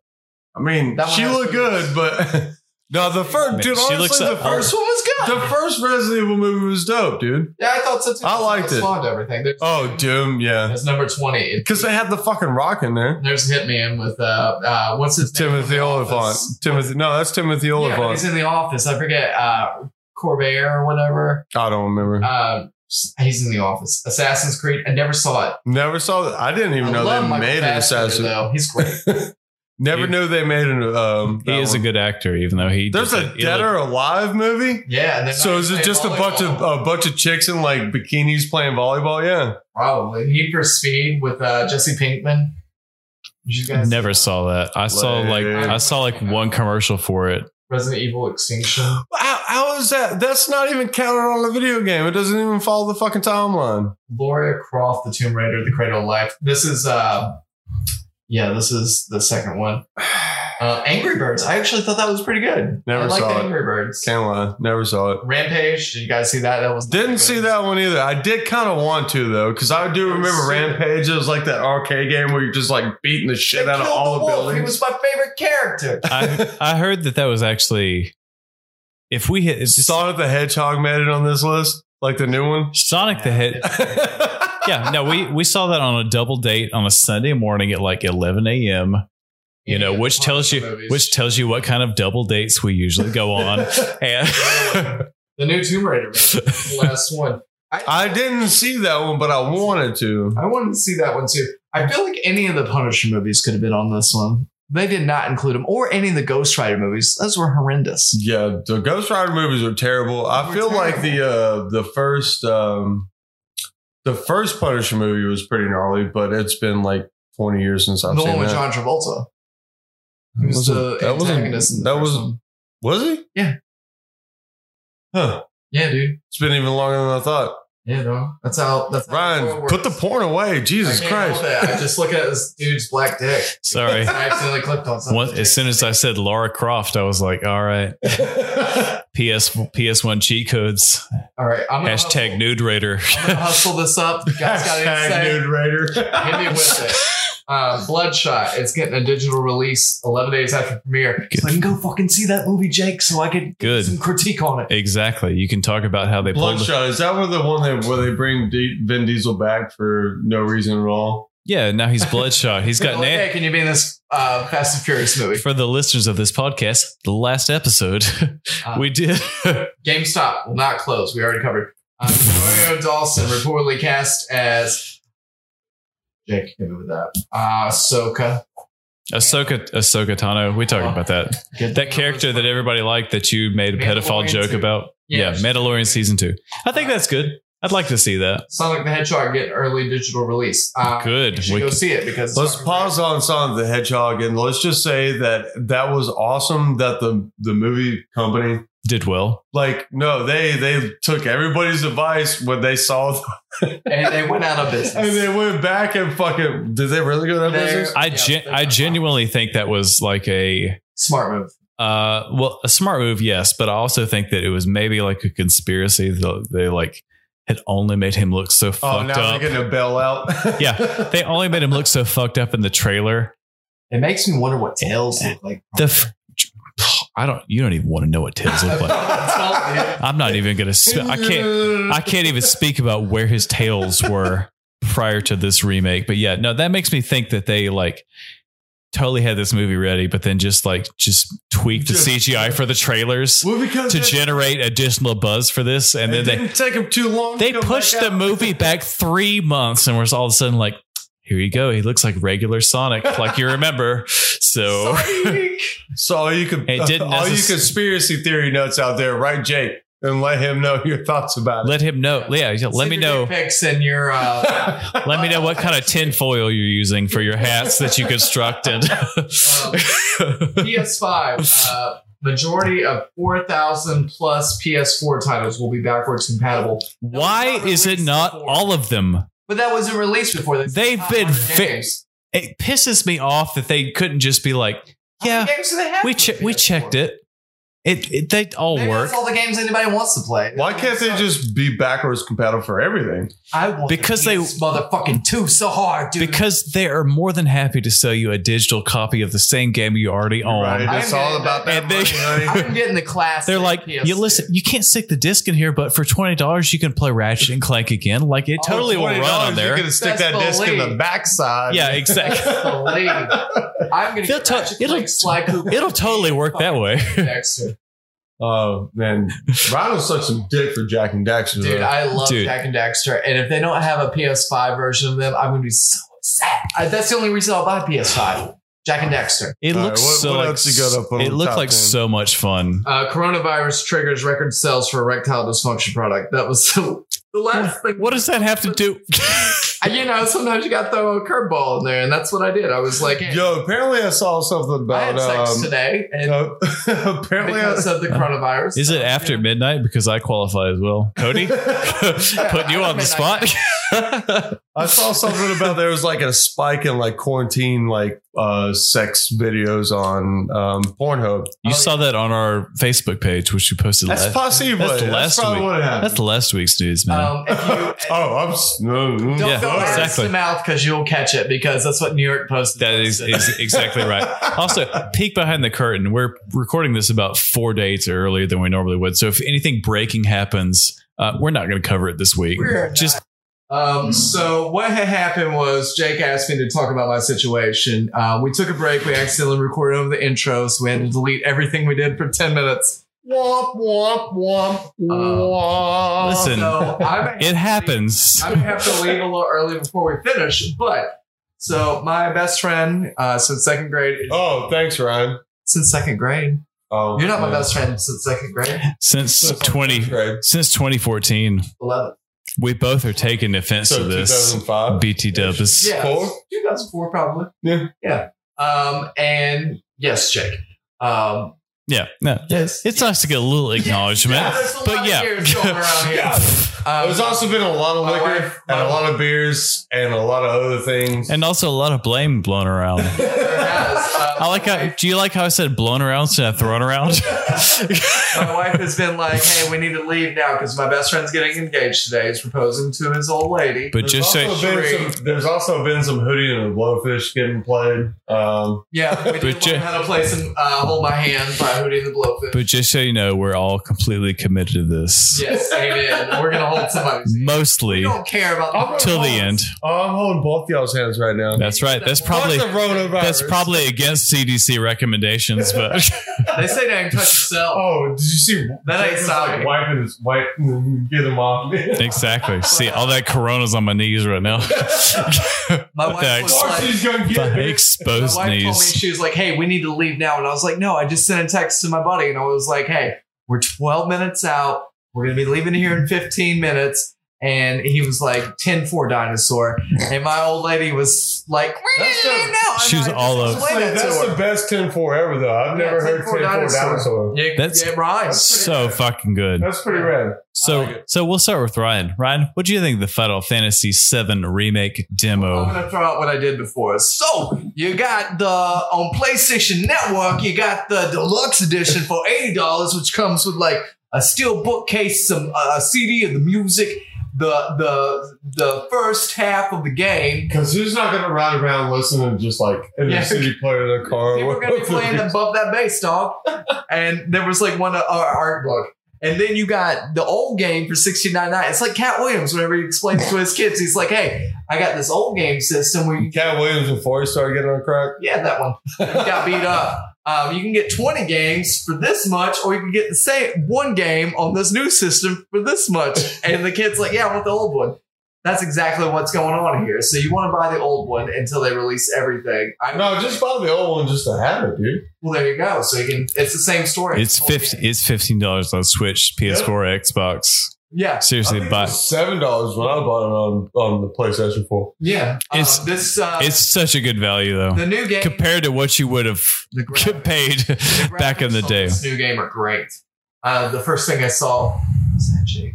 Speaker 3: I mean,
Speaker 2: That one
Speaker 3: she
Speaker 2: has
Speaker 3: looked
Speaker 2: boobs.
Speaker 3: good, but no, the first
Speaker 1: Man,
Speaker 3: dude.
Speaker 1: she
Speaker 3: Honestly,
Speaker 1: looks
Speaker 3: the
Speaker 1: up-
Speaker 3: first
Speaker 2: First one was good.
Speaker 3: the first Resident Evil movie was dope, dude.
Speaker 2: yeah, I thought so too.
Speaker 3: I liked
Speaker 2: was
Speaker 3: it.
Speaker 2: Fond of everything. There's,
Speaker 3: Oh, Doom, yeah,
Speaker 2: That's number twenty. It-
Speaker 3: because they had the fucking rock in there.
Speaker 2: There's Hitman with uh, uh what's his name?
Speaker 3: Timothy Oliphant.
Speaker 2: Office.
Speaker 3: Timothy, no, that's Timothy
Speaker 2: Yeah, but
Speaker 3: Oliphant.
Speaker 2: he's in the office. I forget uh Corvair or whatever.
Speaker 3: I don't remember.
Speaker 2: Um, he's in the office. Assassin's Creed. I never saw it.
Speaker 3: Never saw that. I didn't even
Speaker 2: I
Speaker 3: know
Speaker 2: love
Speaker 3: they
Speaker 2: Michael
Speaker 3: made an
Speaker 2: Fassbender,
Speaker 3: assassin.
Speaker 2: though. He's great.
Speaker 3: Never
Speaker 1: He-
Speaker 3: knew they made an. Um,
Speaker 1: he
Speaker 3: that
Speaker 1: is
Speaker 3: one.
Speaker 1: a good actor, even though he
Speaker 3: There's
Speaker 1: just-
Speaker 3: a
Speaker 1: he
Speaker 3: dead
Speaker 1: looked-
Speaker 3: or alive movie.
Speaker 2: Yeah. And they're
Speaker 3: So
Speaker 2: not
Speaker 3: is it
Speaker 2: playing
Speaker 3: just a bunch of uh,
Speaker 2: volleyball.
Speaker 3: a bunch of chicks in like bikinis playing volleyball? Yeah.
Speaker 2: probably Need for Speed with uh, Jesse Pinkman? Did you guys
Speaker 1: Never saw that. I saw like
Speaker 3: Like-
Speaker 1: I saw like one commercial for it.
Speaker 2: Resident Evil Extinction.
Speaker 3: How, how is that? That's not even counted on the video game. It doesn't even follow the fucking timeline.
Speaker 2: Laura Croft, the Tomb Raider, the Cradle of Life. This is, uh, yeah, this is the second one. Uh, Angry Birds. I actually thought that was pretty good.
Speaker 3: Never
Speaker 2: I liked
Speaker 3: saw it.
Speaker 2: Angry Birds.
Speaker 3: Can't lie. Never saw it.
Speaker 2: Rampage. Did you guys see that? That was
Speaker 3: Didn't see that one either. I did kind of want to though, because I do remember Rampage. It was like that arcade game where you're just like beating the shit out of all the
Speaker 2: He
Speaker 3: buildings.
Speaker 2: was my favorite character.
Speaker 1: I I heard that that was actually if we hit it's
Speaker 3: Sonic the Hedgehog made it on this list, like the new one.
Speaker 1: Sonic the Head. Yeah, no, we we saw that on a double date on a Sunday morning at like 11 a.m. You know, which tells you
Speaker 2: Movies.
Speaker 1: which tells you what kind of double dates we usually go on. And
Speaker 2: the new Tomb Raider. movie. the last one.
Speaker 3: I didn't see that one, but I wanted to.
Speaker 2: I wanted to see that one too. I feel like any of the Punisher movies could have been on this one. They did not include them, or any of the Ghost Rider movies. Those were horrendous.
Speaker 3: Yeah, the Ghost Rider movies are terrible. I
Speaker 2: They were
Speaker 3: feel like the uh the first um the first Punisher movie was pretty gnarly, but it's been like 20 years since I've
Speaker 2: the
Speaker 3: seen
Speaker 2: one with John
Speaker 3: that.
Speaker 2: Travolta. He was the
Speaker 3: Wasn't- that wasn't-
Speaker 2: antagonist. in the
Speaker 3: that
Speaker 2: first
Speaker 3: was-
Speaker 2: one.
Speaker 3: Was he?
Speaker 2: Yeah.
Speaker 3: Huh.
Speaker 2: yeah, dude.
Speaker 3: It's been even longer than I thought.
Speaker 2: Yeah, no. That's how. That's how world
Speaker 3: Ryan,
Speaker 2: works.
Speaker 3: put the porn away. Jesus
Speaker 2: I can't
Speaker 3: Christ.
Speaker 2: help it. I just look at this dude's black dick.
Speaker 1: sorry.
Speaker 2: I accidentally clicked on something.
Speaker 1: Once, as soon as I said Laura Croft, I was like, all right, PS PS1 cheat codes.
Speaker 2: all right, I'm gonna
Speaker 1: Hashtag
Speaker 2: hustle-
Speaker 1: nude raider.
Speaker 2: I'm gonna hustle this up. You guys got anything to say?
Speaker 3: Hashtag Nude Raider.
Speaker 2: Hit me with it. Uh, Bloodshot. It's getting a digital release 11 days after premiere. So I can go fucking see that movie, Jake, so I could
Speaker 1: Good.
Speaker 2: some critique on it.
Speaker 1: Exactly. You can talk about how they pulled
Speaker 3: Bloodshot. Is that where the one that, where they bring D- Vin Diesel back for no reason at all?
Speaker 1: Yeah, now he's bloodshot. He's got
Speaker 2: Like,
Speaker 1: na-
Speaker 2: hey, can you be in this uh, Fast and Furious movie?
Speaker 1: for the listeners of this podcast, the last episode
Speaker 2: Ah.
Speaker 1: we did
Speaker 2: GameStop will not close. We already covered. Uh, Mario Dawson reportedly cast as Jake. Hit me with that. Uh, Ahsoka.
Speaker 1: Ahsoka Ahsoka Tano. We talked about that. That character that everybody liked that you made a pedophile
Speaker 2: Mandalorian
Speaker 1: joke
Speaker 2: too.
Speaker 1: about. Yeah, Mandalorian season two. I think
Speaker 2: Uh,
Speaker 1: that's good. I'd like to see that.
Speaker 2: Sonic the Hedgehog get early digital release. Uh,
Speaker 1: Good.
Speaker 2: You should
Speaker 1: We
Speaker 2: go
Speaker 1: c-
Speaker 2: see it because it's
Speaker 3: Let's
Speaker 2: fucking
Speaker 3: pause on Sonic the Hedgehog and let's just say that that was awesome that the the movie company
Speaker 1: did well.
Speaker 3: like no they they took everybody's advice when they saw
Speaker 2: great. and they went out of business.
Speaker 3: and they went back and fucking did they really go out of
Speaker 2: They're-
Speaker 3: business?
Speaker 1: I
Speaker 2: Yeah,
Speaker 1: gen-
Speaker 2: they're
Speaker 1: I
Speaker 2: not-
Speaker 1: genuinely think that was like a
Speaker 2: Smart move.
Speaker 1: uh well a smart move, yes, but I also think that it was maybe like a conspiracy that they like had only made him look so
Speaker 3: Oh,
Speaker 1: fucked
Speaker 3: now
Speaker 1: up.
Speaker 3: they're getting a bailout.
Speaker 1: Yeah. They only made him look so fucked up in the trailer.
Speaker 2: It makes me wonder what tails look like.
Speaker 1: The f- I don't you don't even want to know what tails look like.
Speaker 2: Tell-
Speaker 1: I'm not even gonna sp- I can't I can't even speak about where his tails were prior to this remake. But yeah, no, that makes me think that they like totally had this movie ready, but then just like just tweaked the
Speaker 3: Just-
Speaker 1: CGI for the trailers
Speaker 3: well, because
Speaker 1: to
Speaker 3: it-
Speaker 1: generate additional buzz for this, and
Speaker 3: it
Speaker 1: then they
Speaker 3: didn't take them too long.
Speaker 1: they
Speaker 3: to go
Speaker 1: pushed
Speaker 3: back
Speaker 1: the
Speaker 3: out.
Speaker 1: movie back three months, and was all of a sudden like. Here you go. He looks like regular Sonic, like you remember. So
Speaker 2: Sorry.
Speaker 3: So all you could,
Speaker 1: It didn't
Speaker 3: all you
Speaker 1: necess-
Speaker 3: conspiracy theory nuts out there, write Jake and let him know your thoughts about it.
Speaker 1: let him know. Yeah, yeah, let
Speaker 2: Send
Speaker 1: me
Speaker 2: your
Speaker 1: know.
Speaker 2: dick Pics and your uh,
Speaker 1: Let me know what kind of tinfoil you're using for your hats that you constructed.
Speaker 2: PS5. Uh, majority of 4,000 plus PS4 titles will be backwards compatible.
Speaker 1: Why is it not all of them?
Speaker 2: But that wasn't released before. That's
Speaker 1: They've
Speaker 2: not
Speaker 1: been
Speaker 2: 100
Speaker 1: fi-
Speaker 2: games.
Speaker 1: It pisses me off that they couldn't just be like, Oh,
Speaker 2: How many
Speaker 1: yeah,
Speaker 2: games do they have
Speaker 1: we
Speaker 2: for
Speaker 1: che- we
Speaker 2: PS4?
Speaker 1: checked it. It, it they all
Speaker 2: Maybe
Speaker 1: work
Speaker 2: That's all the games anybody wants to play.
Speaker 3: Why can't they just be backwards compatible for everything?
Speaker 2: I want
Speaker 1: Because they-
Speaker 2: this motherfucking two so hard, dude.
Speaker 1: because they are more than happy to sell you a digital copy of the same game you already own.
Speaker 3: Right? It's
Speaker 2: I'm
Speaker 3: all
Speaker 2: getting
Speaker 3: about that
Speaker 1: that. Oh, And they-
Speaker 3: money, honey.
Speaker 2: I'm getting the class.
Speaker 1: They're like, you listen, you can't stick the disc in here, but for twenty dollars you can play Ratchet and Clank again. Like it
Speaker 2: Oh,
Speaker 1: totally will
Speaker 3: $20,
Speaker 1: run on
Speaker 3: You're
Speaker 1: there.
Speaker 3: gonna stick
Speaker 2: Best
Speaker 3: that disc in the
Speaker 2: believe.
Speaker 3: backside.
Speaker 1: Yeah, exactly.
Speaker 2: Believe. I'm gonna
Speaker 1: They'll
Speaker 2: get
Speaker 1: to-
Speaker 2: Ratchet
Speaker 1: it'll-
Speaker 2: Clank, Sly Cooper,
Speaker 1: It'll totally work that way.
Speaker 2: Dexter.
Speaker 3: Oh man, Rhino sucks some dick for Jack and Daxter.
Speaker 2: Dude,
Speaker 3: though.
Speaker 2: I love
Speaker 1: Dude.
Speaker 2: Jack and Dexter, and if they don't have a PS5 version of them, I'm gonna be so sad. I, that's the only reason I'll buy PS5. Jack and Dexter.
Speaker 1: It
Speaker 3: All
Speaker 1: looks
Speaker 3: right, what-
Speaker 1: so
Speaker 3: what
Speaker 1: like
Speaker 3: else you got up on
Speaker 1: it
Speaker 3: the
Speaker 1: looked
Speaker 3: top
Speaker 1: like
Speaker 3: end?
Speaker 1: so much fun.
Speaker 2: Uh, coronavirus triggers record sales for erectile dysfunction product. That was the, the last thing.
Speaker 1: What does that have to do?
Speaker 2: You know, sometimes you got to throw a curveball in there, and that's what I did. I was like, hey,
Speaker 3: Yo, apparently I saw something
Speaker 2: I
Speaker 3: about
Speaker 2: had sex
Speaker 3: um,
Speaker 2: today, and
Speaker 3: uh, apparently I,
Speaker 2: because of the coronavirus. uh,
Speaker 1: Is it after midnight? Because I qualify as well. Cody, putting you on the spot.
Speaker 3: I saw something about there was like a spike in like quarantine like uh sex videos on um Pornhub.
Speaker 1: you
Speaker 2: yeah.
Speaker 1: saw that on our Facebook page, which you posted
Speaker 3: That's
Speaker 1: last.
Speaker 3: possible.
Speaker 1: that's
Speaker 3: That's,
Speaker 1: last
Speaker 3: probably
Speaker 1: week.
Speaker 3: what happened.
Speaker 1: that's last week's news, man.
Speaker 2: Um, if you,
Speaker 3: oh, I'm s- no,
Speaker 2: don't
Speaker 3: no,
Speaker 1: Yeah,
Speaker 2: throw words
Speaker 1: exactly.
Speaker 2: in the mouth because you'll catch it because that's what New York Post.
Speaker 1: that is, is exactly right. Also, peek behind the curtain. We're recording this about four days earlier than we normally would. So if anything breaking happens, uh, we're not going to cover it this week.
Speaker 2: We're not.
Speaker 1: Just
Speaker 3: Mm-hmm.
Speaker 2: Um, so what had happened was Jake asked me to talk about my situation. Uh, we took a break. We accidentally recorded over the intro, so we had to delete everything we did for ten minutes. Uh,
Speaker 3: Womp womp womp
Speaker 1: Um,
Speaker 3: womp.
Speaker 1: listen.
Speaker 2: So I'm
Speaker 1: it happens.
Speaker 2: Oh, I'm gonna have to leave a little early before we finish. But so my best friend uh, since second grade.
Speaker 3: Oh, thanks, Ryan.
Speaker 2: Since second grade,
Speaker 3: Oh,
Speaker 2: you're not my
Speaker 3: man.
Speaker 2: best friend since second grade.
Speaker 1: Since twenty
Speaker 3: Great.
Speaker 1: since 2014,
Speaker 2: Eleven.
Speaker 1: we both are taking offense
Speaker 3: So
Speaker 1: to this.
Speaker 3: 2005.
Speaker 1: BT Dubs.
Speaker 2: Yeah,
Speaker 3: Four?
Speaker 2: 2004 probably.
Speaker 3: Yeah.
Speaker 2: Yeah. Um, and yes, Jake. Um,
Speaker 1: Yeah, no,
Speaker 2: yes.
Speaker 1: it's nice to get a little acknowledgement,
Speaker 2: Yeah, there's a lot
Speaker 1: but
Speaker 2: of
Speaker 1: yeah,
Speaker 2: years going around here. Um,
Speaker 3: There's also been a lot of
Speaker 2: My
Speaker 3: liquor
Speaker 2: wife-
Speaker 3: and
Speaker 2: my
Speaker 3: a lot of beers and a lot of other things.
Speaker 1: and also a lot of blame blown around.
Speaker 2: there has, uh,
Speaker 1: I like how. Do you like how I said blown around instead of thrown around?
Speaker 2: my wife has been like, "Hey, we need to leave now because my best friend's getting engaged today. He's proposing to his old lady."
Speaker 1: But
Speaker 3: There's
Speaker 1: just so,
Speaker 3: also been some, there's also been some hoodie and blowfish getting played. Um,
Speaker 2: yeah, we did
Speaker 1: But Ja-
Speaker 2: learn how to play some uh, "Hold My Hand" by Hootie and the Blowfish.
Speaker 1: but just so you know, we're all completely committed to this.
Speaker 2: yes, amen. We're gonna hold somebody's. hand.
Speaker 1: Mostly
Speaker 2: We don't care about
Speaker 1: till the end.
Speaker 3: oh, I'm holding both y'all's hands right now.
Speaker 1: That's right. That's probably
Speaker 3: Fuck the coronavirus.
Speaker 1: that's probably against CDC recommendations, but
Speaker 2: They say don't touch yourself.
Speaker 3: Oh, did you see?
Speaker 2: That ain't
Speaker 3: Jacob's,
Speaker 2: solid.
Speaker 3: Like wiping his wipe, get him off.
Speaker 1: exactly. See, all that corona's on my knees right now.
Speaker 2: My
Speaker 1: But the
Speaker 2: wife was
Speaker 1: ex-
Speaker 2: like,
Speaker 3: She's gonna get
Speaker 1: the
Speaker 3: me.
Speaker 1: exposed
Speaker 2: my wife told me
Speaker 1: knees.
Speaker 2: she was like, "Hey, we need to leave now," and I was like, "No, I just sent a text to my buddy, and I was like, hey, we're 12 minutes out. We're gonna be leaving here in 15 minutes. And he was like 10 4 dinosaur. And my old lady was like,
Speaker 3: That's
Speaker 2: no.
Speaker 3: the-
Speaker 2: And I
Speaker 1: She was
Speaker 2: just
Speaker 1: all of-
Speaker 2: explained that to
Speaker 3: that's
Speaker 2: her.
Speaker 3: the best 10 4 ever, though. I've
Speaker 2: Yeah,
Speaker 3: never
Speaker 2: 10-4
Speaker 3: heard 10 4
Speaker 2: dinosaur.
Speaker 3: dinosaur.
Speaker 2: Yeah,
Speaker 1: That's-
Speaker 2: yeah, it rhymes.
Speaker 1: So fucking good.
Speaker 3: That's pretty rad.
Speaker 1: So
Speaker 2: I like it.
Speaker 1: so we'll start with Ryan. Ryan, what do you think of the Final Fantasy VII remake
Speaker 2: I'm
Speaker 1: demo?
Speaker 2: gonna throw out what I did before. So you got the on PlayStation Network, you got the deluxe edition for eighty dollars, which comes with like a steel bookcase, some uh, a CD of the music, the the the first half of the game.
Speaker 3: Because who's not going to ride around listening to just like in
Speaker 2: Yeah.
Speaker 3: the city player in a car?
Speaker 2: People are gonna be playing above that bass, dog. And there was like one uh, our art book. And then you got the old game for sixty nine nine. It's like Cat Williams whenever he explains to his kids, he's like, "Hey, I got this old game system where you
Speaker 3: Cat Williams and Forrest started getting on crack.
Speaker 2: Yeah, that one He got beat up. Um, you can get 20 games for this much, or you can get the same one game on this new system for this much. And the kid's like, Yeah, I want the old one. That's exactly what's going on here. So you want to buy the old one until they release everything. I,
Speaker 3: No, just buy the old one just to have it, dude.
Speaker 2: well, there you go. So you can. It's the same story.
Speaker 1: It's
Speaker 2: the whole
Speaker 1: fifty.
Speaker 2: game.
Speaker 1: It's fifteen dollars on Switch, PS4, Xbox.
Speaker 2: Yeah,
Speaker 1: Seriously,
Speaker 3: I think it
Speaker 1: buy.
Speaker 3: was seven dollars when I bought it on on the PlayStation Four.
Speaker 2: yeah. Uh,
Speaker 1: It's-
Speaker 2: this. Uh,
Speaker 1: It's such a good value though,
Speaker 2: the new game.
Speaker 1: compared to what you would have
Speaker 2: the graphics-
Speaker 1: paid
Speaker 2: the
Speaker 1: back in the
Speaker 2: graphics on
Speaker 1: day.
Speaker 2: This new game are great. Uh, the first thing I saw was that Jake.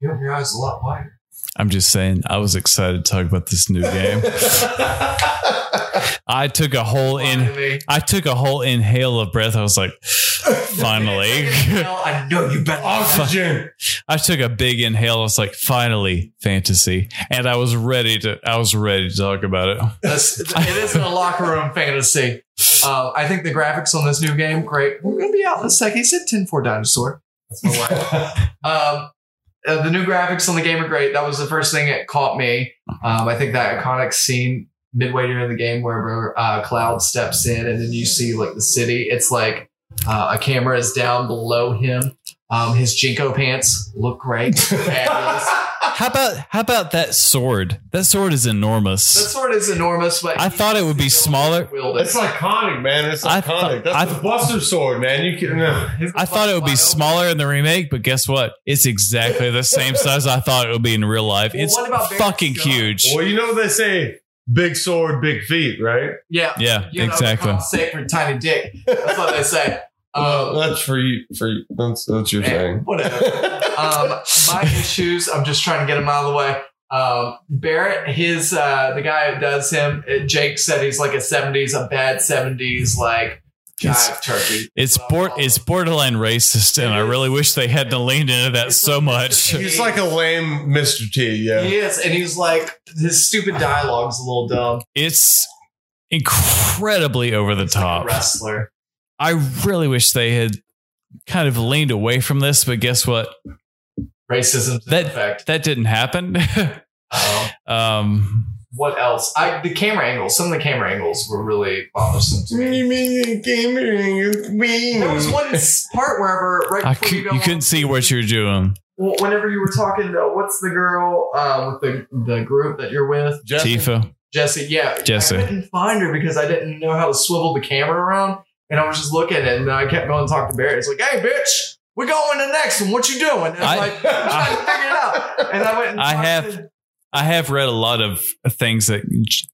Speaker 2: You open your eyes a lot wider.
Speaker 1: I'm just saying, I was excited to talk about this new game. I took a whole in.
Speaker 2: Finally.
Speaker 1: I took a whole inhale of breath. I was like, finally. Oh,
Speaker 2: Well, I know you bet.
Speaker 3: Oxygen.
Speaker 1: I took a big inhale. I was like, finally, fantasy. And I was ready to. I was ready to talk about it.
Speaker 2: This- it is a locker room fantasy. Uh, I think the graphics on this new game, great. We're gonna be out in a sec. He said 10-4 dinosaur. That's my wife. Um, uh, the new graphics on the game are great. That was the first thing that caught me. Um, I think that iconic scene midway during the game where uh, Cloud steps in and then you see like the city. It's like uh, a camera is down below him. Um, his Jinko pants look great. Fabulous.
Speaker 1: How about how about that sword? That sword is
Speaker 2: That
Speaker 1: enormous.
Speaker 2: sword is enormous, but
Speaker 1: I thought it would be smaller.
Speaker 2: Wield it.
Speaker 3: It's iconic, man. It's
Speaker 1: I
Speaker 3: iconic.
Speaker 1: thought-
Speaker 3: That's
Speaker 1: I-
Speaker 3: the Buster Sword, man. You can. uh, No.
Speaker 1: I thought it would be smaller in the remake, but guess what? It's exactly the same size I thought it would be in real life.
Speaker 2: Well,
Speaker 1: It's
Speaker 2: what about Barry's
Speaker 1: fucking
Speaker 2: gun?
Speaker 1: huge.
Speaker 3: Well, you know what they say: big sword, big feet, right?
Speaker 2: Yeah,
Speaker 1: Yeah,
Speaker 2: you know,
Speaker 1: exactly.
Speaker 2: Tom Sacred tiny dick. That's what they say. Um,
Speaker 3: that's for you. For you. That's that's your
Speaker 2: eh, whatever.
Speaker 1: Uh,
Speaker 2: Um, my issues. I'm just trying to get them out of the way. Um, Barrett, his uh, the guy who does him. uh, Jake said he's like a '70s, a bad '70s like
Speaker 1: He's-
Speaker 2: jive turkey.
Speaker 1: It's bor- it's borderline racist, and I really wish they hadn't leaned into that so much.
Speaker 3: He's like a lame Mr. T. Yeah.
Speaker 2: He is, and he's like his stupid dialogue's a little dumb.
Speaker 1: It's incredibly over the
Speaker 2: He's like a
Speaker 1: top.
Speaker 2: wrestler.
Speaker 1: I really wish they had kind of leaned away from this, but guess what?
Speaker 2: Racism's in
Speaker 1: That-
Speaker 2: effect.
Speaker 1: That didn't happen.
Speaker 2: Um,
Speaker 1: um,
Speaker 2: what else? I the camera angles. Some of the camera angles were really bothersome to me. There was one s- part wherever right
Speaker 1: I
Speaker 2: before
Speaker 1: cou-
Speaker 2: you, go
Speaker 1: you couldn't see what you were doing.
Speaker 2: Well, whenever you were talking to what's the girl um, with the the group that you're with,
Speaker 1: Tifa.
Speaker 2: Jesse. Yeah,
Speaker 1: Jesse.
Speaker 2: I couldn't find her because I didn't know how to swivel the camera around, and I was just looking, and then I kept going to talk to Barrett. It's like, hey, bitch. We're going to the next one. What you doing? And
Speaker 1: I-
Speaker 2: I, like, I'm trying to figure it out. And I went. And
Speaker 1: I
Speaker 2: talked
Speaker 1: have-
Speaker 2: to-
Speaker 1: I have read a lot of things that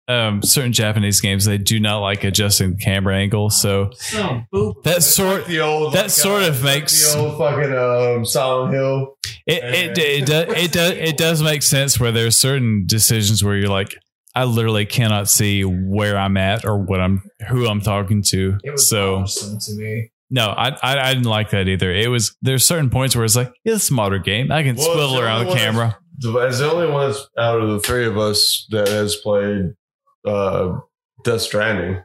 Speaker 1: um, certain Japanese games they do not like adjusting the camera angle. So
Speaker 2: some boo.
Speaker 1: that sort
Speaker 3: The old
Speaker 1: That sort of
Speaker 3: uh,
Speaker 1: makes-
Speaker 3: the old fucking um, Silent Hill.
Speaker 1: it it it, do, it does it does make sense where there's certain decisions where you're like I literally cannot see where I'm at or what I'm who I'm talking to.
Speaker 2: It was
Speaker 1: So
Speaker 2: bothersome to me.
Speaker 1: No, I, I I didn't like that either. It was there's certain points where it's like yeah, it's a modern game. I can
Speaker 3: Well,
Speaker 1: swivel
Speaker 3: it's
Speaker 1: around the
Speaker 3: everyone's-
Speaker 1: camera.
Speaker 3: The- As the only one that's out of the three of us that has played uh, Death Stranding.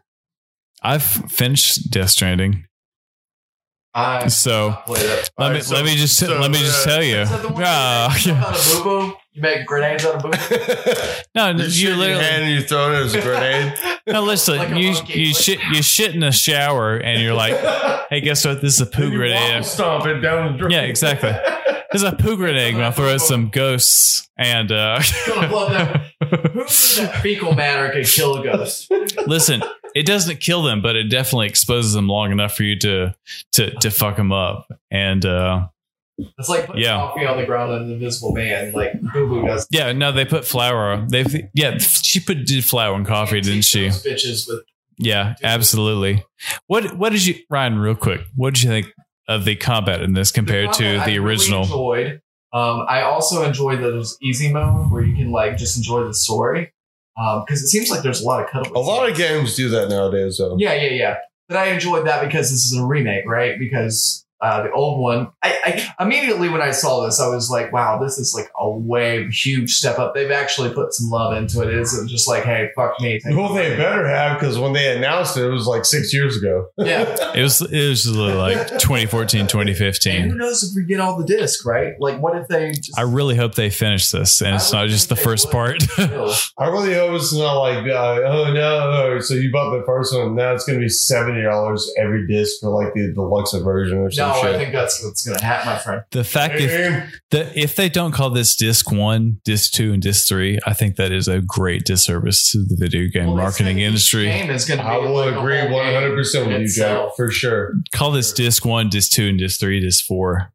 Speaker 1: I've finished Death Stranding,
Speaker 2: I
Speaker 1: so
Speaker 2: played it.
Speaker 1: let me
Speaker 3: Alright, so-
Speaker 1: let me just
Speaker 3: so,
Speaker 1: let me just
Speaker 3: uh,
Speaker 1: tell you.
Speaker 2: Is that the one
Speaker 1: Ah,
Speaker 2: you make stuff out of boo boo? You make grenades out of boo boo?
Speaker 1: no,
Speaker 3: you,
Speaker 1: you,
Speaker 3: shoot your
Speaker 1: literally
Speaker 3: hand and you throw it as a grenade.
Speaker 1: no. Listen,
Speaker 2: Like a
Speaker 1: you
Speaker 2: monkey.
Speaker 1: you shit you shit in the shower and you're like, hey, guess what? This is a poo
Speaker 3: You waffle
Speaker 1: grenade.
Speaker 3: Stomp it down the drain.
Speaker 1: Yeah, exactly. This is a poo grenade. I'm gonna throw at some ghosts and uh,
Speaker 2: Gonna blow that. Who knew that fecal matter could kill a ghost?
Speaker 1: listen. It doesn't kill them, but it definitely exposes them long enough for you to to to fuck them up and. uh
Speaker 2: It's like putting
Speaker 1: Yeah.
Speaker 2: coffee on the ground in an invisible man, like Boo Boo does.
Speaker 1: Yeah, no, they put flour. They yeah, she put did flour in coffee, didn't
Speaker 2: Teach
Speaker 1: she?
Speaker 2: those Bitches with
Speaker 1: Yeah, absolutely. What what did you Ryan? Real quick, what did you think of the combat in this compared
Speaker 2: one
Speaker 1: to
Speaker 2: that I
Speaker 1: the
Speaker 2: really
Speaker 1: original?
Speaker 2: enjoyed. Um, I also enjoy those easy mode where you can like just enjoy the story because it seems like there's a lot of cutaways.
Speaker 3: A lot of games do that nowadays, though.
Speaker 2: Yeah, yeah, yeah. But I enjoyed that because this is a remake, right? Because uh, the old one, I, I immediately when I saw this, I was like, wow, this is like a way huge step up. They've actually put some love into it. It isn't just like, hey, fuck me. take
Speaker 3: Well,
Speaker 2: my
Speaker 3: they
Speaker 2: money.
Speaker 3: better have because when they announced it, it was like six years ago.
Speaker 2: Yeah.
Speaker 1: It was it was like 2014,
Speaker 2: And who
Speaker 1: 2015.
Speaker 2: knows if we get all the disc, right? Like, what if they just.
Speaker 1: I really hope they finish this, and it's
Speaker 2: I
Speaker 1: not
Speaker 2: would
Speaker 1: just the
Speaker 2: think they
Speaker 1: first part.
Speaker 2: would. No.
Speaker 3: I really hope it's not like, uh, oh no, so you bought the first one, now it's going to be seventy dollars every disc for like the deluxe version or some
Speaker 2: No,
Speaker 3: shit.
Speaker 2: I think that's what's going to happen, my friend.
Speaker 1: the fact if
Speaker 3: Man,
Speaker 1: the, if they don't call this disc one, disc two, and disc three, I think that is a great disservice to the video game
Speaker 2: Well, they said
Speaker 1: marketing
Speaker 2: each
Speaker 1: industry.
Speaker 2: Game is going to be
Speaker 3: I will
Speaker 2: like a
Speaker 3: agree
Speaker 2: whole
Speaker 3: one hundred
Speaker 2: game.
Speaker 3: percent with you, Jack,
Speaker 2: itself.
Speaker 3: for sure.
Speaker 1: Call this disc one, disc two, and disc three, disc four.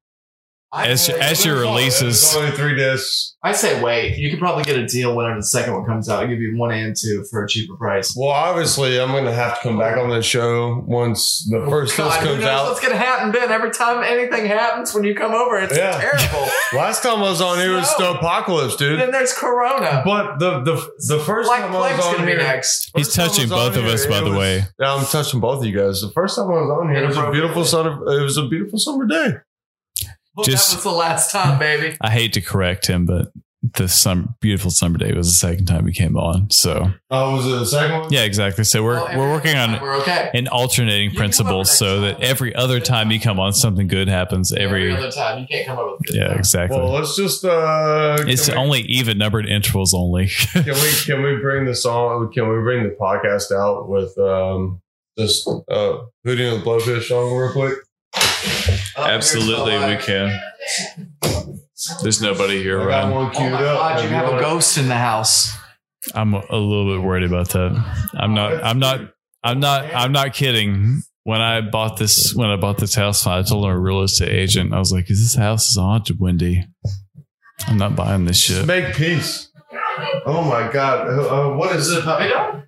Speaker 2: I
Speaker 1: As-
Speaker 2: say-
Speaker 1: as your
Speaker 3: There's only-
Speaker 1: releases-
Speaker 3: there's only three discs.
Speaker 2: I say wait. You could probably get a deal whenever the second one comes out. I'll give you one and two for a cheaper price.
Speaker 3: Well, obviously, I'm going to have to come back on the show once the first
Speaker 2: Oh, God,
Speaker 3: disc
Speaker 2: who
Speaker 3: comes
Speaker 2: knows
Speaker 3: out.
Speaker 2: what's gonna happen, Ben? Every time anything happens when you come over, it's
Speaker 3: Yeah.
Speaker 2: terrible.
Speaker 3: Last time I was on here was
Speaker 2: Snow.
Speaker 3: Snowpocalypse,
Speaker 2: and
Speaker 3: dude.
Speaker 2: then there's Corona.
Speaker 3: But the the the first
Speaker 2: Black
Speaker 3: time I
Speaker 2: Plague's
Speaker 3: was on
Speaker 2: gonna be
Speaker 3: here,
Speaker 2: next.
Speaker 1: He's
Speaker 3: First time I
Speaker 1: touching
Speaker 3: was on
Speaker 1: both of us,
Speaker 3: here,
Speaker 1: by
Speaker 3: it
Speaker 1: the
Speaker 3: was-
Speaker 1: way.
Speaker 3: Yeah, I'm touching both of you guys. The first time I was on here, it was a beautiful summer. It was a beautiful summer day.
Speaker 2: Well,
Speaker 1: Just-
Speaker 2: that was the last time, baby.
Speaker 1: I hate to correct him, but the summer, beautiful summer day was the second time he came on. So
Speaker 3: Oh, was it the second one?
Speaker 1: yeah, exactly. So we're
Speaker 2: Well, Oh, every
Speaker 1: we're working
Speaker 2: time
Speaker 1: on
Speaker 2: We're okay.
Speaker 1: an alternating
Speaker 2: You come
Speaker 1: principle
Speaker 2: up next
Speaker 1: so that
Speaker 2: time.
Speaker 1: every other time you come on, something good happens every.
Speaker 2: other time, you can't come up with.
Speaker 1: yeah, exactly.
Speaker 3: Well, let's just. uh
Speaker 1: it's
Speaker 3: can we,
Speaker 1: only even numbered intervals only.
Speaker 3: Can we can we bring the song? Can we bring the podcast out with um just uh hooting and the blowfish song real quick?
Speaker 2: Up here's my life.
Speaker 1: can. There's nobody here,
Speaker 3: I got one
Speaker 2: Oh
Speaker 3: queued
Speaker 2: my
Speaker 3: up.
Speaker 2: God, you
Speaker 3: If
Speaker 2: have a
Speaker 3: wanna-
Speaker 2: ghost in the house.
Speaker 1: I'm a little bit worried about that. I'm not. I'm not. I'm not. I'm not kidding. When I bought this, when I bought this house, I told our real estate agent, I was like, "Is this house is haunted, Wendy? I'm not buying this
Speaker 3: Just
Speaker 1: shit."
Speaker 3: Make peace. Oh my god! Uh, uh, what is
Speaker 2: Is it
Speaker 3: it?
Speaker 2: a puppy dog?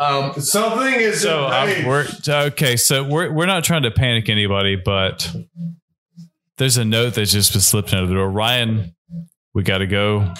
Speaker 2: Um,
Speaker 3: Something is.
Speaker 1: So I'm, we're okay. So we're we're not trying to panic anybody, but there's a note that's just been slipped under the door. Ryan, we got to go.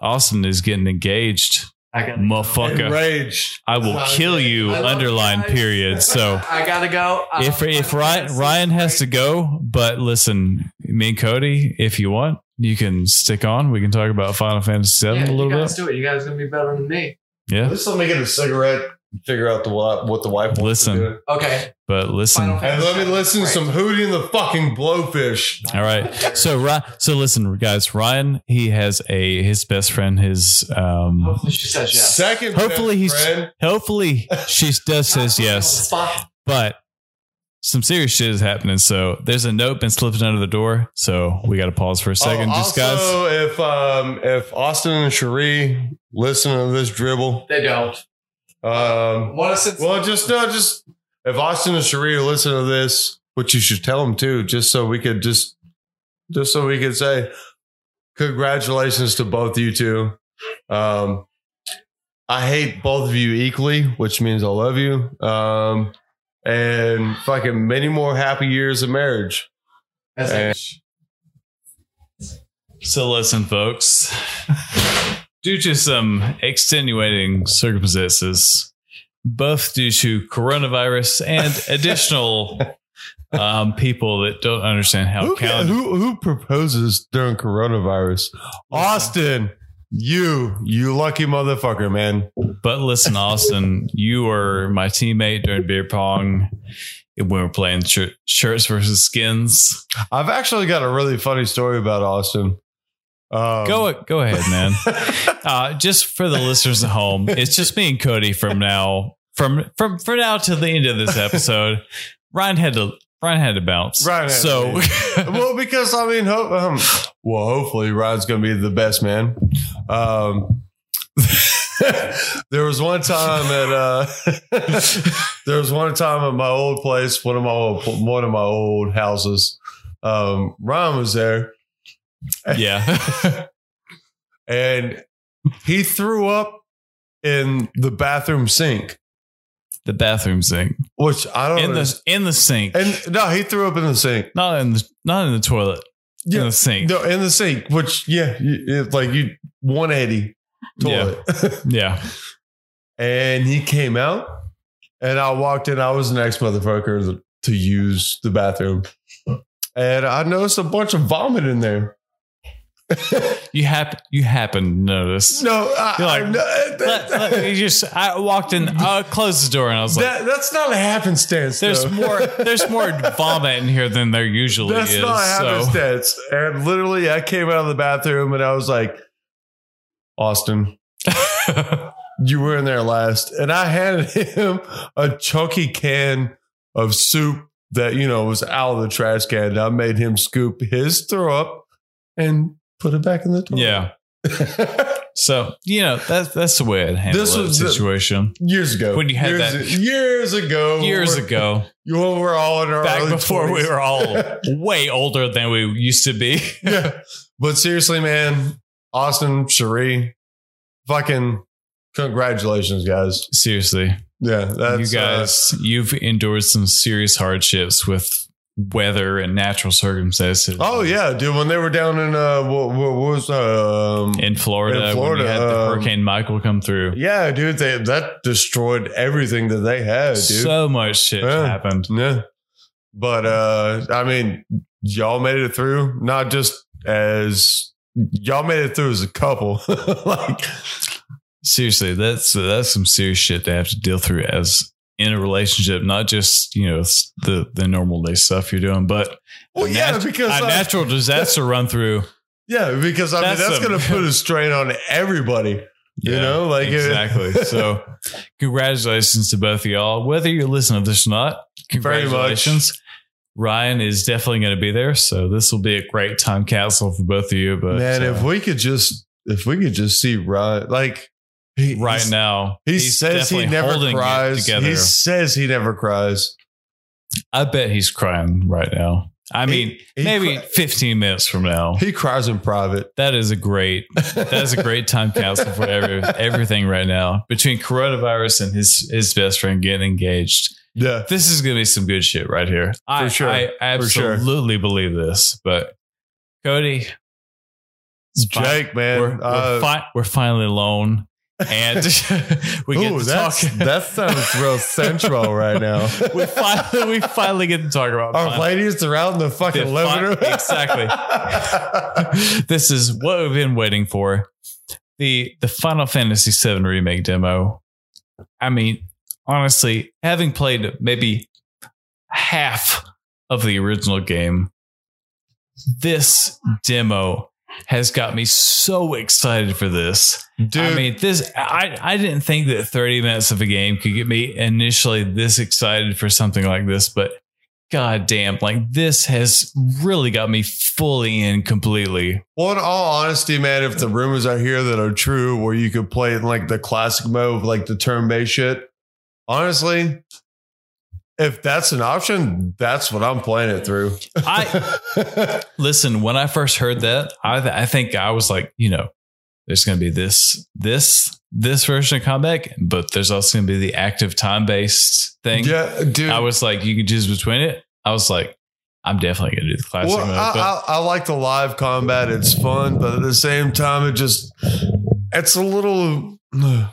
Speaker 1: Austin is getting engaged,
Speaker 2: I gotta,
Speaker 1: motherfucker.
Speaker 3: enraged.
Speaker 1: I will kill you.
Speaker 2: I love you
Speaker 1: Underline
Speaker 2: guys.
Speaker 1: period. So.
Speaker 2: I gotta go. Um,
Speaker 1: if if Ryan, Ryan has to go, but listen, me and Cody, if you want, you can stick on. We can talk about Final Fantasy VII
Speaker 2: yeah,
Speaker 1: a little
Speaker 2: you guys
Speaker 1: bit.
Speaker 2: do it. You guys gonna be better than me.
Speaker 1: Yeah,
Speaker 3: Let's let me get a cigarette. and Figure out the what what the wife wants
Speaker 1: Listen.
Speaker 3: to do.
Speaker 2: Okay.
Speaker 1: but listen,
Speaker 2: Final
Speaker 3: And let me listen to
Speaker 2: Right.
Speaker 3: some Hootie and the fucking Blowfish.
Speaker 1: all right. So Ry- so listen, guys. Ryan, he has a his best friend. His um,
Speaker 2: Hopefully she says yes.
Speaker 3: Second,
Speaker 1: Hopefully
Speaker 3: best
Speaker 1: he's-
Speaker 3: friend.
Speaker 1: hopefully she does says
Speaker 2: Not
Speaker 1: yes,
Speaker 2: put me on the spot.
Speaker 1: but. Some serious shit is happening. So there's a note been slipped under the door. So we got to pause for a second.
Speaker 3: Oh,
Speaker 1: Just guys,
Speaker 3: also, if um if Austin and Cherie listen to this dribble,
Speaker 2: They don't.
Speaker 3: um,
Speaker 2: What is it?
Speaker 3: well, just uh, no, just if Austin and Cherie listen to this, which you should tell them too, just so we could just just so we could say congratulations to both you two. Um, I hate both of you equally, which means I love you. Um, and fucking many more happy years of marriage.
Speaker 2: That's it.
Speaker 3: And-
Speaker 1: So listen, folks. due to some extenuating circumstances, both due to coronavirus and additional um, people that don't understand how
Speaker 3: who,
Speaker 1: calendar.
Speaker 3: who who proposes during coronavirus? Austin, you you lucky motherfucker, man.
Speaker 1: But listen, Austin, you were my teammate during beer pong when we were playing shir- shirts versus skins.
Speaker 3: I've actually got a really funny story about Austin. Um,
Speaker 1: go go ahead, man. uh, just for the listeners at home, it's just me and Cody from now from from from now to the end of this episode. Ryan had to Ryan had to bounce.
Speaker 3: Ryan had to
Speaker 1: so
Speaker 3: well, because I mean, hope, um, well, hopefully Ryan's going to be the best man. Um, there was one time at uh, there was one time at my old place, one of my old, one of my old houses. um, Ron was there
Speaker 1: Yeah.
Speaker 3: and he threw up in the bathroom sink,
Speaker 1: the bathroom sink.
Speaker 3: which I don't
Speaker 1: In the
Speaker 3: understand.
Speaker 1: in the sink.
Speaker 3: and no, he threw up in the sink.
Speaker 1: not in the not in the toilet.
Speaker 3: Yeah.
Speaker 1: In the sink.
Speaker 3: No, in the sink, which yeah, you- it's like you 180 toilet.
Speaker 1: Yeah.
Speaker 3: and he came out, and I walked in. I was the next motherfucker to use the bathroom, and I noticed a bunch of vomit in there.
Speaker 1: You happen you happen to notice.
Speaker 3: No, I,
Speaker 1: You're like,
Speaker 3: I- no,
Speaker 1: Let- let- you just I walked in, I closed the door and I was like,
Speaker 3: that, that's not a happenstance.
Speaker 1: there's
Speaker 3: though.
Speaker 1: more there's more vomit in here than there usually
Speaker 3: That's
Speaker 1: is.
Speaker 3: not
Speaker 1: so
Speaker 3: happenstance. And literally, I came out of the bathroom and I was like, Austin, you were in there last. And I handed him a chunky can of soup that, you know, was out of the trash can. And I made him scoop his throw up and put it back in the toilet.
Speaker 1: yeah. So you know that's that's the way I'd handle
Speaker 3: This
Speaker 1: that
Speaker 3: was the-
Speaker 1: situation
Speaker 3: years ago.
Speaker 1: When you had
Speaker 3: years,
Speaker 1: that-
Speaker 3: Years ago.
Speaker 1: years
Speaker 3: when-
Speaker 1: ago,
Speaker 3: When we were all in our
Speaker 1: back
Speaker 3: early
Speaker 1: before
Speaker 3: 20s.
Speaker 1: we were all way older than we used to be.
Speaker 3: yeah. But seriously, man, Austin, Cherie, fucking congratulations, guys.
Speaker 1: Seriously,
Speaker 3: Yeah, that's
Speaker 1: you
Speaker 3: uh,
Speaker 1: guys, you've endured some serious hardships with weather and natural circumstances.
Speaker 3: oh yeah, dude. When they were down in uh, what, what was um,
Speaker 1: in Florida,
Speaker 3: In
Speaker 1: when
Speaker 3: Florida,
Speaker 1: you had the
Speaker 3: um,
Speaker 1: Hurricane Michael come through,
Speaker 3: yeah, dude, they that destroyed everything that they had, dude.
Speaker 1: so much shit
Speaker 3: Yeah.
Speaker 1: happened.
Speaker 3: yeah, but uh, I mean, y'all made it through. Not just as y'all made it through as a couple, like
Speaker 1: Seriously, that's that's some serious shit to have to deal through as in a relationship, not just you know s- the the normal day stuff you're doing, but
Speaker 3: well, yeah,
Speaker 1: nat-
Speaker 3: because
Speaker 1: a
Speaker 3: uh,
Speaker 1: natural disaster run through.
Speaker 3: yeah, because I mean
Speaker 1: That's
Speaker 3: that's
Speaker 1: some-
Speaker 3: gonna put a strain on everybody. You know, like uh, it-
Speaker 1: exactly. so, congratulations to both of y'all, whether you're listening to this or not.
Speaker 3: Very much.
Speaker 1: Congratulations. Ryan is definitely going to be there, so this will be a great time capsule for both of you. But
Speaker 3: Man,
Speaker 1: uh,
Speaker 3: if we could just if we could just see Ryan like he,
Speaker 1: right
Speaker 3: he's-
Speaker 1: now,
Speaker 3: he
Speaker 1: he's
Speaker 3: says he
Speaker 1: definitely
Speaker 3: never
Speaker 1: holding it
Speaker 3: cries.
Speaker 1: Together.
Speaker 3: He says he never cries.
Speaker 1: I bet he's crying right now. I mean,
Speaker 3: he
Speaker 1: maybe
Speaker 3: cri-
Speaker 1: 15 minutes from now.
Speaker 3: He cries in private.
Speaker 1: that is a great that is a great time capsule for every, everything right now between coronavirus and his his best friend getting engaged.
Speaker 3: yeah.
Speaker 1: this is gonna be some good shit right here. I,
Speaker 3: For sure.
Speaker 1: I
Speaker 3: For sure.
Speaker 1: absolutely believe this. But Cody, it's fine.
Speaker 3: Jake, man.
Speaker 1: we're, we're,
Speaker 3: uh,
Speaker 1: fi- we're finally alone, and we get
Speaker 3: ooh,
Speaker 1: to talk.
Speaker 3: that's- That sounds real central right now.
Speaker 1: we finally we finally get to talk about
Speaker 3: Our
Speaker 1: fun.
Speaker 3: ladies are out in the fucking
Speaker 1: The
Speaker 3: living
Speaker 1: fi-
Speaker 3: room.
Speaker 1: exactly. this is what we've been waiting for. The the Final Fantasy VII remake demo. I mean, honestly, having played maybe half of the original game, this demo has got me so excited for this.
Speaker 3: Dude,
Speaker 1: I mean, this I I didn't think that 30 minutes of a game could get me initially this excited for something like this, but god damn, like this has really got me fully in completely.
Speaker 3: Well, in all honesty, man, if the rumors are here that are true, where you could play it in like the classic mode, like the turn based shit, honestly, if that's an option, that's what I'm playing it through.
Speaker 1: I listen, when I first heard that, I I think I was like, you know, there's going to be this this this version of comeback, but there's also going to be the active time-based thing.
Speaker 3: yeah, dude.
Speaker 1: I was like, you can choose between it. I was like, I'm definitely going to do the classic
Speaker 3: well,
Speaker 1: mode. but-
Speaker 3: I, I, I like the live combat. It's fun, but at the same time, it just, it's a little, it,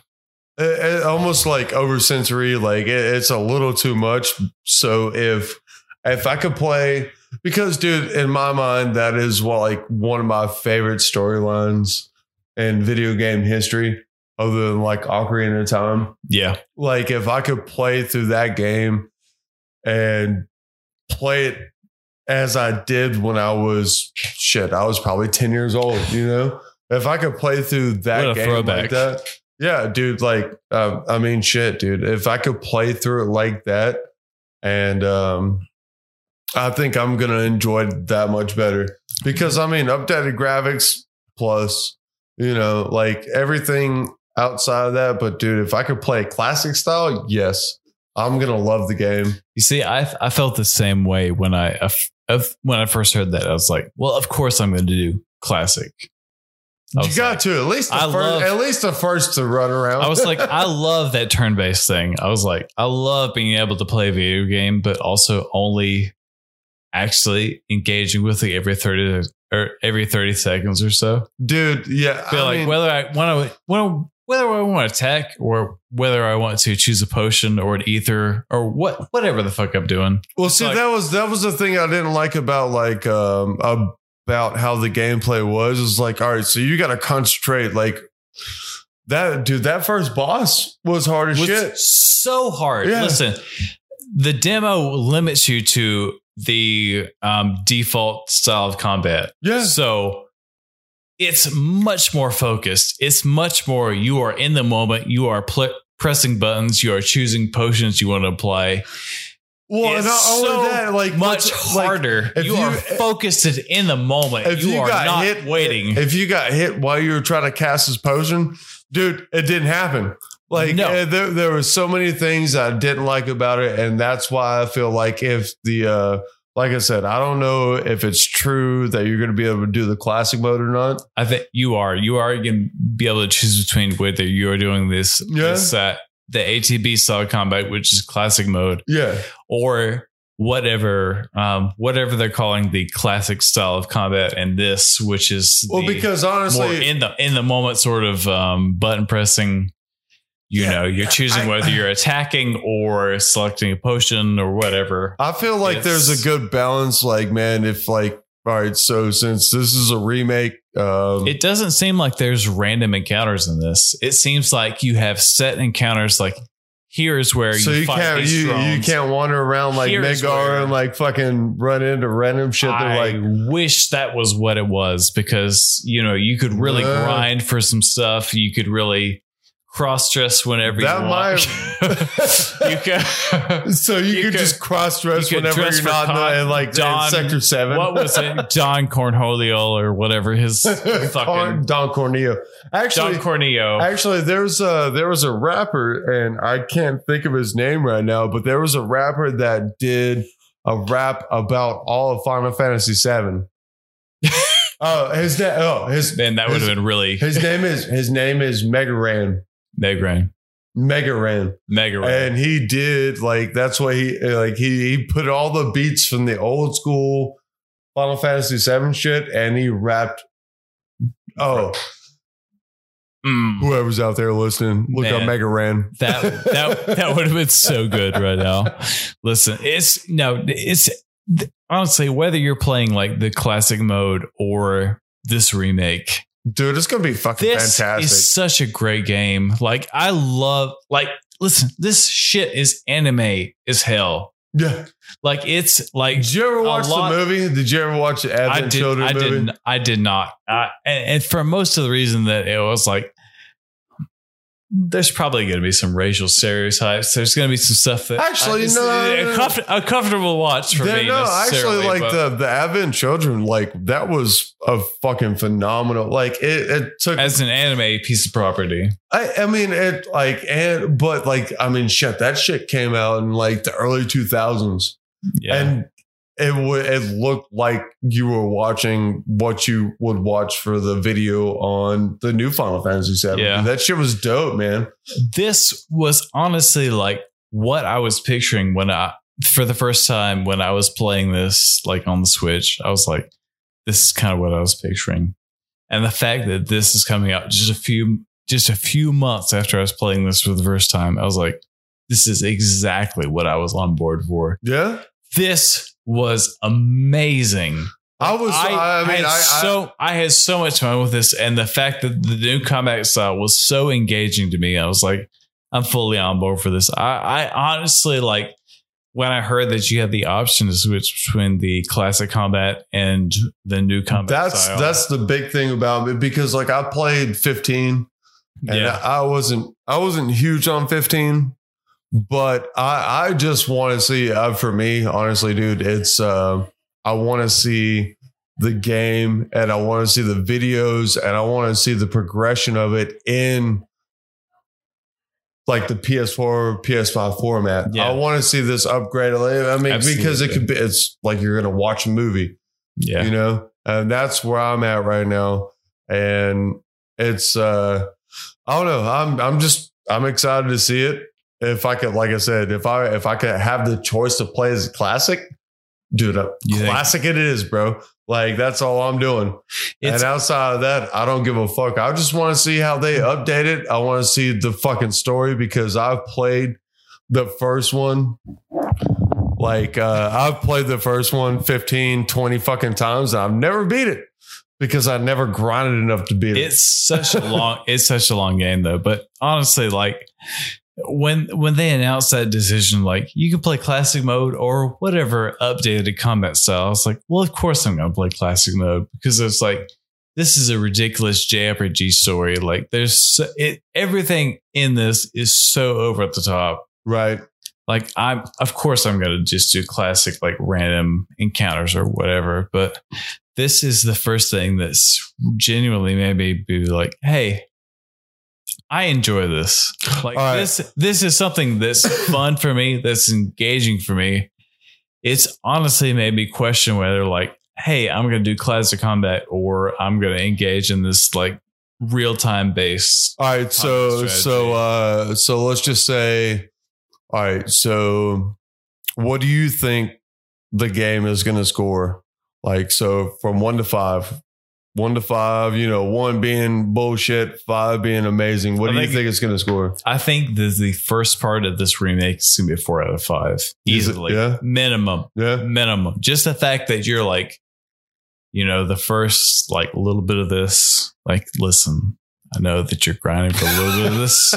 Speaker 3: it almost like over sensory. Like it, it's a little too much. So if, if I could play, because dude, in my mind, that is what like one of my favorite storylines in video game history, other than like Ocarina of Time
Speaker 1: yeah.
Speaker 3: like if I could play through that game and play it as I did when I was shit, I was probably 10 years old, you know? If I could play through
Speaker 1: What
Speaker 3: that
Speaker 1: a
Speaker 3: game
Speaker 1: throwback.
Speaker 3: like that. Yeah, dude, like uh, I mean shit, dude. If I could play through it like that and um I think I'm going to enjoy it that much better because I mean updated graphics plus, you know, like everything outside of that. But dude, if I could play classic style, yes, I'm gonna love the game.
Speaker 1: You see, I I felt the same way when I uh, f- of when I first heard that, I was like, well, of course I'm going to do classic. I
Speaker 3: You
Speaker 1: was
Speaker 3: got
Speaker 1: like-
Speaker 3: to at least the
Speaker 1: I
Speaker 3: first,
Speaker 1: love-
Speaker 3: at least the first to run around.
Speaker 1: I was like, I love that turn based thing. I was like, I love being able to play a video game, but also only actually engaging with it every 30 or every 30 seconds or so.
Speaker 3: dude, yeah,
Speaker 1: Feel
Speaker 3: I
Speaker 1: like
Speaker 3: mean,
Speaker 1: whether I want to, whether, whether I want to attack or whether I want to choose a potion or an ether or what, whatever the fuck I'm doing.
Speaker 3: Well, see,
Speaker 1: Like-
Speaker 3: that was that was the thing I didn't like about like um about how the gameplay was. Is like, all right, so you got to concentrate. Like that, dude. That first boss was hard as
Speaker 1: was
Speaker 3: Oh, shit.
Speaker 1: so hard.
Speaker 3: Yeah.
Speaker 1: Listen, the demo limits you to the um, default style of combat.
Speaker 3: Yeah,
Speaker 1: So it's much more focused. It's much more you are in the moment. You are pl- pressing buttons. You are choosing potions you want to apply.
Speaker 3: well,
Speaker 1: it's
Speaker 3: and not only
Speaker 1: so
Speaker 3: that, like
Speaker 1: much
Speaker 3: what's- like,
Speaker 1: harder.
Speaker 3: if
Speaker 1: you,
Speaker 3: you-
Speaker 1: are focused and in the moment.
Speaker 3: If
Speaker 1: You,
Speaker 3: you,
Speaker 1: are
Speaker 3: got
Speaker 1: not
Speaker 3: hit,
Speaker 1: waiting.
Speaker 3: If you got hit while you were trying to cast his potion, dude, it didn't happen. Like
Speaker 1: No.
Speaker 3: eh, there, there were so many things I didn't like about it, and that's why I feel like if the, uh like I said, I don't know if it's true that you're going to be able to do the classic mode or not.
Speaker 1: I think you are. You are going to be able to choose between whether you are doing this,
Speaker 3: Yeah.
Speaker 1: this uh, the ATB style combat, which is classic mode,
Speaker 3: Yeah,
Speaker 1: or whatever, um, whatever they're calling the classic style of combat, and this, which is
Speaker 3: well,
Speaker 1: the
Speaker 3: because
Speaker 1: more
Speaker 3: honestly,
Speaker 1: in the in the moment sort of um, button pressing. You
Speaker 3: Yeah.
Speaker 1: know, you're choosing
Speaker 3: I-
Speaker 1: whether you're attacking or selecting a potion or whatever.
Speaker 3: I feel like there's
Speaker 1: It's-
Speaker 3: a good balance. Like, man, if like, all right, so since this is a remake, um,
Speaker 1: It doesn't seem like there's random encounters in this. It seems like you have set encounters. Like here's where
Speaker 3: so
Speaker 1: you,
Speaker 3: you
Speaker 1: fight
Speaker 3: can't
Speaker 1: these
Speaker 3: you, you
Speaker 1: drones.
Speaker 3: can't wander around like
Speaker 1: Here's
Speaker 3: Megar
Speaker 1: where-
Speaker 3: and like fucking run into random shit. They're
Speaker 1: I
Speaker 3: like,
Speaker 1: wish that was what it was because you know you could really
Speaker 3: Uh.
Speaker 1: grind for some stuff. You could really cross dress whenever
Speaker 3: That
Speaker 1: you want. you could.
Speaker 3: so you,
Speaker 1: you
Speaker 3: could,
Speaker 1: could-
Speaker 3: just cross dress
Speaker 1: you could
Speaker 3: whenever
Speaker 1: dress
Speaker 3: you're
Speaker 1: for
Speaker 3: not in,
Speaker 1: con-
Speaker 3: the, in like
Speaker 1: Don-
Speaker 3: in sector seven.
Speaker 1: What was it, Don Cornholio or whatever his
Speaker 3: Con-
Speaker 1: fucking
Speaker 3: Don Corneo? Actually,
Speaker 1: Don Corneo?
Speaker 3: Actually, there was a there was a rapper, and I can't think of his name right now, but there was a rapper that did a rap about all of Final Fantasy VII. oh, his name. Oh, his
Speaker 1: Man, that would have been really
Speaker 3: his name is his name is Megaran.
Speaker 1: Megaran.
Speaker 3: Megaran,
Speaker 1: Megaran.
Speaker 3: and he did like that's why he like he he put all the beats from the old school Final Fantasy VII shit, and he rapped. Oh,
Speaker 1: Mm.
Speaker 3: whoever's out there listening, look up
Speaker 1: Man.
Speaker 3: Megaran.
Speaker 1: That that that would have been so good right now. Listen, it's no, it's honestly whether you're playing like the classic mode or this remake,
Speaker 3: Dude, it's gonna be fucking
Speaker 1: this
Speaker 3: fantastic.
Speaker 1: is such a great game. Like I love, like listen, this shit is anime as hell.
Speaker 3: yeah.
Speaker 1: Like it's like
Speaker 3: Did you ever watch
Speaker 1: lot-
Speaker 3: the movie? Did you ever watch the Advent
Speaker 1: I did,
Speaker 3: Children
Speaker 1: I
Speaker 3: movie?
Speaker 1: didn't, I did not, I, and, and for most of the reason that it was like. There's probably going to be some racial stereotypes. There's going to be some stuff that
Speaker 3: Actually,
Speaker 1: I- it's
Speaker 3: no,
Speaker 1: a,
Speaker 3: no, no.
Speaker 1: comf- a comfortable watch for
Speaker 3: Yeah,
Speaker 1: me.
Speaker 3: no, actually,
Speaker 1: necessarily,
Speaker 3: like
Speaker 1: but
Speaker 3: the the Advent Children, like that was a fucking phenomenal. Like it, it took.
Speaker 1: as an anime piece of property.
Speaker 3: I, I mean, it like and but like I mean, shit, that shit came out in like the early two thousands,
Speaker 1: Yeah,
Speaker 3: and it would it looked like you were watching what you would watch for the video on the new Final Fantasy Seven.
Speaker 1: Yeah.
Speaker 3: that shit was dope, man.
Speaker 1: this was honestly like what I was picturing when I, for the first time, when I was playing this, like on the Switch, I was like, this is kind of what I was picturing. And the fact that this is coming out just a few, just a few months after I was playing this for the first time, I was like, this is exactly what I was on board for.
Speaker 3: Yeah,
Speaker 1: This was amazing.
Speaker 3: I was. I, mean,
Speaker 1: had
Speaker 3: I, I-
Speaker 1: so I, had so much fun with this, and the fact that the new combat style was so engaging to me, I was like, I'm fully on board for this. I, I honestly like when I heard that you had the option to switch between the classic combat and the new combat.
Speaker 3: that's
Speaker 1: style.
Speaker 3: that's the big thing about me because like I played 15 and uh,
Speaker 1: yeah,
Speaker 3: I wasn't I wasn't huge on 15, but I I just want to see uh, for me honestly, dude. It's uh, I want to see the game and I want to see the videos and I want to see the progression of it in like the PS4, PS5 format.
Speaker 1: Yeah.
Speaker 3: I want to see this upgrade. I mean, because it
Speaker 1: Absolutely.
Speaker 3: could be, it's like you're going to watch a movie,
Speaker 1: Yeah.
Speaker 3: you know, and that's where I'm at right now. And it's, uh, I don't know. I'm, I'm just, I'm excited to see it. If I could, like I said, if I, if I could have the choice to play as a classic, dude, a
Speaker 1: You think-
Speaker 3: classic it is, bro. Like that's all I'm doing.
Speaker 1: It's-
Speaker 3: and outside of that, I don't give a fuck. I just want to see how they
Speaker 1: Mm.
Speaker 3: update it. I want to see the fucking story because I've played the first one. Like uh, I've played the first one 15, 20 fucking times and I've never beat it because I never grinded enough to beat it.
Speaker 1: it's such a long it's such a long game though but honestly like when when they announced that decision like you can play classic mode or whatever updated combat style it's like well of course i'm gonna play classic mode because it's like this is a ridiculous jrpg story like there's so, it everything in this is so over the top
Speaker 3: Right.
Speaker 1: like I'm of course I'm gonna just do classic like random encounters or whatever, but this is the first thing that's genuinely made me be like, hey, I enjoy this. Like
Speaker 3: All right.
Speaker 1: this this is something that's fun for me, that's engaging for me. It's honestly made me question whether like, hey, I'm gonna do classic combat or I'm gonna engage in this like real time based
Speaker 3: All right. So,
Speaker 1: Combat strategy.
Speaker 3: so, uh, so let's just say, all right. So, what do you think the game is going to score? Like, so from one to five, one to five, you know, one being bullshit, five being amazing. What
Speaker 1: I
Speaker 3: do
Speaker 1: think-
Speaker 3: you think it's going to score?
Speaker 1: I think the, the first part of this remake is gonna be a four out of five easily,
Speaker 3: yeah?
Speaker 1: minimum,
Speaker 3: Yeah.
Speaker 1: minimum. Just the fact that you're like, you know, the first like little bit of this, like, listen, I know that you're grinding for a little bit of this.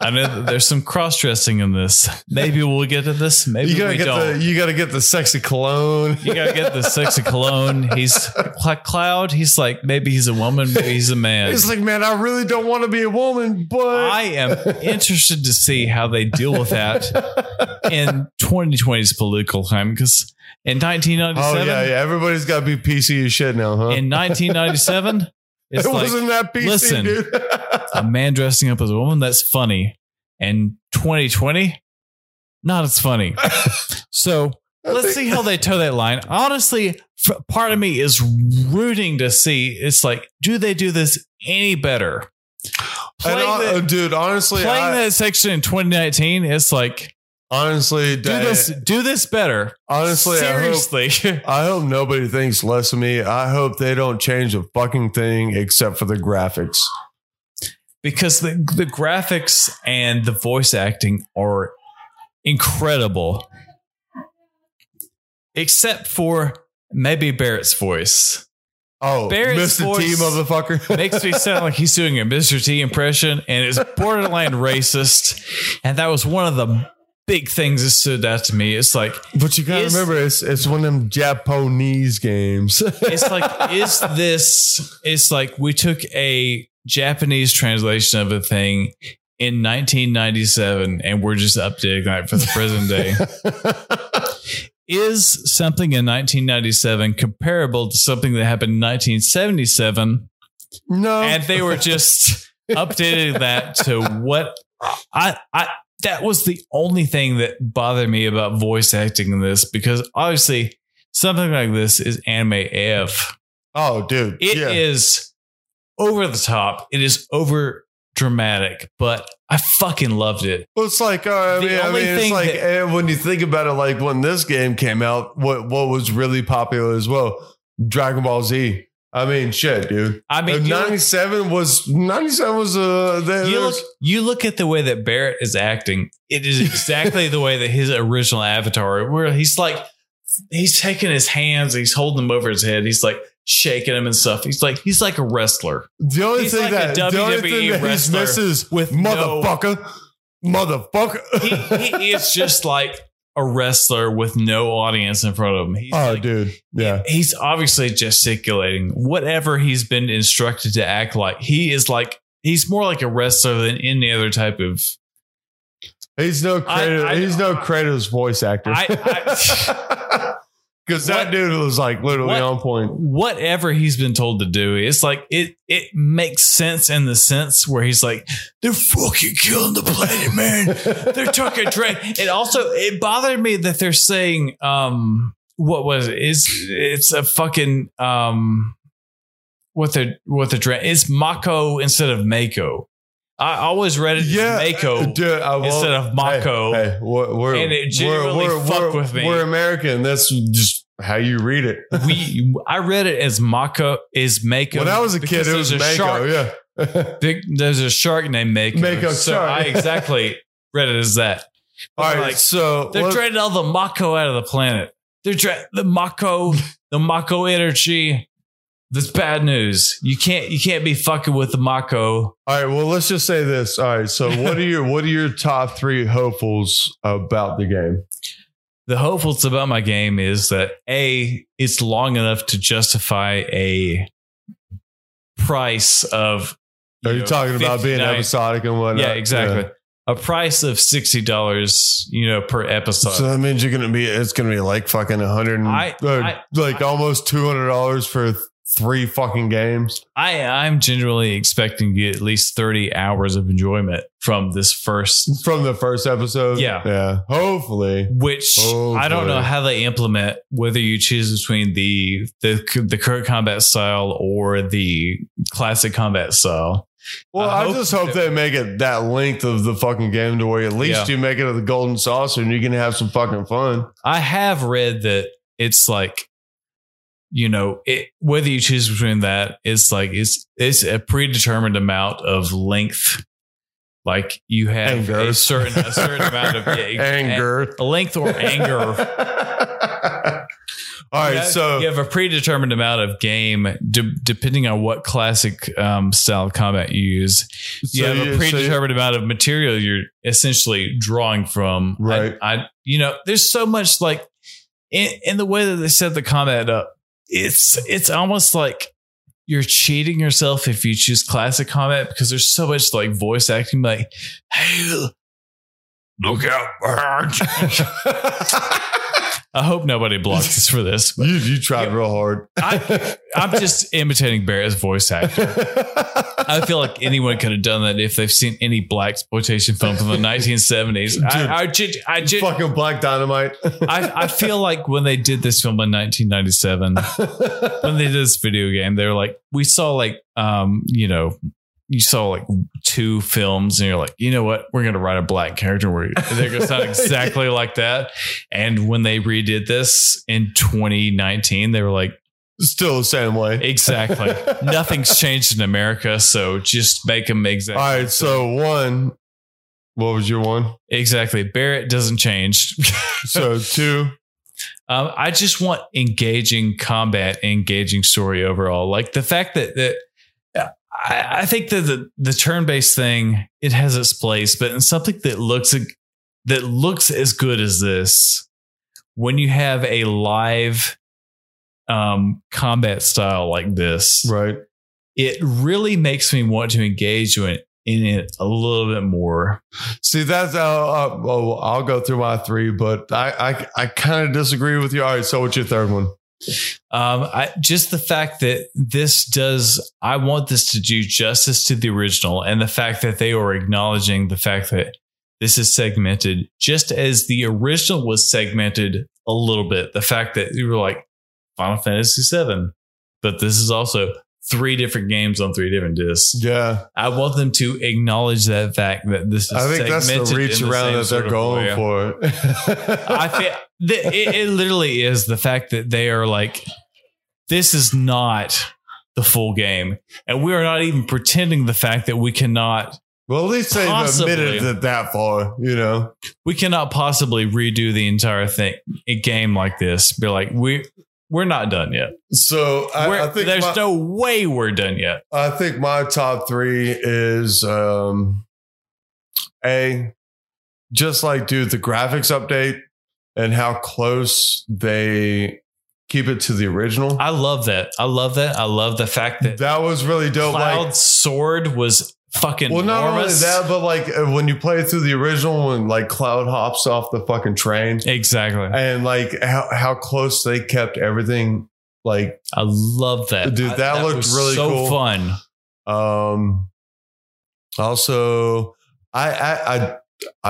Speaker 1: I know that there's some cross dressing in this. Maybe we'll get to this. Maybe
Speaker 3: you gotta
Speaker 1: we
Speaker 3: get
Speaker 1: don't.
Speaker 3: the you gotta get the sexy cologne.
Speaker 1: You gotta get the sexy cologne. He's like Cloud. He's like maybe he's a woman, maybe he's a man.
Speaker 3: It's like, man, I really don't want to be a woman, but
Speaker 1: I am interested to see how they deal with that in 2020's political time because in
Speaker 3: oh
Speaker 1: 1997,
Speaker 3: yeah, yeah. Everybody's got to be PC as shit now, huh?
Speaker 1: in 1997, it's
Speaker 3: it
Speaker 1: like
Speaker 3: wasn't that PC,
Speaker 1: listen.
Speaker 3: dude.
Speaker 1: a man dressing up as a woman. That's funny. And 2020, not as funny. So let's see how they toe that line. Honestly, f- part of me is rooting to see. It's like, do they do this any better?
Speaker 3: And
Speaker 1: Playing,
Speaker 3: hon-
Speaker 1: the-
Speaker 3: uh, dude, honestly,
Speaker 1: playing
Speaker 3: I-
Speaker 1: that section in 2019, it's like,
Speaker 3: honestly,
Speaker 1: do
Speaker 3: Dad,
Speaker 1: this, do this better.
Speaker 3: honestly, I hope,
Speaker 1: seriously,
Speaker 3: I hope nobody thinks less of me. I hope they don't change a fucking thing except for the graphics.
Speaker 1: because the the graphics and the voice acting are incredible, except for maybe Barrett's voice.
Speaker 3: Oh,
Speaker 1: Barrett's
Speaker 3: Mr. T,
Speaker 1: voice
Speaker 3: motherfucker.
Speaker 1: Makes me sound like he's doing a Mr. T impression, and it's borderline racist. And that was one of the big things that stood out to me. It's like
Speaker 3: but you gotta
Speaker 1: Is-
Speaker 3: remember, it's it's one of them Japanese games.
Speaker 1: it's like is this it's like we took a japanese translation of a thing in 1997 and we're just updating that for the present day is something in 1997 comparable to something that happened in 1977
Speaker 3: no,
Speaker 1: and they were just updating that to what i i that was the only thing that bothered me about voice acting in this because obviously something like this is anime AF.
Speaker 3: oh, dude,
Speaker 1: It is
Speaker 3: yeah.
Speaker 1: over the top. It is over dramatic, but I fucking loved it.
Speaker 3: Well, it's like uh, I
Speaker 1: The
Speaker 3: mean, I
Speaker 1: only
Speaker 3: mean it's
Speaker 1: thing
Speaker 3: like
Speaker 1: that-
Speaker 3: and when you think about it, like when this game came out, what what was really popular as well, Dragon Ball Z. I mean, shit, dude.
Speaker 1: I mean, you
Speaker 3: ninety
Speaker 1: look,
Speaker 3: seven was ninety seven was uh, there,
Speaker 1: you, look,
Speaker 3: there's-
Speaker 1: you look at the way that Barrett is acting. It is exactly the way that his original avatar, where he's like, he's taking his hands, and he's holding them over his head, he's like shaking him and stuff. He's like, he's like a wrestler
Speaker 3: the only
Speaker 1: he's
Speaker 3: thing
Speaker 1: like a
Speaker 3: that the only
Speaker 1: WWE
Speaker 3: thing that he's
Speaker 1: wrestler
Speaker 3: misses
Speaker 1: with no-
Speaker 3: motherfucker, motherfucker.
Speaker 1: he, he is just like a wrestler with no audience in front of him. He's
Speaker 3: oh,
Speaker 1: like,
Speaker 3: dude, yeah.
Speaker 1: he's obviously gesticulating whatever he's been instructed to act like he is like he's more like a wrestler than any other type of
Speaker 3: He's no
Speaker 1: I-
Speaker 3: creative.
Speaker 1: I-
Speaker 3: he's no creative voice actor.
Speaker 1: I-
Speaker 3: Because that
Speaker 1: What-
Speaker 3: dude was like literally
Speaker 1: What?
Speaker 3: on point.
Speaker 1: whatever he's been told to do, it's like it it makes sense in the sense where he's like, they're fucking killing the planet, man. they're talking train. It also it bothered me that they're saying, um, what was it? It's it's a fucking um, what the what the dra- it's Mako instead of Mako. I always read it
Speaker 3: yeah, uh,
Speaker 1: as Mako.
Speaker 3: dude, I will-
Speaker 1: instead of Mako.
Speaker 3: Hey, hey, we're, we're,
Speaker 1: And it genuinely fucked
Speaker 3: we're,
Speaker 1: with me.
Speaker 3: We're American. That's just how you read it.
Speaker 1: we I read it as Mako is Mako.
Speaker 3: When I was a kid,
Speaker 1: because
Speaker 3: it was
Speaker 1: there's
Speaker 3: Mako.
Speaker 1: a shark
Speaker 3: Yeah.
Speaker 1: There- there's a shark named Mako.
Speaker 3: Mako
Speaker 1: so
Speaker 3: shark.
Speaker 1: I exactly read it as that.
Speaker 3: All right.
Speaker 1: Like,
Speaker 3: so
Speaker 1: They're
Speaker 3: let's-
Speaker 1: draining all the Mako out of the planet. They're dra- the Mako, the Mako energy. That's bad news. You can't you can't be fucking with the Mako.
Speaker 3: all right. Well, let's just say this. All right. So what are your what are your top three hopefuls about the game?
Speaker 1: The hopefuls about my game is that a it's long enough to justify a price of.
Speaker 3: Are you
Speaker 1: know,
Speaker 3: talking about being
Speaker 1: 59
Speaker 3: episodic and whatnot?
Speaker 1: Yeah, exactly. A price of sixty dollars, you know, per episode.
Speaker 3: So that means you're gonna be it's gonna be like fucking a hundred and-
Speaker 1: I-
Speaker 3: uh,
Speaker 1: I-
Speaker 3: like
Speaker 1: I-
Speaker 3: almost two hundred dollars for th- three fucking games.
Speaker 1: I I'm generally expecting to get at least 30 hours of enjoyment from this first
Speaker 3: From the first episode.
Speaker 1: Yeah.
Speaker 3: Yeah. Hopefully.
Speaker 1: which
Speaker 3: Oh,
Speaker 1: I don't
Speaker 3: boy.
Speaker 1: know how they implement whether you choose between the the the current combat style or the classic combat style.
Speaker 3: Well,
Speaker 1: I
Speaker 3: I,
Speaker 1: hope
Speaker 3: just hope
Speaker 1: that-
Speaker 3: they make it that length of the fucking game to where at least
Speaker 1: Yeah.
Speaker 3: you make it to the golden saucer and you can have some fucking fun.
Speaker 1: I have read that it's like you know, it whether you choose between that, it's like it's it's a predetermined amount of length. Like you have a
Speaker 3: Angers.
Speaker 1: certain a certain amount of yeah,
Speaker 3: anger.
Speaker 1: a- length or anger
Speaker 3: All right,
Speaker 1: You have-
Speaker 3: so
Speaker 1: you have a predetermined amount of game de- depending on what classic um, style of combat you use. You
Speaker 3: So
Speaker 1: have
Speaker 3: you- so
Speaker 1: a
Speaker 3: you-
Speaker 1: predetermined amount of material you're essentially drawing from. I-
Speaker 3: Right.
Speaker 1: I, you know, there's so much like in, in the way that they set the combat up. It's it's almost like you're cheating yourself if you choose classic combat because there's so much like voice acting like, hey, look out, Barge. I hope nobody blocks us for this. But.
Speaker 3: you, you tried real hard.
Speaker 1: I- I'm just imitating Barrett's voice act. I feel like anyone could have done that if they've seen any black exploitation film from the 1970s.
Speaker 3: Dude.
Speaker 1: I, I, ju- I, ju-
Speaker 3: fucking black dynamite.
Speaker 1: I, I feel like when they did this film in 1997, when they did this video game, they were like, we saw like, um, you know, you saw like two films, and you're like, you know what? We're gonna write a black character where they're gonna sound exactly like that. And when they redid this in 2019, they were like.
Speaker 3: Still the same way.
Speaker 1: Exactly. Nothing's changed in America, so just make them exactly.
Speaker 3: All right, so one. What was your one?
Speaker 1: Exactly. Barrett doesn't change.
Speaker 3: So two.
Speaker 1: um, I just want engaging combat, engaging story overall. Like the fact that that uh, I, I think that the the turn based thing it has its place, but in something that looks ag- that looks as good as this, when you have a live um combat style like this,
Speaker 3: Right.
Speaker 1: it really makes me want to engage in it, in it a little bit more.
Speaker 3: See, that's how. Uh, oh, I'll go through my three, but I I, I kind of disagree with you. All right, so what's your third one?
Speaker 1: Um, I, just the fact that this does, I want this to do justice to the original, and the fact that they are acknowledging the fact that this is segmented, just as the original was segmented a little bit. The fact that you were like Final Fantasy VII, but this is also three different games on three different discs.
Speaker 3: Yeah,
Speaker 1: I want them to acknowledge that fact that this is.
Speaker 3: I think that's the
Speaker 1: segmented
Speaker 3: reach
Speaker 1: in the
Speaker 3: around
Speaker 1: same
Speaker 3: that
Speaker 1: sort
Speaker 3: they're
Speaker 1: of
Speaker 3: going
Speaker 1: way.
Speaker 3: for.
Speaker 1: I feel th- it, it literally is the fact that they are like, this is not the full game, and we are not even pretending the fact that we cannot
Speaker 3: well, at least they've
Speaker 1: Possibly.
Speaker 3: admitted that that far. You know,
Speaker 1: we cannot possibly redo the entire thing a game like this. Be like we we're not done yet.
Speaker 3: so
Speaker 1: We're-
Speaker 3: I, I think
Speaker 1: there's
Speaker 3: my,
Speaker 1: no way we're done yet.
Speaker 3: I think my top three is um, a just like dude the graphics update and how close they keep it to the original.
Speaker 1: I love that. I love that. I love the fact that
Speaker 3: that was really dope.
Speaker 1: Cloud
Speaker 3: like
Speaker 1: Sword was fucking
Speaker 3: Well, not
Speaker 1: enormous.
Speaker 3: only that, but like uh, when you play through the original, when like Cloud hops off the fucking train,
Speaker 1: exactly.
Speaker 3: and like how, how close they kept everything. Like,
Speaker 1: I love that.
Speaker 3: Dude,
Speaker 1: I-
Speaker 3: that looked
Speaker 1: was
Speaker 3: really
Speaker 1: so
Speaker 3: cool.
Speaker 1: fun.
Speaker 3: um, also, I I I,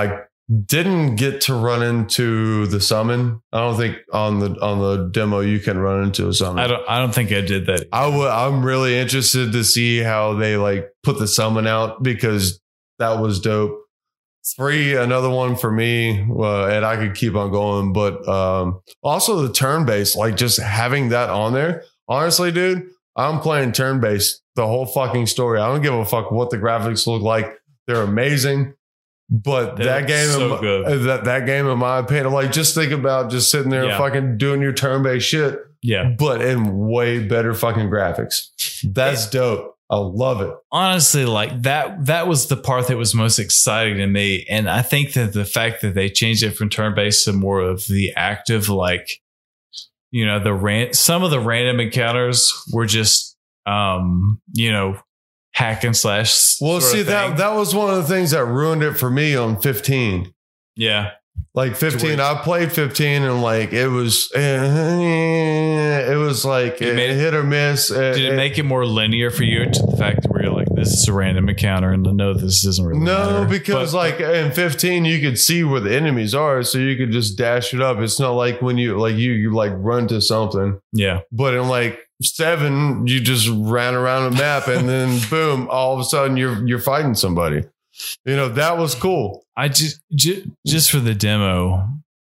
Speaker 3: I didn't get to run into the summon. I don't think on the on the demo you can run into a summon.
Speaker 1: I don't. I don't think I did that.
Speaker 3: I would. I'm really interested to see how they like put the summon out because that was dope. Three, another one for me, uh, and I could keep on going. But um, also the turn based, like just having that on there. Honestly, dude, I'm playing turn based the whole fucking story. I don't give a fuck what the graphics look like. They're amazing. But
Speaker 1: They
Speaker 3: that
Speaker 1: look
Speaker 3: game,
Speaker 1: so
Speaker 3: in my-
Speaker 1: good.
Speaker 3: that that game, in my opinion, like just think about just sitting there
Speaker 1: Yeah.
Speaker 3: fucking doing your turn based shit
Speaker 1: Yeah.
Speaker 3: but in way better fucking graphics. That's dope. I love it.
Speaker 1: Honestly, like that. That was the part that was most exciting to me, and I think that the fact that they changed it from turn based to more of the active, like you know, the ran Some of the random encounters were just, um, you know, hack and slash.
Speaker 3: Well,
Speaker 1: sort
Speaker 3: see
Speaker 1: of
Speaker 3: that
Speaker 1: thing.
Speaker 3: that was one of the things that ruined it for me on 15.
Speaker 1: yeah.
Speaker 3: Like 15, I played 15 and like it was eh, it was like
Speaker 1: You
Speaker 3: eh,
Speaker 1: made it-
Speaker 3: hit or miss. eh,
Speaker 1: Did
Speaker 3: eh.
Speaker 1: it make it more linear for you to the fact that where you're like, this is a random encounter, and I know this isn't really
Speaker 3: no,
Speaker 1: matter.
Speaker 3: because
Speaker 1: But-
Speaker 3: like in 15 you could see where the enemies are, so you could just dash it up. It's not like when you like you you like run to something.
Speaker 1: yeah.
Speaker 3: But in like seven, you just ran around a map and then boom, all of a sudden you're you're fighting somebody. You know, that was cool.
Speaker 1: I just ju- just for the demo,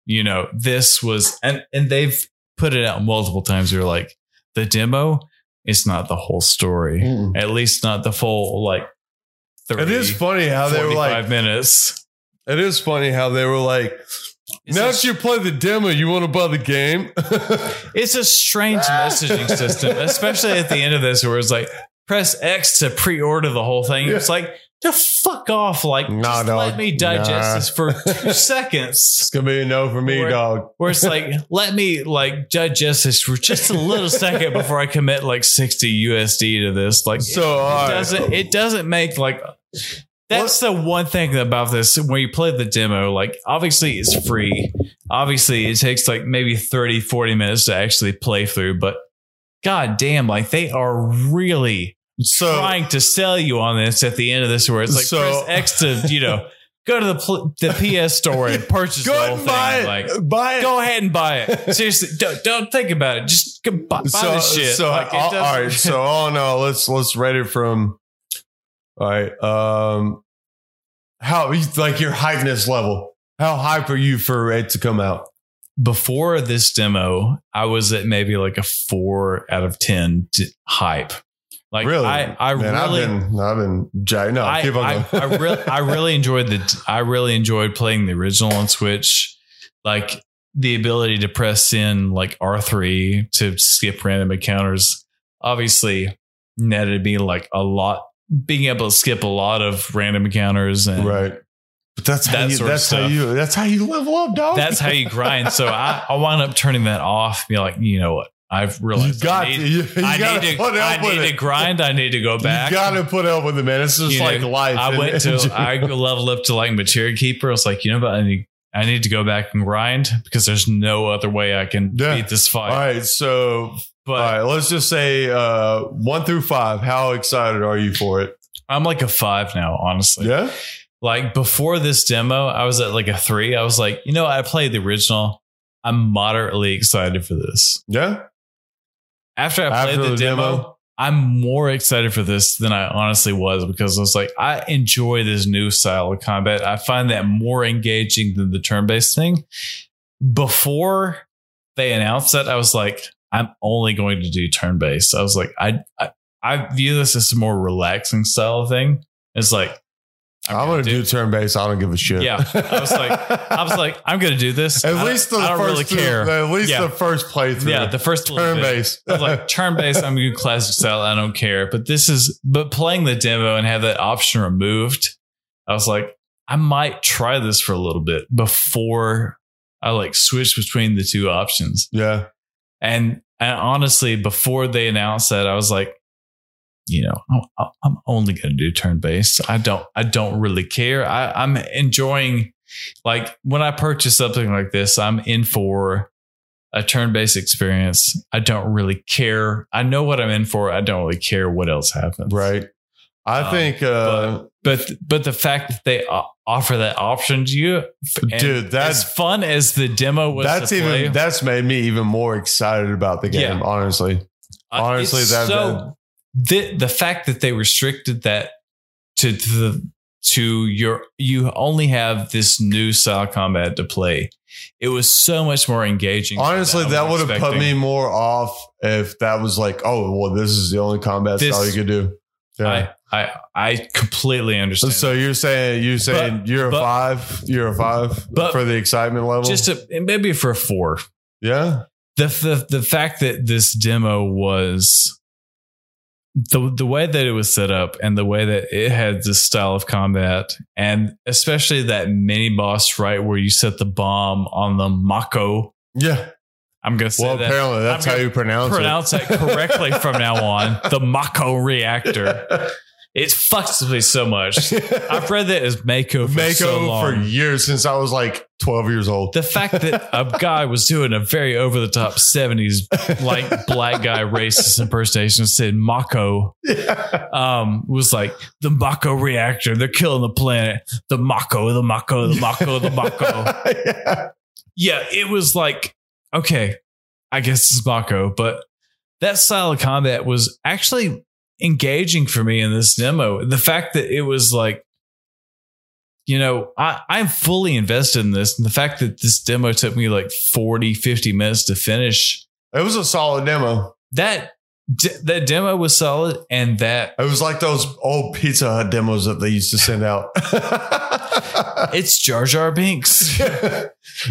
Speaker 1: you know, this was and and they've put it out multiple times. You're like, the demo is not the whole story.
Speaker 3: It
Speaker 1: At least not the full like 30,
Speaker 3: is funny how they were
Speaker 1: 45
Speaker 3: like
Speaker 1: minutes.
Speaker 3: it is funny how they were like
Speaker 1: It's
Speaker 3: now
Speaker 1: a-
Speaker 3: that you play the demo, you want to buy the game?
Speaker 1: It's a strange messaging system, especially at the end of this, where it's like press X to pre-order the whole thing. It's like to fuck off, like
Speaker 3: Nah,
Speaker 1: just
Speaker 3: dog.
Speaker 1: let me digest
Speaker 3: Nah.
Speaker 1: this for two seconds.
Speaker 3: it's gonna be a no for me,
Speaker 1: Or-
Speaker 3: dog.
Speaker 1: Where it's like, let me like digest this for just a little second before I commit like sixty USD to this. Like,
Speaker 3: So
Speaker 1: it
Speaker 3: all right.
Speaker 1: doesn't it doesn't make like. That's the one thing about this when you play the demo like obviously it's free obviously it takes like maybe 30 40 minutes to actually play through but god damn like they are really
Speaker 3: so
Speaker 1: trying to sell you on this at the end of this where it's like
Speaker 3: So-
Speaker 1: press X to you know go to the pl- the PS store and purchase the
Speaker 3: go
Speaker 1: whole
Speaker 3: and
Speaker 1: thing
Speaker 3: buy it.
Speaker 1: like
Speaker 3: buy it.
Speaker 1: go ahead and buy it seriously don't, don't think about it just go buy, buy
Speaker 3: so,
Speaker 1: this shit
Speaker 3: So
Speaker 1: Like, it
Speaker 3: all-
Speaker 1: doesn't-
Speaker 3: all right. So all no, let's let's rate it from all right. Um how like your hypeness level. How hype are you for it to come out?
Speaker 1: before this demo, I was at maybe like a four out of ten t- hype. Like
Speaker 3: really?
Speaker 1: I, I
Speaker 3: Man,
Speaker 1: really,
Speaker 3: I've been I've been jacked. No,
Speaker 1: I,
Speaker 3: keep on
Speaker 1: I,
Speaker 3: going.
Speaker 1: I really, I really enjoyed the, I really enjoyed playing the original on Switch. Like the ability to press in like R three to skip random encounters, obviously netted me like a lot. Being able to skip a lot of random encounters and
Speaker 3: right. But that's how
Speaker 1: That
Speaker 3: you,
Speaker 1: sort of
Speaker 3: that's how
Speaker 1: stuff.
Speaker 3: you that's how you level up, dog.
Speaker 1: that's how you grind. So I, I wound up turning that off. Be like, you know what? I've
Speaker 3: you
Speaker 1: realized I
Speaker 3: got
Speaker 1: need-
Speaker 3: to, you, you
Speaker 1: I
Speaker 3: gotta
Speaker 1: need to,
Speaker 3: put up
Speaker 1: I
Speaker 3: with
Speaker 1: need
Speaker 3: it.
Speaker 1: to grind. I need to go back.
Speaker 3: You gotta put up with it, man. It's just
Speaker 1: You know,
Speaker 3: like life.
Speaker 1: I
Speaker 3: isn't
Speaker 1: went
Speaker 3: it?
Speaker 1: to, I leveled up to like Material Keeper. I was like, you know what? I need, I need to go back and grind because there's no other way I can
Speaker 3: Yeah.
Speaker 1: beat this fight.
Speaker 3: all right, so
Speaker 1: But
Speaker 3: All right, let's just say uh, one through five. How excited are you for it?
Speaker 1: I'm like a five now, honestly.
Speaker 3: Yeah,
Speaker 1: Like before this demo, I was at like a three. I was like, you know, I played the original. I'm moderately excited for this.
Speaker 3: yeah.
Speaker 1: After I played
Speaker 3: After
Speaker 1: the,
Speaker 3: the
Speaker 1: demo,
Speaker 3: demo?
Speaker 1: I'm more excited for this than I honestly was because I was like, I enjoy this new style of combat. I find that more engaging than the turn based thing. Before they announced that, I was like, I'm only going to do turn based. I was like, I, I I view this as a more relaxing style of thing. It's like
Speaker 3: I'm, gonna do, turn based. I don't give a shit.
Speaker 1: Yeah, I was like- I was like, I'm gonna do this. I
Speaker 3: at
Speaker 1: don't-
Speaker 3: least the
Speaker 1: I don't
Speaker 3: first
Speaker 1: really
Speaker 3: two-
Speaker 1: care.
Speaker 3: At least
Speaker 1: Yeah.
Speaker 3: the first playthrough.
Speaker 1: yeah, the first little
Speaker 3: turn
Speaker 1: bit.
Speaker 3: based.
Speaker 1: I was like turn based. I'm going classic style. I don't care. But this is but playing the demo and have that option removed. I was like, I might try this for a little bit before I like switch between the two options.
Speaker 3: yeah,
Speaker 1: And and honestly, before they announced that, I was like, you know, I'm, I'm only going to do turn based. I don't, I don't really care. I, I'm enjoying, like when I purchase something like this, I'm in for a turn based experience. I don't really care. I know what I'm in for. I don't really care what else happens.
Speaker 3: right? I
Speaker 1: Um,
Speaker 3: think, uh,
Speaker 1: But, but the fact that they o- offer that option to you, and
Speaker 3: dude,
Speaker 1: as
Speaker 3: that's
Speaker 1: fun as the demo was,
Speaker 3: that's
Speaker 1: to
Speaker 3: even
Speaker 1: play,
Speaker 3: that's made me even more excited about the game.
Speaker 1: Yeah.
Speaker 3: Honestly,
Speaker 1: Uh,
Speaker 3: Honestly,
Speaker 1: it's
Speaker 3: that-
Speaker 1: so the the fact that they restricted that to, to the to your you only have this new style combat to play. It was so much more engaging.
Speaker 3: honestly,
Speaker 1: than I
Speaker 3: that
Speaker 1: was
Speaker 3: would have put
Speaker 1: expecting.
Speaker 3: me more off if that was like, oh, well, this is the only combat
Speaker 1: This-
Speaker 3: style you could do. Yeah.
Speaker 1: I I I completely understand.
Speaker 3: so you're saying you're saying you're
Speaker 1: but-
Speaker 3: a five, you're a five
Speaker 1: But-
Speaker 3: for the excitement level.
Speaker 1: just a, maybe for a four.
Speaker 3: yeah,
Speaker 1: The, the the fact that this demo was the the way that it was set up and the way that it had this style of combat and especially that mini boss right where you set the bomb on the Mako.
Speaker 3: yeah.
Speaker 1: I'm gonna say
Speaker 3: Well,
Speaker 1: that.
Speaker 3: apparently that's
Speaker 1: I'm
Speaker 3: how
Speaker 1: gonna
Speaker 3: you pronounce,
Speaker 1: pronounce
Speaker 3: it.
Speaker 1: that correctly from now on. The Mako reactor. It fucks me so much. I've read that as Mako for
Speaker 3: Mako
Speaker 1: so
Speaker 3: for
Speaker 1: long.
Speaker 3: years since I was like 12 years old.
Speaker 1: the fact that a guy was doing a very over the top 70s like black guy racist impersonation said Mako
Speaker 3: yeah.
Speaker 1: um, was like the Mako reactor. They're killing the planet. The Mako, the Mako, the Mako, the Mako.
Speaker 3: Yeah.
Speaker 1: yeah, it was like, okay, I guess it's Mako, but that style of combat was actually engaging for me in this demo. The fact that it was like, you know, I, I'm fully invested in this. And the fact that this demo took me like 40, 50 minutes to finish,
Speaker 3: It was a solid demo.
Speaker 1: that d- that demo was solid and that
Speaker 3: It was like those old Pizza Hut demos that they used to send out.
Speaker 1: it's Jar Jar Binks.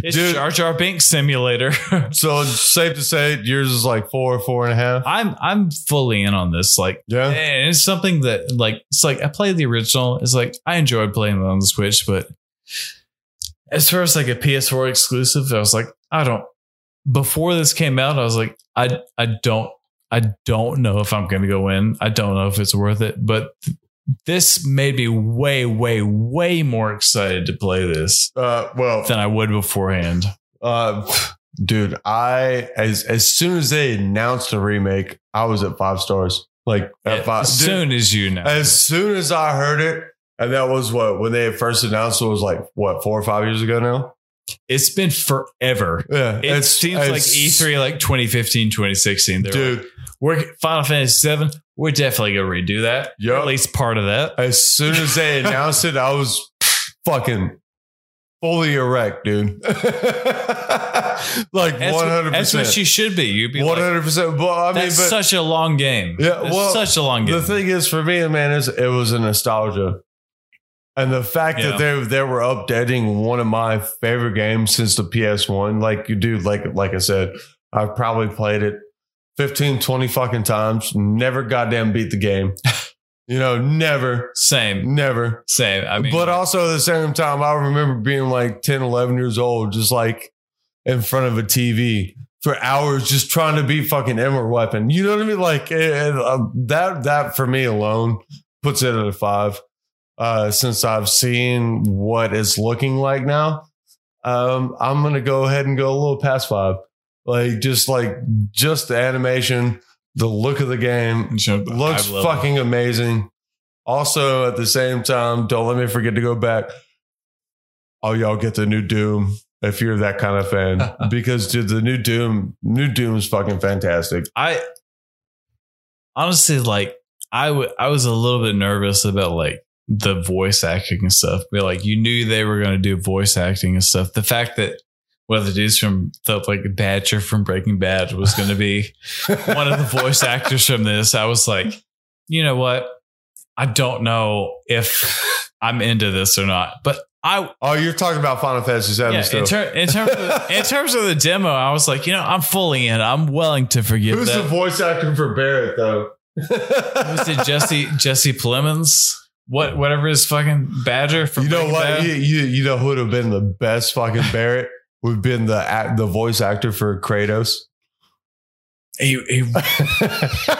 Speaker 1: It's
Speaker 3: Dude.
Speaker 1: Jar Jar Binks simulator.
Speaker 3: so it's safe to say yours is like four, four and a half.
Speaker 1: I'm I'm fully in on this. Like
Speaker 3: Yeah.
Speaker 1: and it's something that like it's like I played the original. It's like I enjoyed playing it on the Switch, but as far as like a PS4 exclusive, I was like, I don't. Before this came out, I was like, I I don't I don't know if I'm going to go in. I don't know if it's worth it. But th- this made me way way way more excited to play this
Speaker 3: Uh, well,
Speaker 1: than I would beforehand.
Speaker 3: uh, dude, I as as soon as they announced the remake, I was at five stars. Like at five.
Speaker 1: as
Speaker 3: dude,
Speaker 1: soon as you know,
Speaker 3: As soon as I heard it, and that was what when they first announced it was like what four or five years ago now.
Speaker 1: it's been forever.
Speaker 3: Yeah,
Speaker 1: It seems like E3 like 2015, 2016. They're
Speaker 3: dude.
Speaker 1: We're Final Fantasy Seven. We're definitely gonna redo that.
Speaker 3: Yup.
Speaker 1: At least part of that.
Speaker 3: As soon as they announced it, I was fucking fully erect, dude. like
Speaker 1: That's,
Speaker 3: one hundred
Speaker 1: What, that's what
Speaker 3: percent,
Speaker 1: you should be. You'd be
Speaker 3: one
Speaker 1: like,
Speaker 3: hundred percent. Well, I mean, but
Speaker 1: that's such a long game.
Speaker 3: Yeah,
Speaker 1: That's
Speaker 3: well,
Speaker 1: such a long game.
Speaker 3: the thing is, for me, man, is it was a nostalgia, and the fact
Speaker 1: Yeah.
Speaker 3: that they they were updating one of my favorite games since the PS One. Like you do, like like I said, I've probably played it 15, 20 fucking times. Never goddamn beat the game. you know, never,
Speaker 1: same,
Speaker 3: never
Speaker 1: same. I mean,
Speaker 3: but also at the same time, I remember being like 10, 11 years old, just like in front of a TV for hours, just trying to be fucking Emerald Weapon. You know what I mean? Like it, it, uh, that, that for me alone puts it at a five. Uh, since I've seen what it's looking like now, um, I'm going to go ahead and go a little past five. Like just like just the animation, the look of the game, looks
Speaker 1: I love
Speaker 3: fucking amazing. Also, at the same time, don't let me forget to go back. Oh, y'all get the new Doom if you're that kind of fan, because dude, the new Doom, new Doom is fucking fantastic.
Speaker 1: I honestly like I wa- I was a little bit nervous about like the voice acting and stuff. But like you knew they were gonna do voice acting and stuff. The fact that one of the dudes from the like Badger from Breaking Bad was gonna be one of the voice actors from this, I was like, you know what? I don't know if I'm into this or not, but I
Speaker 3: Oh, you're talking about Final Fantasy VII
Speaker 1: yeah, in,
Speaker 3: stuff.
Speaker 1: ter- in terms of, in terms of the demo, I was like, you know, I'm fully in. I'm willing to forgive
Speaker 3: Who's
Speaker 1: that.
Speaker 3: the voice actor for Barrett though?
Speaker 1: was it Jesse Jesse Plemons? What whatever his fucking badger from
Speaker 3: you know
Speaker 1: Breaking
Speaker 3: what?
Speaker 1: Bad?
Speaker 3: You, you you know who would have been the best fucking Barrett? Would have been the act, the voice actor for Kratos.
Speaker 1: He- he-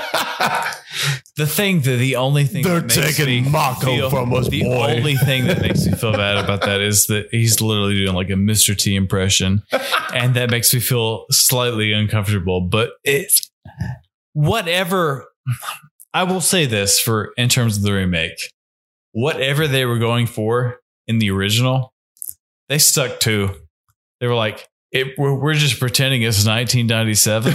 Speaker 1: the thing that the only thing
Speaker 3: They're
Speaker 1: that makes
Speaker 3: taking
Speaker 1: me
Speaker 3: Mako
Speaker 1: feel-
Speaker 3: from us,
Speaker 1: The
Speaker 3: boy.
Speaker 1: only thing that makes me feel bad about that is that he's literally doing like a Mr. T impression, and that makes me feel slightly uncomfortable. But it's whatever. I will say this for in terms of the remake, whatever they were going for in the original, they stuck to. They were like, it, we're, we're just pretending it's 1997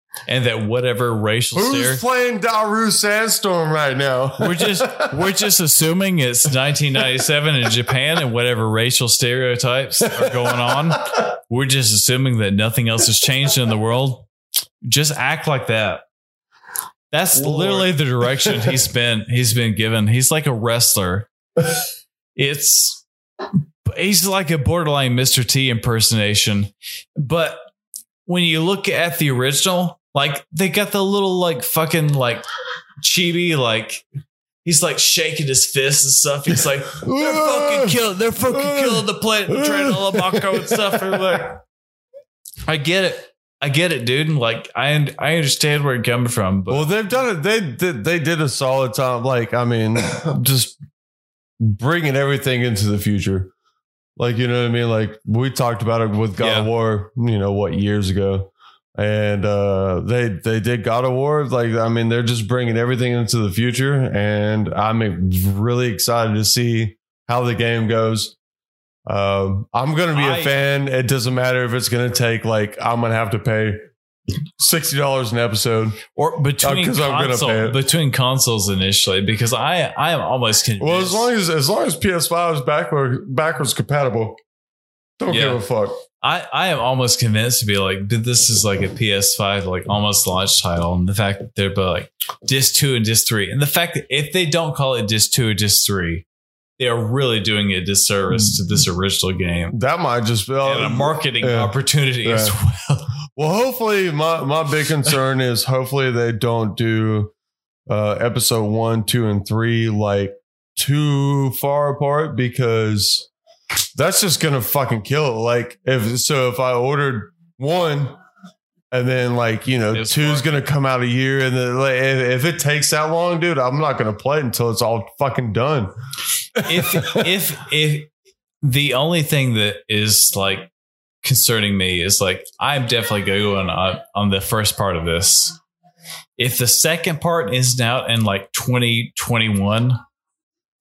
Speaker 1: and that whatever racial
Speaker 4: Who's
Speaker 1: stereotype.
Speaker 4: playing Daru Sandstorm right now?
Speaker 1: We're just we're just assuming it's 1997 in Japan and whatever racial stereotypes are going on. We're just assuming that nothing else has changed in the world. Just act like that. That's
Speaker 4: Lord.
Speaker 1: literally the direction he's been he's been given. He's like a wrestler. It's he's like a borderline Mr. T impersonation. But when you look at the original, like they got the little like fucking like chibi like he's like shaking his fist and stuff. He's like they're fucking killing they're
Speaker 3: Uh,
Speaker 1: fucking killing the planet they're trying to Lobako and stuff. And like I get it. I get it, dude. And like I I understand where you're coming from, but
Speaker 3: Well, they've done it. They did. They did a solid time. Like, I mean, just bringing everything into the future. Like, you know what I mean? Like we talked about it with God of
Speaker 1: Yeah.
Speaker 3: War. You know what? Years ago, and uh, they they did God of War. Like, I mean, they're just bringing everything into the future, and I'm e, really excited to see how the game goes. Um, I'm gonna be a
Speaker 1: I-
Speaker 3: fan. It doesn't matter if it's gonna take like I'm gonna have to pay sixty dollars an episode.
Speaker 1: or between
Speaker 3: uh, 'cause I'm gonna
Speaker 1: console-
Speaker 3: pay it.
Speaker 1: between consoles initially because I I am almost convinced.
Speaker 3: Well, as long as as long as PS5 is backward backwards compatible, don't
Speaker 1: Yeah.
Speaker 3: give a fuck.
Speaker 1: I I am almost convinced to be like dude, this is like a PS5 like almost launch title, and the fact that they're both like disc two and disc three, and the fact that if they don't call it disc two or disc three, they are really doing a disservice
Speaker 3: Mm.
Speaker 1: to this original game
Speaker 3: That might just be
Speaker 1: and a marketing
Speaker 3: yeah.
Speaker 1: opportunity as well.
Speaker 3: Well, hopefully, my my big concern is hopefully they don't do uh, episode one, two, and three like too far apart because that's just gonna fucking kill it. Like if so, if I ordered one. And then, like you know,
Speaker 1: It's
Speaker 3: two's
Speaker 1: far.
Speaker 3: gonna come out a year, and then like, if, if it takes that long, dude, I'm not gonna play it until it's all fucking done.
Speaker 1: if if if the only thing that is like concerning me is like I'm definitely going on on the first part of this. If the second part isn't out in like 2021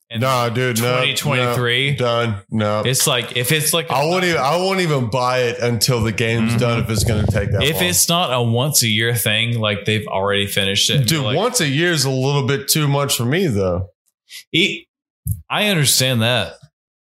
Speaker 1: and
Speaker 3: Nah, dude, no, no.
Speaker 1: 2023,
Speaker 3: done. No,
Speaker 1: it's like if it's like
Speaker 3: I won't even. I won't even buy it until the game's
Speaker 1: Mhm.
Speaker 3: done. If it's going to take that,
Speaker 1: if
Speaker 3: long.
Speaker 1: it's not a once a year thing, like they've already finished it. and
Speaker 3: dude,
Speaker 1: be like,
Speaker 3: once a year is a little bit too much for me though.
Speaker 1: e- I understand that.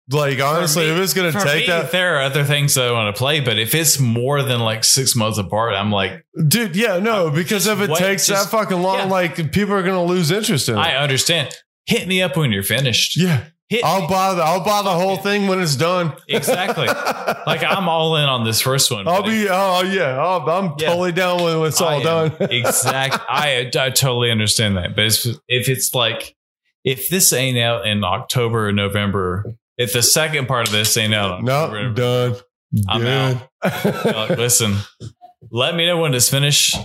Speaker 3: Like honestly,
Speaker 1: me-
Speaker 3: if it's going to
Speaker 1: For
Speaker 3: take
Speaker 1: me,
Speaker 3: that,
Speaker 1: there are other things that I want to play, but if it's more than like six months apart, I'm like,
Speaker 3: dude, yeah, no, because if it
Speaker 1: wait,
Speaker 3: takes
Speaker 1: just-
Speaker 3: that fucking long,
Speaker 1: yeah.
Speaker 3: like people are going to lose interest in it.
Speaker 1: I understand. Hit me up when you're finished.
Speaker 3: yeah,
Speaker 1: Hit me.
Speaker 3: I'll buy the I'll buy the whole thing when it's done.
Speaker 1: exactly. Like I'm all in on this first one.
Speaker 3: I'll
Speaker 1: buddy.
Speaker 3: be oh yeah, I'll, I'm
Speaker 1: Yeah.
Speaker 3: totally down when it's all
Speaker 1: I am
Speaker 3: done.
Speaker 1: exact. I I totally understand that. But it's, if it's like if this ain't out in October or November, if the second part of this ain't out, in October,
Speaker 3: no,
Speaker 1: November,
Speaker 3: done.
Speaker 1: I'm
Speaker 3: done.
Speaker 1: you're like, listen, let me know when it's finished.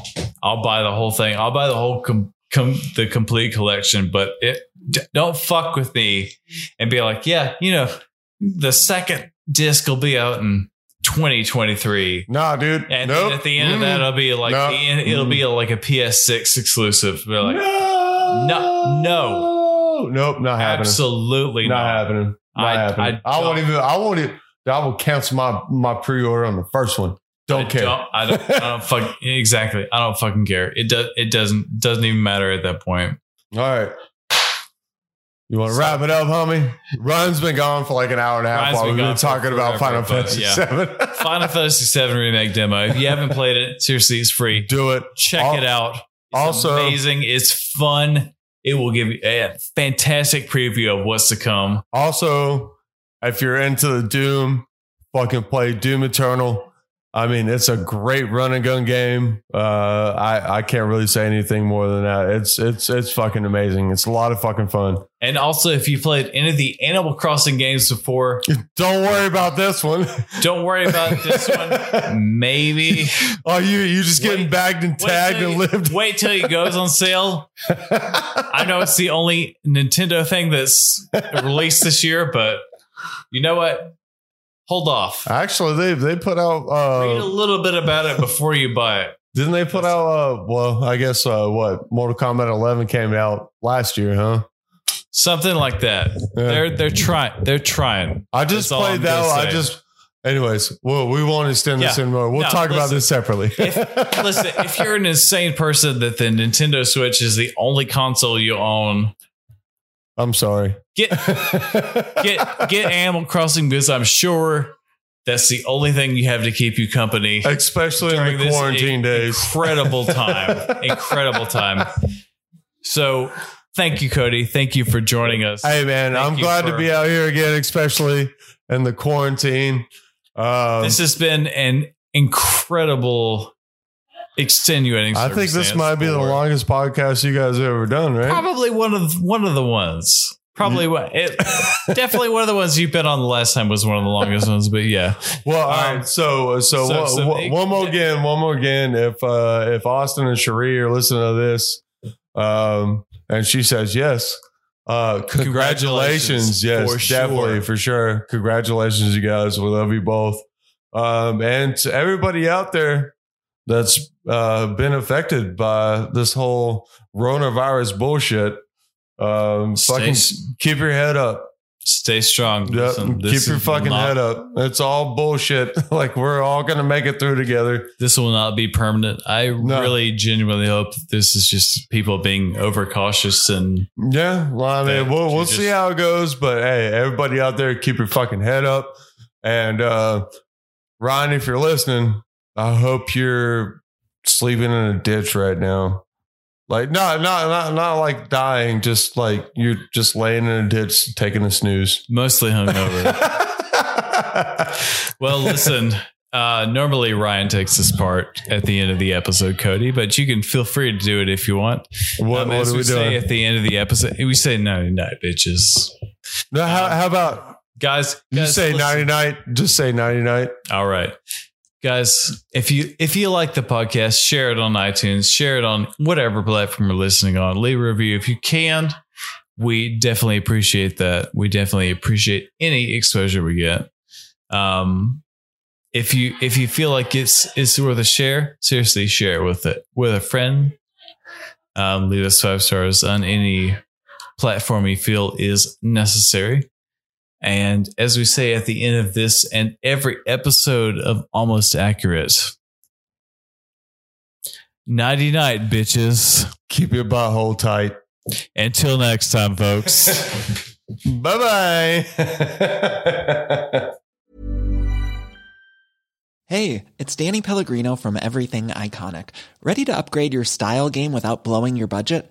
Speaker 1: I'll buy the whole thing. I'll buy the whole com- com- the complete collection. But it d- don't fuck with me and be like, yeah, you know, the second disc will be out in 2023.
Speaker 3: Nah, dude.
Speaker 1: And
Speaker 3: nope.
Speaker 1: then at the end of that,
Speaker 3: Mm.
Speaker 1: it'll be like
Speaker 3: No.
Speaker 1: the end, it'll be like a PS6 exclusive. Be like,
Speaker 3: no,
Speaker 1: No.
Speaker 3: no, nope, not happening.
Speaker 1: absolutely
Speaker 3: not
Speaker 1: not.
Speaker 3: happening. Not
Speaker 1: I-
Speaker 3: happening.
Speaker 1: I
Speaker 3: I, won't
Speaker 1: don't-
Speaker 3: even. I won't even. I will cancel my my pre order on the first one. Don't
Speaker 1: I
Speaker 3: care.
Speaker 1: Don't, I don't. I don't fuck exactly. I don't fucking care. It does. It doesn't. Doesn't even matter at that point.
Speaker 3: All right. You want to wrap it up, homie? Ryan's been gone for like an hour and a half
Speaker 1: Ryan's
Speaker 3: while
Speaker 1: been
Speaker 3: we've
Speaker 1: gone
Speaker 3: been
Speaker 1: for
Speaker 3: talking about
Speaker 1: forever,
Speaker 3: Final
Speaker 1: but
Speaker 3: Fantasy
Speaker 1: yeah.
Speaker 3: VII.
Speaker 1: Final Fantasy VII remake demo. If you haven't played it, seriously, it's free.
Speaker 3: Do it.
Speaker 1: Check
Speaker 3: Al-
Speaker 1: it out. It's
Speaker 3: also-
Speaker 1: amazing. It's fun. It will give you a fantastic preview of what's to come.
Speaker 3: Also, if you're into the Doom, fucking play Doom Eternal. I mean, it's a great run and gun game. Uh, I I can't really say anything more than that. It's it's it's fucking amazing. It's a lot of fucking fun.
Speaker 1: And also, if you played any of the Animal Crossing games before,
Speaker 3: Don't worry about this one.
Speaker 1: don't worry about this one. Maybe
Speaker 3: oh, you you just getting
Speaker 1: Wait-
Speaker 3: bagged and tagged
Speaker 1: till
Speaker 3: and
Speaker 1: you-
Speaker 3: lived.
Speaker 1: Wait till it goes on sale. I know it's the only Nintendo thing that's released this year, but you know what? Hold off.
Speaker 3: Actually, they they put out.
Speaker 1: Read a
Speaker 3: Uh,
Speaker 1: little bit about it before you buy it.
Speaker 3: didn't they put out? Uh, well, I guess uh, what Mortal Kombat 11 came out last year, huh?
Speaker 1: Something like that.
Speaker 3: Yeah.
Speaker 1: They're they're trying. They're trying.
Speaker 3: I just
Speaker 1: That's all
Speaker 3: played
Speaker 1: I'm
Speaker 3: that.
Speaker 1: gonna
Speaker 3: one. I
Speaker 1: say.
Speaker 3: just, anyways. Well, we won't extend this
Speaker 1: Yeah.
Speaker 3: anymore. We'll
Speaker 1: No,
Speaker 3: talk about this separately.
Speaker 1: Listen, if you're an insane person that the Nintendo Switch is the only console you own,
Speaker 3: I'm sorry.
Speaker 1: get get get Animal Crossing because I'm sure that's the only thing you have to keep you company.
Speaker 3: especially in the
Speaker 1: this
Speaker 3: quarantine
Speaker 1: in-
Speaker 3: days.
Speaker 1: Incredible time. incredible time. So thank you, Cody. Thank you for joining us.
Speaker 3: Hey man,
Speaker 1: Thank
Speaker 3: I'm
Speaker 1: you
Speaker 3: glad
Speaker 1: for-
Speaker 3: to be out here again, especially in the quarantine. Um,
Speaker 1: this has been an incredible extenuating.
Speaker 3: I think this
Speaker 1: circumstance
Speaker 3: might be the
Speaker 1: for-
Speaker 3: longest podcast you guys have ever done, right? Mm-hmm.
Speaker 1: Probably one of one of the ones. Probably one. It, definitely one of the ones you've been on the last time was one of the longest ones. But yeah,
Speaker 3: Well, all
Speaker 1: Um,
Speaker 3: right. So, uh, so,
Speaker 1: so-
Speaker 3: one,
Speaker 1: so
Speaker 3: one-
Speaker 1: they-
Speaker 3: one more again, one more again. If uh, if Austin and Cherie are listening to this, um, and she says yes, uh, congratulations,
Speaker 1: Congratulations,
Speaker 3: yes,
Speaker 1: for sure.
Speaker 3: definitely for sure. Congratulations, you guys. We love you both, um, and to everybody out there that's uh, been affected by this whole coronavirus bullshit. Um,
Speaker 1: stay,
Speaker 3: fucking
Speaker 1: s-
Speaker 3: keep your head up.
Speaker 1: stay strong.
Speaker 3: Yep.
Speaker 1: Listen, this
Speaker 3: Keep your
Speaker 1: is
Speaker 3: fucking
Speaker 1: not-
Speaker 3: head up. It's all bullshit. like we're all gonna make it through together.
Speaker 1: This will not be permanent. I
Speaker 3: No.
Speaker 1: really genuinely hope that this is just people being overcautious and
Speaker 3: Yeah. Well, I mean,
Speaker 1: Yeah,
Speaker 3: we'll,
Speaker 1: you
Speaker 3: we'll
Speaker 1: just-
Speaker 3: see how it goes. But hey, everybody out there, keep your fucking head up. And uh Ryan, if you're listening, I hope you're sleeping in a ditch right now. Like no, not not not like dying, just like you're just laying in a ditch taking a snooze.
Speaker 1: mostly hungover. well, listen. Uh, normally Ryan takes this part at the end of the episode, Cody, but you can feel free to do it if you want.
Speaker 3: what
Speaker 1: Um,
Speaker 3: what
Speaker 1: as
Speaker 3: are we
Speaker 1: Say
Speaker 3: doing?
Speaker 1: at the end of the episode, we say no, night, bitches,
Speaker 3: No, how, how about
Speaker 1: guys.
Speaker 3: You
Speaker 1: guys,
Speaker 3: say
Speaker 1: listen.
Speaker 3: nighty night. Just say nighty night.
Speaker 1: All right. Guys, if you if you like the podcast, share it on iTunes, share it on whatever platform you're listening on. Leave a review if you can. We definitely appreciate that. We definitely appreciate any exposure we get. Um if you if you feel like it's it's worth a share, seriously share it with it with a friend. Um, leave us five stars on any platform you feel is necessary. And as we say at the end of this and every episode of Almost Accurate, nighty night, bitches.
Speaker 3: Keep your butthole tight.
Speaker 1: Until next time, folks.
Speaker 3: Bye bye.
Speaker 5: Hey, it's Danny Pellegrino from Everything Iconic. Ready to upgrade your style game without blowing your budget?